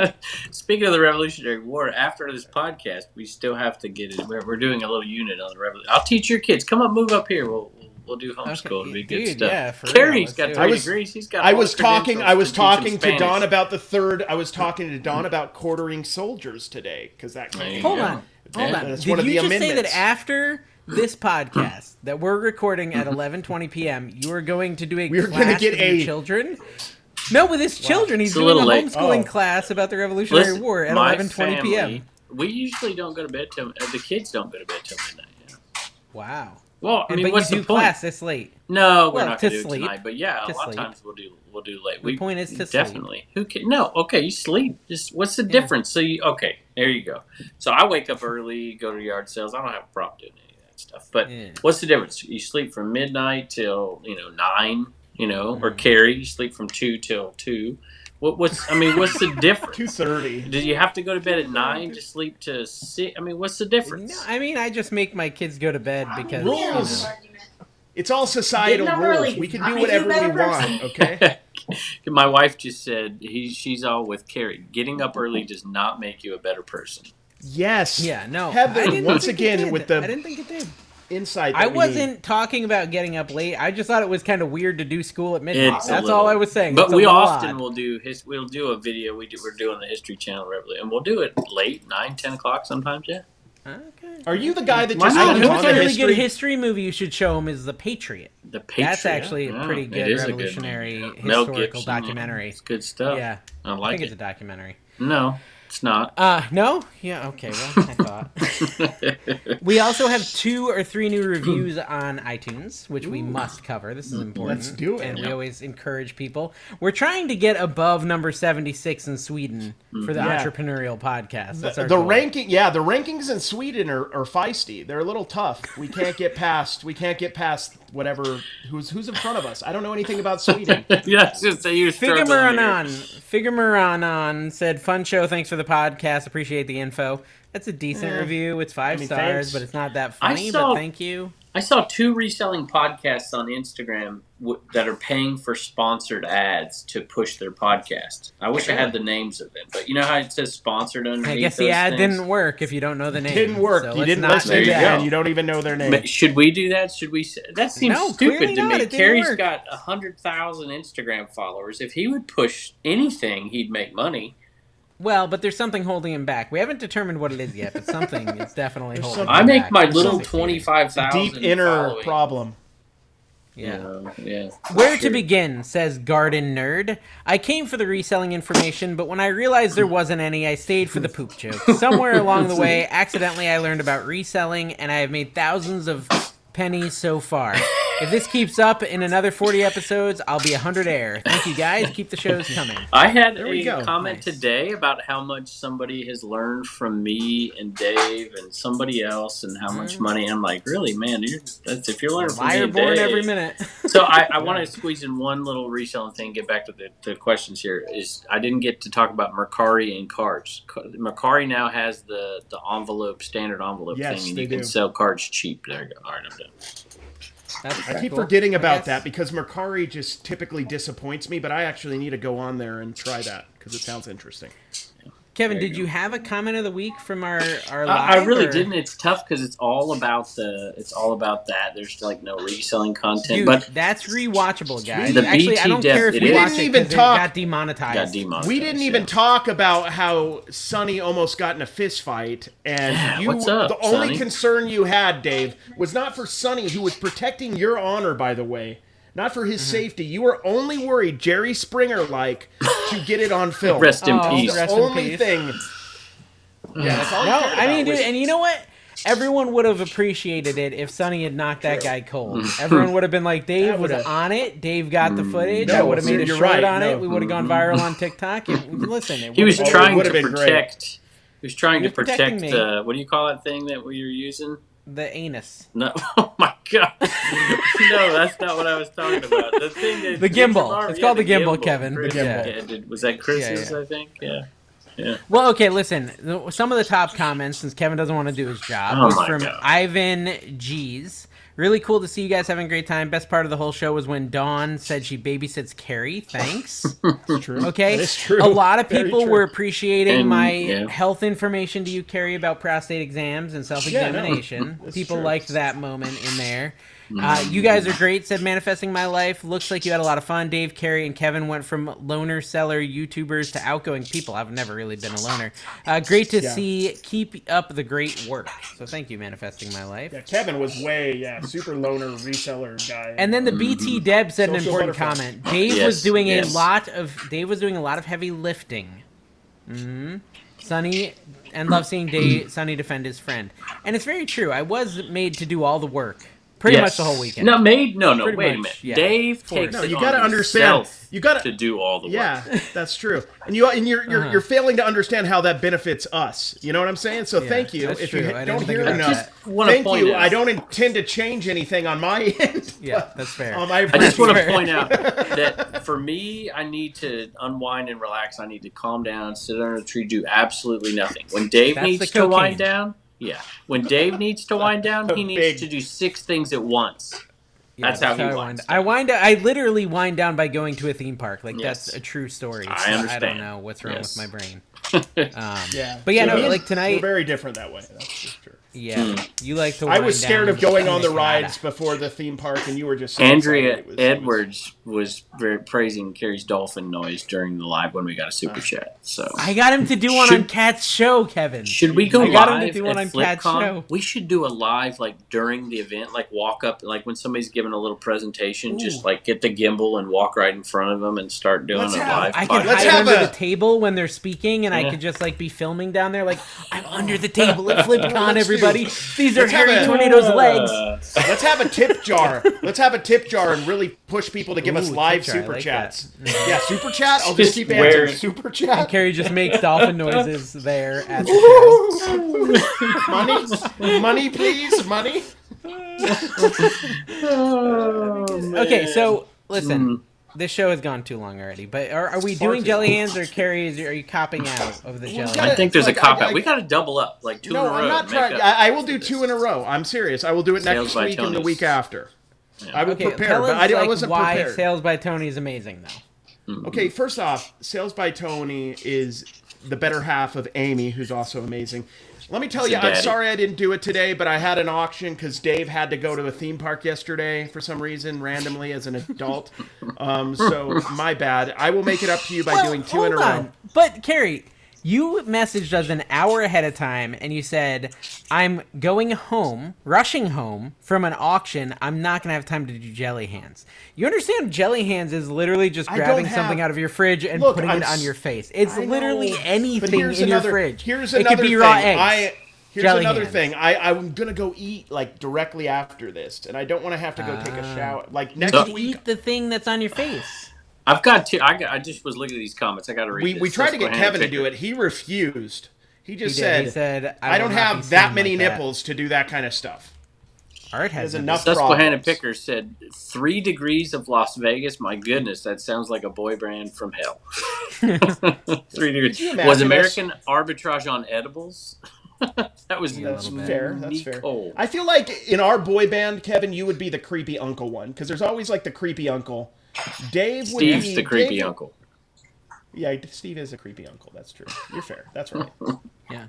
Speaker 3: Speaking of the Revolutionary War, after this podcast, we still have to get it. We're, we're doing a little unit on the Revolution. I'll teach your kids. Come up, move up here. We'll we'll, we'll do homeschool. It'll be good
Speaker 1: dude,
Speaker 3: stuff.
Speaker 1: yeah, for real.
Speaker 3: Carrie's
Speaker 1: Let's
Speaker 3: got
Speaker 1: do it.
Speaker 3: three
Speaker 2: I was-
Speaker 3: degrees. He's got.
Speaker 2: I
Speaker 3: all
Speaker 2: was
Speaker 3: the
Speaker 2: talking. I
Speaker 3: credentials
Speaker 2: was
Speaker 3: to teach 'em
Speaker 2: talking to
Speaker 3: Spanish.
Speaker 2: Don about the third. I was talking to Don about quartering soldiers today because that.
Speaker 3: There you
Speaker 2: Came
Speaker 1: Hold
Speaker 3: go.
Speaker 1: on, hold
Speaker 3: Yeah.
Speaker 1: on.
Speaker 2: That's
Speaker 1: Did
Speaker 2: one of
Speaker 1: you
Speaker 2: the
Speaker 1: just say
Speaker 2: amendments.
Speaker 1: that after this podcast that we're recording at 11:20 p.m., you are going to do a
Speaker 2: We are
Speaker 1: class
Speaker 2: gonna get
Speaker 1: with your
Speaker 2: a-
Speaker 1: children? No, with his children, he's
Speaker 3: It's a
Speaker 1: doing a
Speaker 3: little late.
Speaker 1: homeschooling
Speaker 2: Oh.
Speaker 1: class about the Revolutionary
Speaker 3: Listen,
Speaker 1: War at
Speaker 3: my
Speaker 1: 11:20
Speaker 3: family-
Speaker 1: p.m.
Speaker 3: We usually don't go to bed till uh, the kids don't go to bed till midnight. Yeah.
Speaker 1: Wow.
Speaker 3: Well, I
Speaker 1: And,
Speaker 3: mean,
Speaker 1: but
Speaker 3: what's
Speaker 1: you
Speaker 3: the
Speaker 1: do
Speaker 3: point?
Speaker 1: class this late.
Speaker 3: No, we're
Speaker 1: Well,
Speaker 3: not
Speaker 1: to
Speaker 3: going to do it
Speaker 1: sleep.
Speaker 3: tonight. But yeah,
Speaker 1: To
Speaker 3: a lot of
Speaker 1: sleь.
Speaker 3: times we'll do we'll do late.
Speaker 1: The point is to sleep.
Speaker 3: definitely. Who can? No, okay, you sleep. Just what's the difference? So you okay? There you go. So I wake up early, go to yard sales. I don't have a problem doing any of that stuff. But
Speaker 1: Yeah.
Speaker 3: what's the difference? You sleep from midnight till you know nine. You know,
Speaker 1: Mm-hmm.
Speaker 3: or carry. You sleep from two till two. What, what's? I mean, what's the difference?
Speaker 2: Two thirty.
Speaker 3: Do you have to go to bed at nine to sleep to six? I mean, what's the difference?
Speaker 1: No, I mean, I just make my kids go to bed because you know,
Speaker 2: Rules. It's all societal
Speaker 4: Getting up
Speaker 2: rules.
Speaker 4: early.
Speaker 2: We can
Speaker 4: I
Speaker 2: do
Speaker 4: do
Speaker 2: whatever we
Speaker 4: better
Speaker 2: want.
Speaker 4: person.
Speaker 2: Okay.
Speaker 3: My wife just said he, she's all with Carrie. Getting up early does not make you a better person.
Speaker 2: Yes.
Speaker 1: yeah, no. I
Speaker 2: Heather,
Speaker 1: didn't
Speaker 2: once
Speaker 1: think it
Speaker 2: again
Speaker 1: did.
Speaker 2: with the-
Speaker 1: I didn't think it did.
Speaker 2: Insight. that
Speaker 1: I
Speaker 2: we need.
Speaker 1: wasn't talking about getting up late. I just thought it was kind of weird to do school at midnight.
Speaker 3: It's a
Speaker 1: That's
Speaker 3: little-
Speaker 1: all I was saying.
Speaker 3: But
Speaker 1: It's a
Speaker 3: we
Speaker 1: little
Speaker 3: often
Speaker 1: odd.
Speaker 3: will do his. We'll do a video. We do. We're doing the History Channel regularly, and we'll do it late, nine, ten o'clock sometimes. Yeah.
Speaker 1: Okay.
Speaker 2: Are you the guy that
Speaker 3: Why
Speaker 2: just
Speaker 3: not?
Speaker 1: Oh,
Speaker 2: hangs
Speaker 1: you
Speaker 3: It's
Speaker 1: know
Speaker 2: on
Speaker 1: what's
Speaker 2: to
Speaker 1: a really
Speaker 2: history?
Speaker 1: good history movie you should show him is The Patriot.
Speaker 3: The Patriot.
Speaker 1: That's actually a
Speaker 3: Yeah,
Speaker 1: pretty
Speaker 3: it
Speaker 1: good
Speaker 3: is a
Speaker 1: revolutionary
Speaker 3: one. Mel
Speaker 1: historical
Speaker 3: Gibson, yeah.
Speaker 1: documentary.
Speaker 3: It's good
Speaker 1: Yeah,
Speaker 3: stuff. Yeah, I
Speaker 1: I
Speaker 3: like
Speaker 1: think
Speaker 3: it.
Speaker 1: it's a documentary.
Speaker 3: no, it's not.
Speaker 1: Uh, no? Yeah, okay. Well, I thought. we also have two or three new reviews on iTunes, which we must cover. This is important.
Speaker 2: Let's do it.
Speaker 1: And we
Speaker 3: Yeah.
Speaker 1: always encourage people. We're trying to get above number 76 in Sweden for the
Speaker 2: Mm-hmm. Yeah.
Speaker 1: entrepreneurial podcast. That's
Speaker 2: The,
Speaker 1: our
Speaker 2: the
Speaker 1: goal.
Speaker 2: ranking, yeah, the rankings in Sweden are, are feisty. They're a little tough. We can't get past. We can't get past whatever. Who's who's in front of us? I don't know anything about Sweden.
Speaker 3: yeah, it's just that you're struggling
Speaker 1: Figamaronon.
Speaker 3: here.
Speaker 1: Figamaronon said, "Fun show. Thanks for the podcast. Appreciate the info. That's a decent review. It's five
Speaker 2: mean,
Speaker 1: stars,
Speaker 2: thanks.
Speaker 1: but it's not that
Speaker 3: I
Speaker 1: funny.
Speaker 3: saw-
Speaker 1: but thank you.
Speaker 3: I I saw two reselling podcasts on Instagram w- that are paying for sponsored ads to push their podcast. I wish I had the names of them, but you know how it says sponsored underneath.
Speaker 1: I guess
Speaker 3: those
Speaker 1: the ad
Speaker 3: things?
Speaker 1: didn't work if you don't know the name.
Speaker 2: Didn't work.
Speaker 1: So
Speaker 2: you
Speaker 1: let's
Speaker 2: didn't
Speaker 1: not
Speaker 2: listen
Speaker 1: do
Speaker 2: to
Speaker 3: There
Speaker 2: that,
Speaker 3: you
Speaker 1: that.
Speaker 2: and you don't even know their name.
Speaker 3: Ma- Should we do that? Should we? s- That seems
Speaker 1: No,
Speaker 3: stupid
Speaker 1: clearly
Speaker 3: to
Speaker 1: not.
Speaker 3: me.
Speaker 1: It didn't
Speaker 3: Carrie's
Speaker 1: work.
Speaker 3: got hundred thousand Instagram followers. If he would push anything, he'd make money.
Speaker 1: Well, but there's something holding him back. We haven't determined what it is yet, but something is definitely
Speaker 2: There's
Speaker 1: holding. Him
Speaker 2: something.
Speaker 3: I make
Speaker 1: back
Speaker 3: my
Speaker 1: from
Speaker 3: little
Speaker 1: succeeding.
Speaker 3: twenty-five thousand
Speaker 2: Deep inner
Speaker 3: following.
Speaker 2: problem.
Speaker 1: Yeah.
Speaker 3: yeah.
Speaker 1: Where to
Speaker 3: Sure.
Speaker 1: begin, says Garden Nerd. I came for the reselling information, but when I realized there wasn't any, I stayed for the poop joke. Somewhere along the way, accidentally I learned about reselling, and I have made thousands of pennies so far. If this keeps up in another 40 episodes, I'll be 100 air. Thank you guys. Keep the shows coming.
Speaker 3: I had
Speaker 2: There we
Speaker 3: a
Speaker 2: go.
Speaker 3: comment
Speaker 1: Nice.
Speaker 3: today about how much somebody has learned from me and Dave and somebody else, and how much
Speaker 1: Mm.
Speaker 3: money. I'm like, really, man, you're, that's if you're learning from me
Speaker 1: Liar
Speaker 3: and
Speaker 1: born
Speaker 3: Dave.
Speaker 1: every minute.
Speaker 3: So I, I want to squeeze in one little reselling thing. Get back to the, the questions here. Is I didn't get to talk about Mercari and cards. Ca- Mercari now has the the envelope, standard envelope
Speaker 2: Yes,
Speaker 3: thing, and
Speaker 2: they
Speaker 3: you can
Speaker 2: do.
Speaker 3: sell cards cheap. There you go. All right, I'm done.
Speaker 1: That's
Speaker 2: I keep
Speaker 1: cool.
Speaker 2: forgetting
Speaker 1: I
Speaker 2: about
Speaker 1: guess-
Speaker 2: that because Mercari just typically disappoints me, but I actually need to go on there and try that because it sounds interesting.
Speaker 1: Kevin,
Speaker 3: There you
Speaker 1: did
Speaker 3: go.
Speaker 1: you have a comment of the week from our our
Speaker 3: I, I
Speaker 1: live,
Speaker 3: really
Speaker 1: or-
Speaker 3: didn't. It's tough because it's all about the. It's all about that. There's like no reselling content,
Speaker 1: Dude,
Speaker 3: but
Speaker 1: that's rewatchable, guys.
Speaker 3: The
Speaker 1: Actually, I don't
Speaker 3: BT
Speaker 1: care if
Speaker 3: def-
Speaker 1: you
Speaker 3: it
Speaker 1: watch
Speaker 2: is.
Speaker 1: it
Speaker 2: We didn't
Speaker 1: 'cause
Speaker 2: even
Speaker 1: it
Speaker 2: talk.
Speaker 1: got demonetized.
Speaker 3: got demonetized.
Speaker 2: We didn't even
Speaker 3: yeah.
Speaker 2: talk about how Sonny almost got in a fist fight, and
Speaker 3: Yeah,
Speaker 2: you.
Speaker 3: what's up,
Speaker 2: the only
Speaker 3: Sonny?
Speaker 2: concern you had, Dave, was not for Sonny, who was protecting your honor, by the way, not for
Speaker 3: Mm-hmm.
Speaker 2: his safety. You were only worried, Jerry Springer, like, to get it on film.
Speaker 3: Rest in
Speaker 1: Oh,
Speaker 3: peace. Mm.
Speaker 2: the
Speaker 1: rest in
Speaker 2: only
Speaker 1: peace.
Speaker 2: thing. Yeah, that's all.
Speaker 1: No, I mean, dude, and you know what? Everyone would have appreciated it if Sonny had knocked that guy cold. Everyone would have been like, Dave
Speaker 2: That
Speaker 1: was
Speaker 2: would've-
Speaker 1: on it. Dave got
Speaker 3: Mm,
Speaker 1: the footage.
Speaker 2: No,
Speaker 1: I would have made a
Speaker 2: you're
Speaker 1: short
Speaker 2: right,
Speaker 1: on
Speaker 2: no.
Speaker 1: it. We would have gone viral on TikTok. It, listen, it
Speaker 3: Mm-hmm. He was
Speaker 1: would've-
Speaker 2: Oh, it
Speaker 3: trying to
Speaker 2: would've been great.
Speaker 3: protect. He was trying
Speaker 1: You're
Speaker 3: to protect.
Speaker 1: protecting me.
Speaker 3: Uh, what do you call that thing that we were using?
Speaker 1: the anus.
Speaker 3: No, oh my god, no, that's not what I was talking about. The thing that
Speaker 1: The gimbal. It's
Speaker 3: Yeah,
Speaker 1: called the gimbal, Kevin.
Speaker 3: Chris-
Speaker 1: Yeah.
Speaker 3: yeah, did- was that Chris's?
Speaker 1: Yeah,
Speaker 3: I think. Yeah.
Speaker 1: Well, okay, listen. th- Some of the top comments, since Kevin doesn't want to do his job,
Speaker 3: Oh
Speaker 1: was
Speaker 3: my
Speaker 1: from
Speaker 3: God.
Speaker 1: Ivan G's. Really cool to see you guys having a great time. Best part of the whole show was when Dawn said she babysits Carrie. Thanks.
Speaker 2: That's true.
Speaker 1: Okay.
Speaker 2: That is true.
Speaker 1: A lot of
Speaker 2: Very
Speaker 1: people
Speaker 2: true.
Speaker 1: were appreciating
Speaker 3: And,
Speaker 1: my
Speaker 3: yeah.
Speaker 1: health information to you, Carrie, about prostate exams and self examination.
Speaker 2: That's
Speaker 1: people
Speaker 2: true.
Speaker 1: liked that moment in there. Uh,
Speaker 3: Hmm.
Speaker 1: you guys are great, said Manifesting My Life. Looks like you had a lot of fun. Dave, Carrie, and Kevin went from loner seller YouTubers to outgoing people. I've never really been a loner. Uh, great to
Speaker 2: Yeah.
Speaker 1: see. Keep up the great work. So thank you, Manifesting My Life.
Speaker 2: Yeah, Kevin was way yeah super loner reseller guy.
Speaker 1: And then the BT Deb said an
Speaker 2: Social
Speaker 1: important
Speaker 2: butterfly.
Speaker 1: comment. Dave
Speaker 3: Yes,
Speaker 1: was doing
Speaker 3: yes.
Speaker 1: a lot of Dave was doing a lot of heavy lifting. hmm Sonny and love seeing Dave Sonny defend his friend. And it's very true. I was made to do all the work. Pretty
Speaker 3: Yes.
Speaker 1: much the whole weekend.
Speaker 3: No, made no, no.
Speaker 1: Pretty
Speaker 3: wait a minute.
Speaker 1: much, yeah.
Speaker 3: Dave
Speaker 1: Forced.
Speaker 3: takes
Speaker 1: No,
Speaker 3: it
Speaker 2: you
Speaker 3: on
Speaker 2: gotta understand.
Speaker 3: himself
Speaker 2: You gotta
Speaker 3: to do all the work.
Speaker 2: Yeah, that's true. And you and you're you're,
Speaker 1: Uh-huh.
Speaker 2: you're failing to understand how that benefits us. You know what I'm saying? So
Speaker 1: Yeah,
Speaker 2: thank you.
Speaker 1: that's
Speaker 2: If
Speaker 1: true.
Speaker 2: you
Speaker 1: I didn't
Speaker 2: don't
Speaker 1: think
Speaker 2: hear
Speaker 1: about
Speaker 2: enough,
Speaker 1: that.
Speaker 3: Wanna
Speaker 2: thank
Speaker 3: point
Speaker 2: you.
Speaker 3: out-
Speaker 2: I don't intend to change anything on my end.
Speaker 1: Yeah,
Speaker 2: but,
Speaker 1: that's fair.
Speaker 2: Um, I,
Speaker 3: I just want to
Speaker 1: Fair.
Speaker 3: point out that for me, I need to unwind and relax. I need to calm down, sit under a tree, do absolutely nothing. When Dave
Speaker 1: That's
Speaker 3: needs
Speaker 1: the
Speaker 3: to wind
Speaker 1: cocaine.
Speaker 3: down, yeah. When Dave needs to wind down, he
Speaker 2: A
Speaker 3: needs
Speaker 2: big-
Speaker 3: to do six things at once.
Speaker 1: Yeah,
Speaker 3: that's how he
Speaker 1: I
Speaker 3: winds
Speaker 1: wind. I wind. I literally wind down by going to a theme park. Like
Speaker 3: Yes.
Speaker 1: that's a true story.
Speaker 3: I
Speaker 1: So I
Speaker 3: understand.
Speaker 1: don't know what's wrong
Speaker 3: Yes.
Speaker 1: with my brain.
Speaker 3: I
Speaker 1: Um,
Speaker 2: Yeah,
Speaker 1: But yeah,
Speaker 2: So
Speaker 1: no,
Speaker 2: me and-
Speaker 1: like
Speaker 2: we're
Speaker 1: tonight,
Speaker 2: very different that way. That's just true.
Speaker 1: yeah,
Speaker 3: Hmm.
Speaker 1: you like to.
Speaker 2: I
Speaker 1: wind
Speaker 2: was scared
Speaker 1: down
Speaker 2: of going on the
Speaker 1: and-
Speaker 2: rides before the theme park, and you were just so
Speaker 3: Andrea
Speaker 2: excited. It was- it was-
Speaker 3: Edwards was very praising Carrie's dolphin noise during the live when we got a super chat. So
Speaker 1: Uh, I got him to do one
Speaker 3: Should-
Speaker 1: on Cat's show, Kevin.
Speaker 3: should we go
Speaker 1: I got him to
Speaker 3: live
Speaker 1: do
Speaker 3: at
Speaker 1: one on Cat's
Speaker 3: FlipCon?
Speaker 1: show.
Speaker 3: We should do a live like during the event, like walk up, like when somebody's giving a little presentation, just
Speaker 1: Ooh.
Speaker 3: like get the gimbal and walk right in front of them and start doing
Speaker 2: Let's
Speaker 3: a
Speaker 2: have-
Speaker 3: live.
Speaker 1: I can
Speaker 2: Let's
Speaker 1: hide
Speaker 2: have
Speaker 1: under
Speaker 2: a-
Speaker 1: the table when they're speaking, and
Speaker 3: Yeah.
Speaker 1: I could just like be filming down there, like I'm under the table at FlipCon. everybody, these are
Speaker 2: let's have
Speaker 1: Harry
Speaker 2: a-
Speaker 1: Tornado's legs.
Speaker 2: Let's have a tip jar. Let's have a tip jar and really push people to give us
Speaker 1: Ooh,
Speaker 2: live
Speaker 1: tip jar, I
Speaker 2: super
Speaker 1: like
Speaker 2: chats.
Speaker 1: that. Mhm.
Speaker 2: Yeah, super chat. I'll
Speaker 3: Just
Speaker 2: just keep
Speaker 3: wear
Speaker 2: answering
Speaker 3: it.
Speaker 2: super chat.
Speaker 1: Carrie just makes dolphin noises there at the show.
Speaker 2: money, money, please, money.
Speaker 3: oh,
Speaker 1: Okay, so listen, this show has gone too long already. But are, are we
Speaker 2: Far
Speaker 1: doing
Speaker 2: too
Speaker 1: jelly
Speaker 2: long.
Speaker 1: hands or Carrie? Is, are you copping out of the
Speaker 2: Well,
Speaker 1: jelly?
Speaker 2: we gotta-
Speaker 1: hands?
Speaker 3: I think there's a
Speaker 2: like, I-
Speaker 3: cop out.
Speaker 2: I-
Speaker 3: We got to double up, like two
Speaker 2: no,
Speaker 3: in a row.
Speaker 2: I'm not
Speaker 3: to make
Speaker 2: trying.
Speaker 3: up
Speaker 2: I, I will
Speaker 3: for
Speaker 2: do
Speaker 3: this.
Speaker 2: two in a row. I'm serious. I will do it
Speaker 3: Sales
Speaker 2: next
Speaker 3: by
Speaker 2: week and the
Speaker 3: Tony's.
Speaker 2: week after.
Speaker 3: Yeah.
Speaker 2: I would
Speaker 1: Okay,
Speaker 2: prepare,
Speaker 1: tell
Speaker 2: but
Speaker 1: us
Speaker 2: I, didn't- I
Speaker 1: like,
Speaker 2: wasn't
Speaker 1: why
Speaker 2: prepared.
Speaker 1: Sales by Tony is amazing, though.
Speaker 2: Okay, first off, Sales by Tony is the better half of Amy, who's also amazing. Let me tell
Speaker 3: It's a
Speaker 2: you, I'm
Speaker 3: daddy.
Speaker 2: sorry I didn't do it today, but I had an auction because Dave had to go to a theme park yesterday for some reason, randomly as an adult. Um, so my bad. I will make it up to you by
Speaker 1: Well,
Speaker 2: doing two in a row.
Speaker 1: hold on. But Carrie, you messaged us an hour ahead of time, and you said, "I'm going home, rushing home from an auction. I'm not gonna have time to do jelly hands." You understand? Jelly hands is literally just
Speaker 2: I don't
Speaker 1: grabbing
Speaker 2: have-
Speaker 1: something out of your fridge and
Speaker 2: Look,
Speaker 1: putting
Speaker 2: I'm
Speaker 1: it on
Speaker 2: s-
Speaker 1: your face. It's
Speaker 2: I know,
Speaker 1: literally
Speaker 2: but
Speaker 1: anything in
Speaker 2: here's
Speaker 1: your
Speaker 2: another-
Speaker 1: fridge.
Speaker 2: Here's
Speaker 1: it
Speaker 2: another
Speaker 1: could be
Speaker 2: thing.
Speaker 1: raw eggs.
Speaker 2: I, here's
Speaker 1: jelly
Speaker 2: another
Speaker 1: hands.
Speaker 2: thing. I, I'm gonna go eat like directly after this, and I don't want to have to go take a shower. Like next
Speaker 1: Uh, You could
Speaker 2: week,
Speaker 1: eat the thing that's on your face.
Speaker 3: I've got two. I, got, I just was looking at these comments. I got to read.
Speaker 2: we,
Speaker 3: this.
Speaker 2: we tried
Speaker 3: Let's
Speaker 2: to
Speaker 3: go
Speaker 2: get
Speaker 3: ahead and
Speaker 2: Kevin to
Speaker 3: pick
Speaker 2: do it. He refused. He
Speaker 1: He
Speaker 2: just
Speaker 1: did.
Speaker 2: said,
Speaker 1: He said,
Speaker 2: "I,
Speaker 1: will not
Speaker 2: don't
Speaker 1: be
Speaker 2: have
Speaker 1: seen
Speaker 2: that many
Speaker 1: like
Speaker 2: nipples to do that kind of stuff."
Speaker 1: Art has
Speaker 2: There's
Speaker 1: nipples.
Speaker 2: enough
Speaker 3: Susquehanna
Speaker 2: problems.
Speaker 3: Picker said, three degrees of Las Vegas. My goodness, that sounds like a boy brand from hell. three degrees.
Speaker 2: you
Speaker 3: Was
Speaker 2: imagine
Speaker 3: American arbitrage on edibles? that was Oh,
Speaker 1: Yeah, a
Speaker 2: That's
Speaker 1: little bit.
Speaker 2: fair. That's fair.
Speaker 3: Nicole.
Speaker 2: I feel like in our boy band, Kevin, you would be the creepy uncle one because there's always like the creepy uncle. Dave would
Speaker 3: Steve's
Speaker 2: be
Speaker 3: the creepy
Speaker 2: Dave-
Speaker 3: uncle.
Speaker 2: Yeah, Steve is a creepy uncle. That's true. You're fair. That's right.
Speaker 1: Yeah.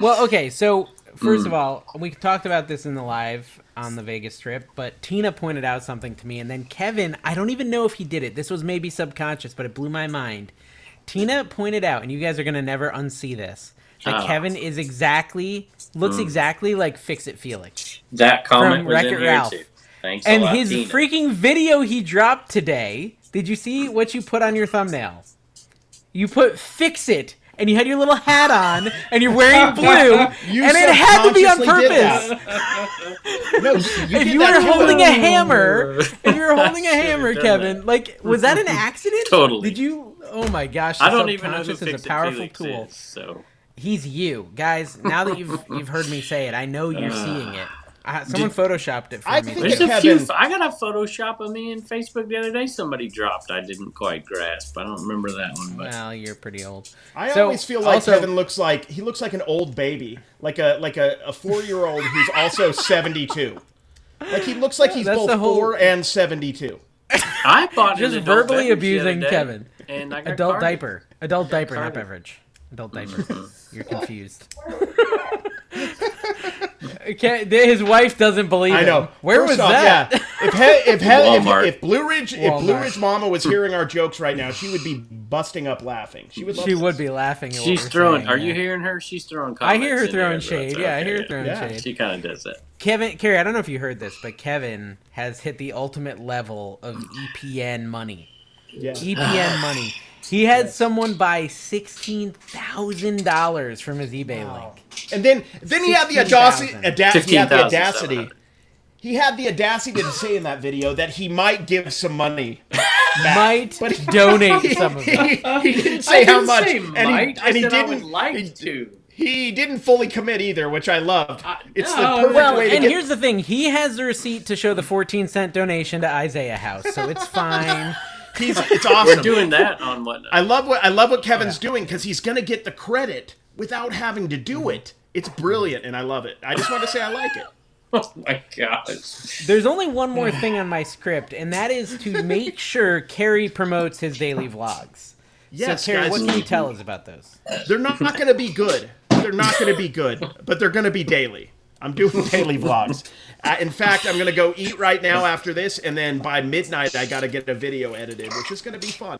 Speaker 1: Well, okay. So first of
Speaker 3: Hmm.
Speaker 1: all, we talked about this in the live on the Vegas trip, but Tina pointed out something to me, and then Kevin. I don't even know if he did it. This was maybe subconscious, but it blew my mind. Tina pointed out, and you guys are gonna never unsee this. That
Speaker 3: Ah. Hmm.
Speaker 1: Kevin is exactly looks exactly like Fix It Felix,
Speaker 3: That comment
Speaker 1: From
Speaker 3: was
Speaker 1: Wreck-It
Speaker 3: in here
Speaker 1: Ralph.
Speaker 3: too. Thanks
Speaker 1: and
Speaker 3: a lot,
Speaker 1: his
Speaker 3: Tina.
Speaker 1: freaking video he dropped today. Did you see what you put on your thumbnail? You put Fix It, and you had your little hat on, and you're wearing blue,
Speaker 2: You
Speaker 1: and it had to be on
Speaker 2: subconsciously did
Speaker 1: purpose.
Speaker 2: that. No, you
Speaker 1: if
Speaker 2: did
Speaker 1: you
Speaker 2: that
Speaker 1: were
Speaker 2: too,
Speaker 1: holding
Speaker 2: though.
Speaker 1: a hammer, if you were holding a
Speaker 3: Should've
Speaker 1: hammer,
Speaker 3: done
Speaker 1: Kevin,
Speaker 3: that.
Speaker 1: like was that an accident?
Speaker 3: Totally.
Speaker 1: Did you? Oh my gosh!
Speaker 3: I
Speaker 1: the
Speaker 3: don't even know who
Speaker 1: subconscious
Speaker 3: fixed
Speaker 1: is a powerful
Speaker 3: it Felix
Speaker 1: tool.
Speaker 3: is, so
Speaker 1: He's you, guys. Now that you've you've heard me say it, I know you're
Speaker 3: Uh,
Speaker 1: seeing it. Uh, someone photoshopped it for
Speaker 2: I
Speaker 1: me.
Speaker 2: think
Speaker 3: there's
Speaker 2: that
Speaker 3: a few.
Speaker 2: Kevin-
Speaker 3: I got a Photoshop of me in Facebook the other day. Somebody dropped. I didn't quite grasp. I don't remember that one, but
Speaker 1: well, you're pretty old.
Speaker 2: I
Speaker 1: So,
Speaker 2: always feel like
Speaker 1: also-
Speaker 2: Kevin looks like he looks like an old baby, like a like a, a four year old who's also seventy two. Like he looks like he's
Speaker 1: that's
Speaker 2: both
Speaker 1: the whole-
Speaker 2: four and seventy two.
Speaker 3: I bought
Speaker 1: Just
Speaker 3: an adult
Speaker 1: verbally
Speaker 3: beverage the other
Speaker 1: abusing
Speaker 3: day,
Speaker 1: Kevin.
Speaker 3: And I got
Speaker 1: Adult
Speaker 3: carded.
Speaker 1: diaper. Adult diaper, not
Speaker 3: carded.
Speaker 1: beverage. Adult diaper. You're confused. Okay, his wife doesn't believe.
Speaker 2: I know.
Speaker 1: Him. Where
Speaker 2: First
Speaker 1: was
Speaker 2: off,
Speaker 1: that?
Speaker 2: Yeah. If he, if, he,
Speaker 3: Walmart.
Speaker 2: if if Blue Ridge if Blue
Speaker 1: Walmart.
Speaker 2: Ridge Mama was hearing our jokes right now, she would be busting up laughing. She would. Love
Speaker 1: She
Speaker 2: this.
Speaker 1: would be laughing. At
Speaker 3: She's
Speaker 1: what we're
Speaker 3: throwing.
Speaker 1: saying,
Speaker 3: are
Speaker 1: yeah.
Speaker 3: you hearing her? She's throwing.
Speaker 1: I
Speaker 3: Comments
Speaker 1: hear her
Speaker 3: in there
Speaker 1: throwing
Speaker 3: about
Speaker 1: shade.
Speaker 3: that.
Speaker 1: Yeah, I hear her
Speaker 3: Okay,
Speaker 1: throwing
Speaker 2: Yeah.
Speaker 1: shade.
Speaker 3: She kind of does that.
Speaker 1: Kevin, Carrie, I don't know if you heard this, but Kevin has hit the ultimate level of EPN money.
Speaker 2: Yeah.
Speaker 1: EPN money. He had someone buy sixteen thousand dollars from his eBay link.
Speaker 2: And then then he had the
Speaker 1: 16,000.
Speaker 2: audacity. Ada- he had the
Speaker 3: 15,700.
Speaker 2: audacity. He had the audacity to say in that video that he might give some money.
Speaker 1: Might
Speaker 2: But he-
Speaker 1: donate
Speaker 2: he,
Speaker 1: some of it.
Speaker 2: he didn't say how much, and he, and he didn't. he,
Speaker 3: to.
Speaker 2: he didn't fully commit either, which I loved.
Speaker 3: Uh,
Speaker 2: it's the
Speaker 3: no,
Speaker 2: perfect
Speaker 3: well,
Speaker 2: way to
Speaker 1: And
Speaker 2: get.
Speaker 1: here's the thing: he has the receipt to show the fourteen cent donation to Isaiah House, so it's fine.
Speaker 2: He's, it's awesome.
Speaker 3: We're doing that on what?
Speaker 2: I love what I love what Kevin's doing because he's gonna get the credit without having to
Speaker 1: Mm-hmm.
Speaker 2: do it. It's brilliant, and I love it. I just want to say I like it.
Speaker 3: oh my gosh!
Speaker 1: There's only one more thing on my script, and that is to make sure Carrie promotes his daily vlogs.
Speaker 2: Yes,
Speaker 1: so, Carrie,
Speaker 2: guys,
Speaker 1: what can you tell us about those?
Speaker 2: they're not, not gonna be good. They're not gonna be good, but they're gonna be daily. I'm doing daily vlogs. Uh, in fact, I'm gonna go eat right now after this, and then by midnight I gotta get a video edited, which is gonna be fun.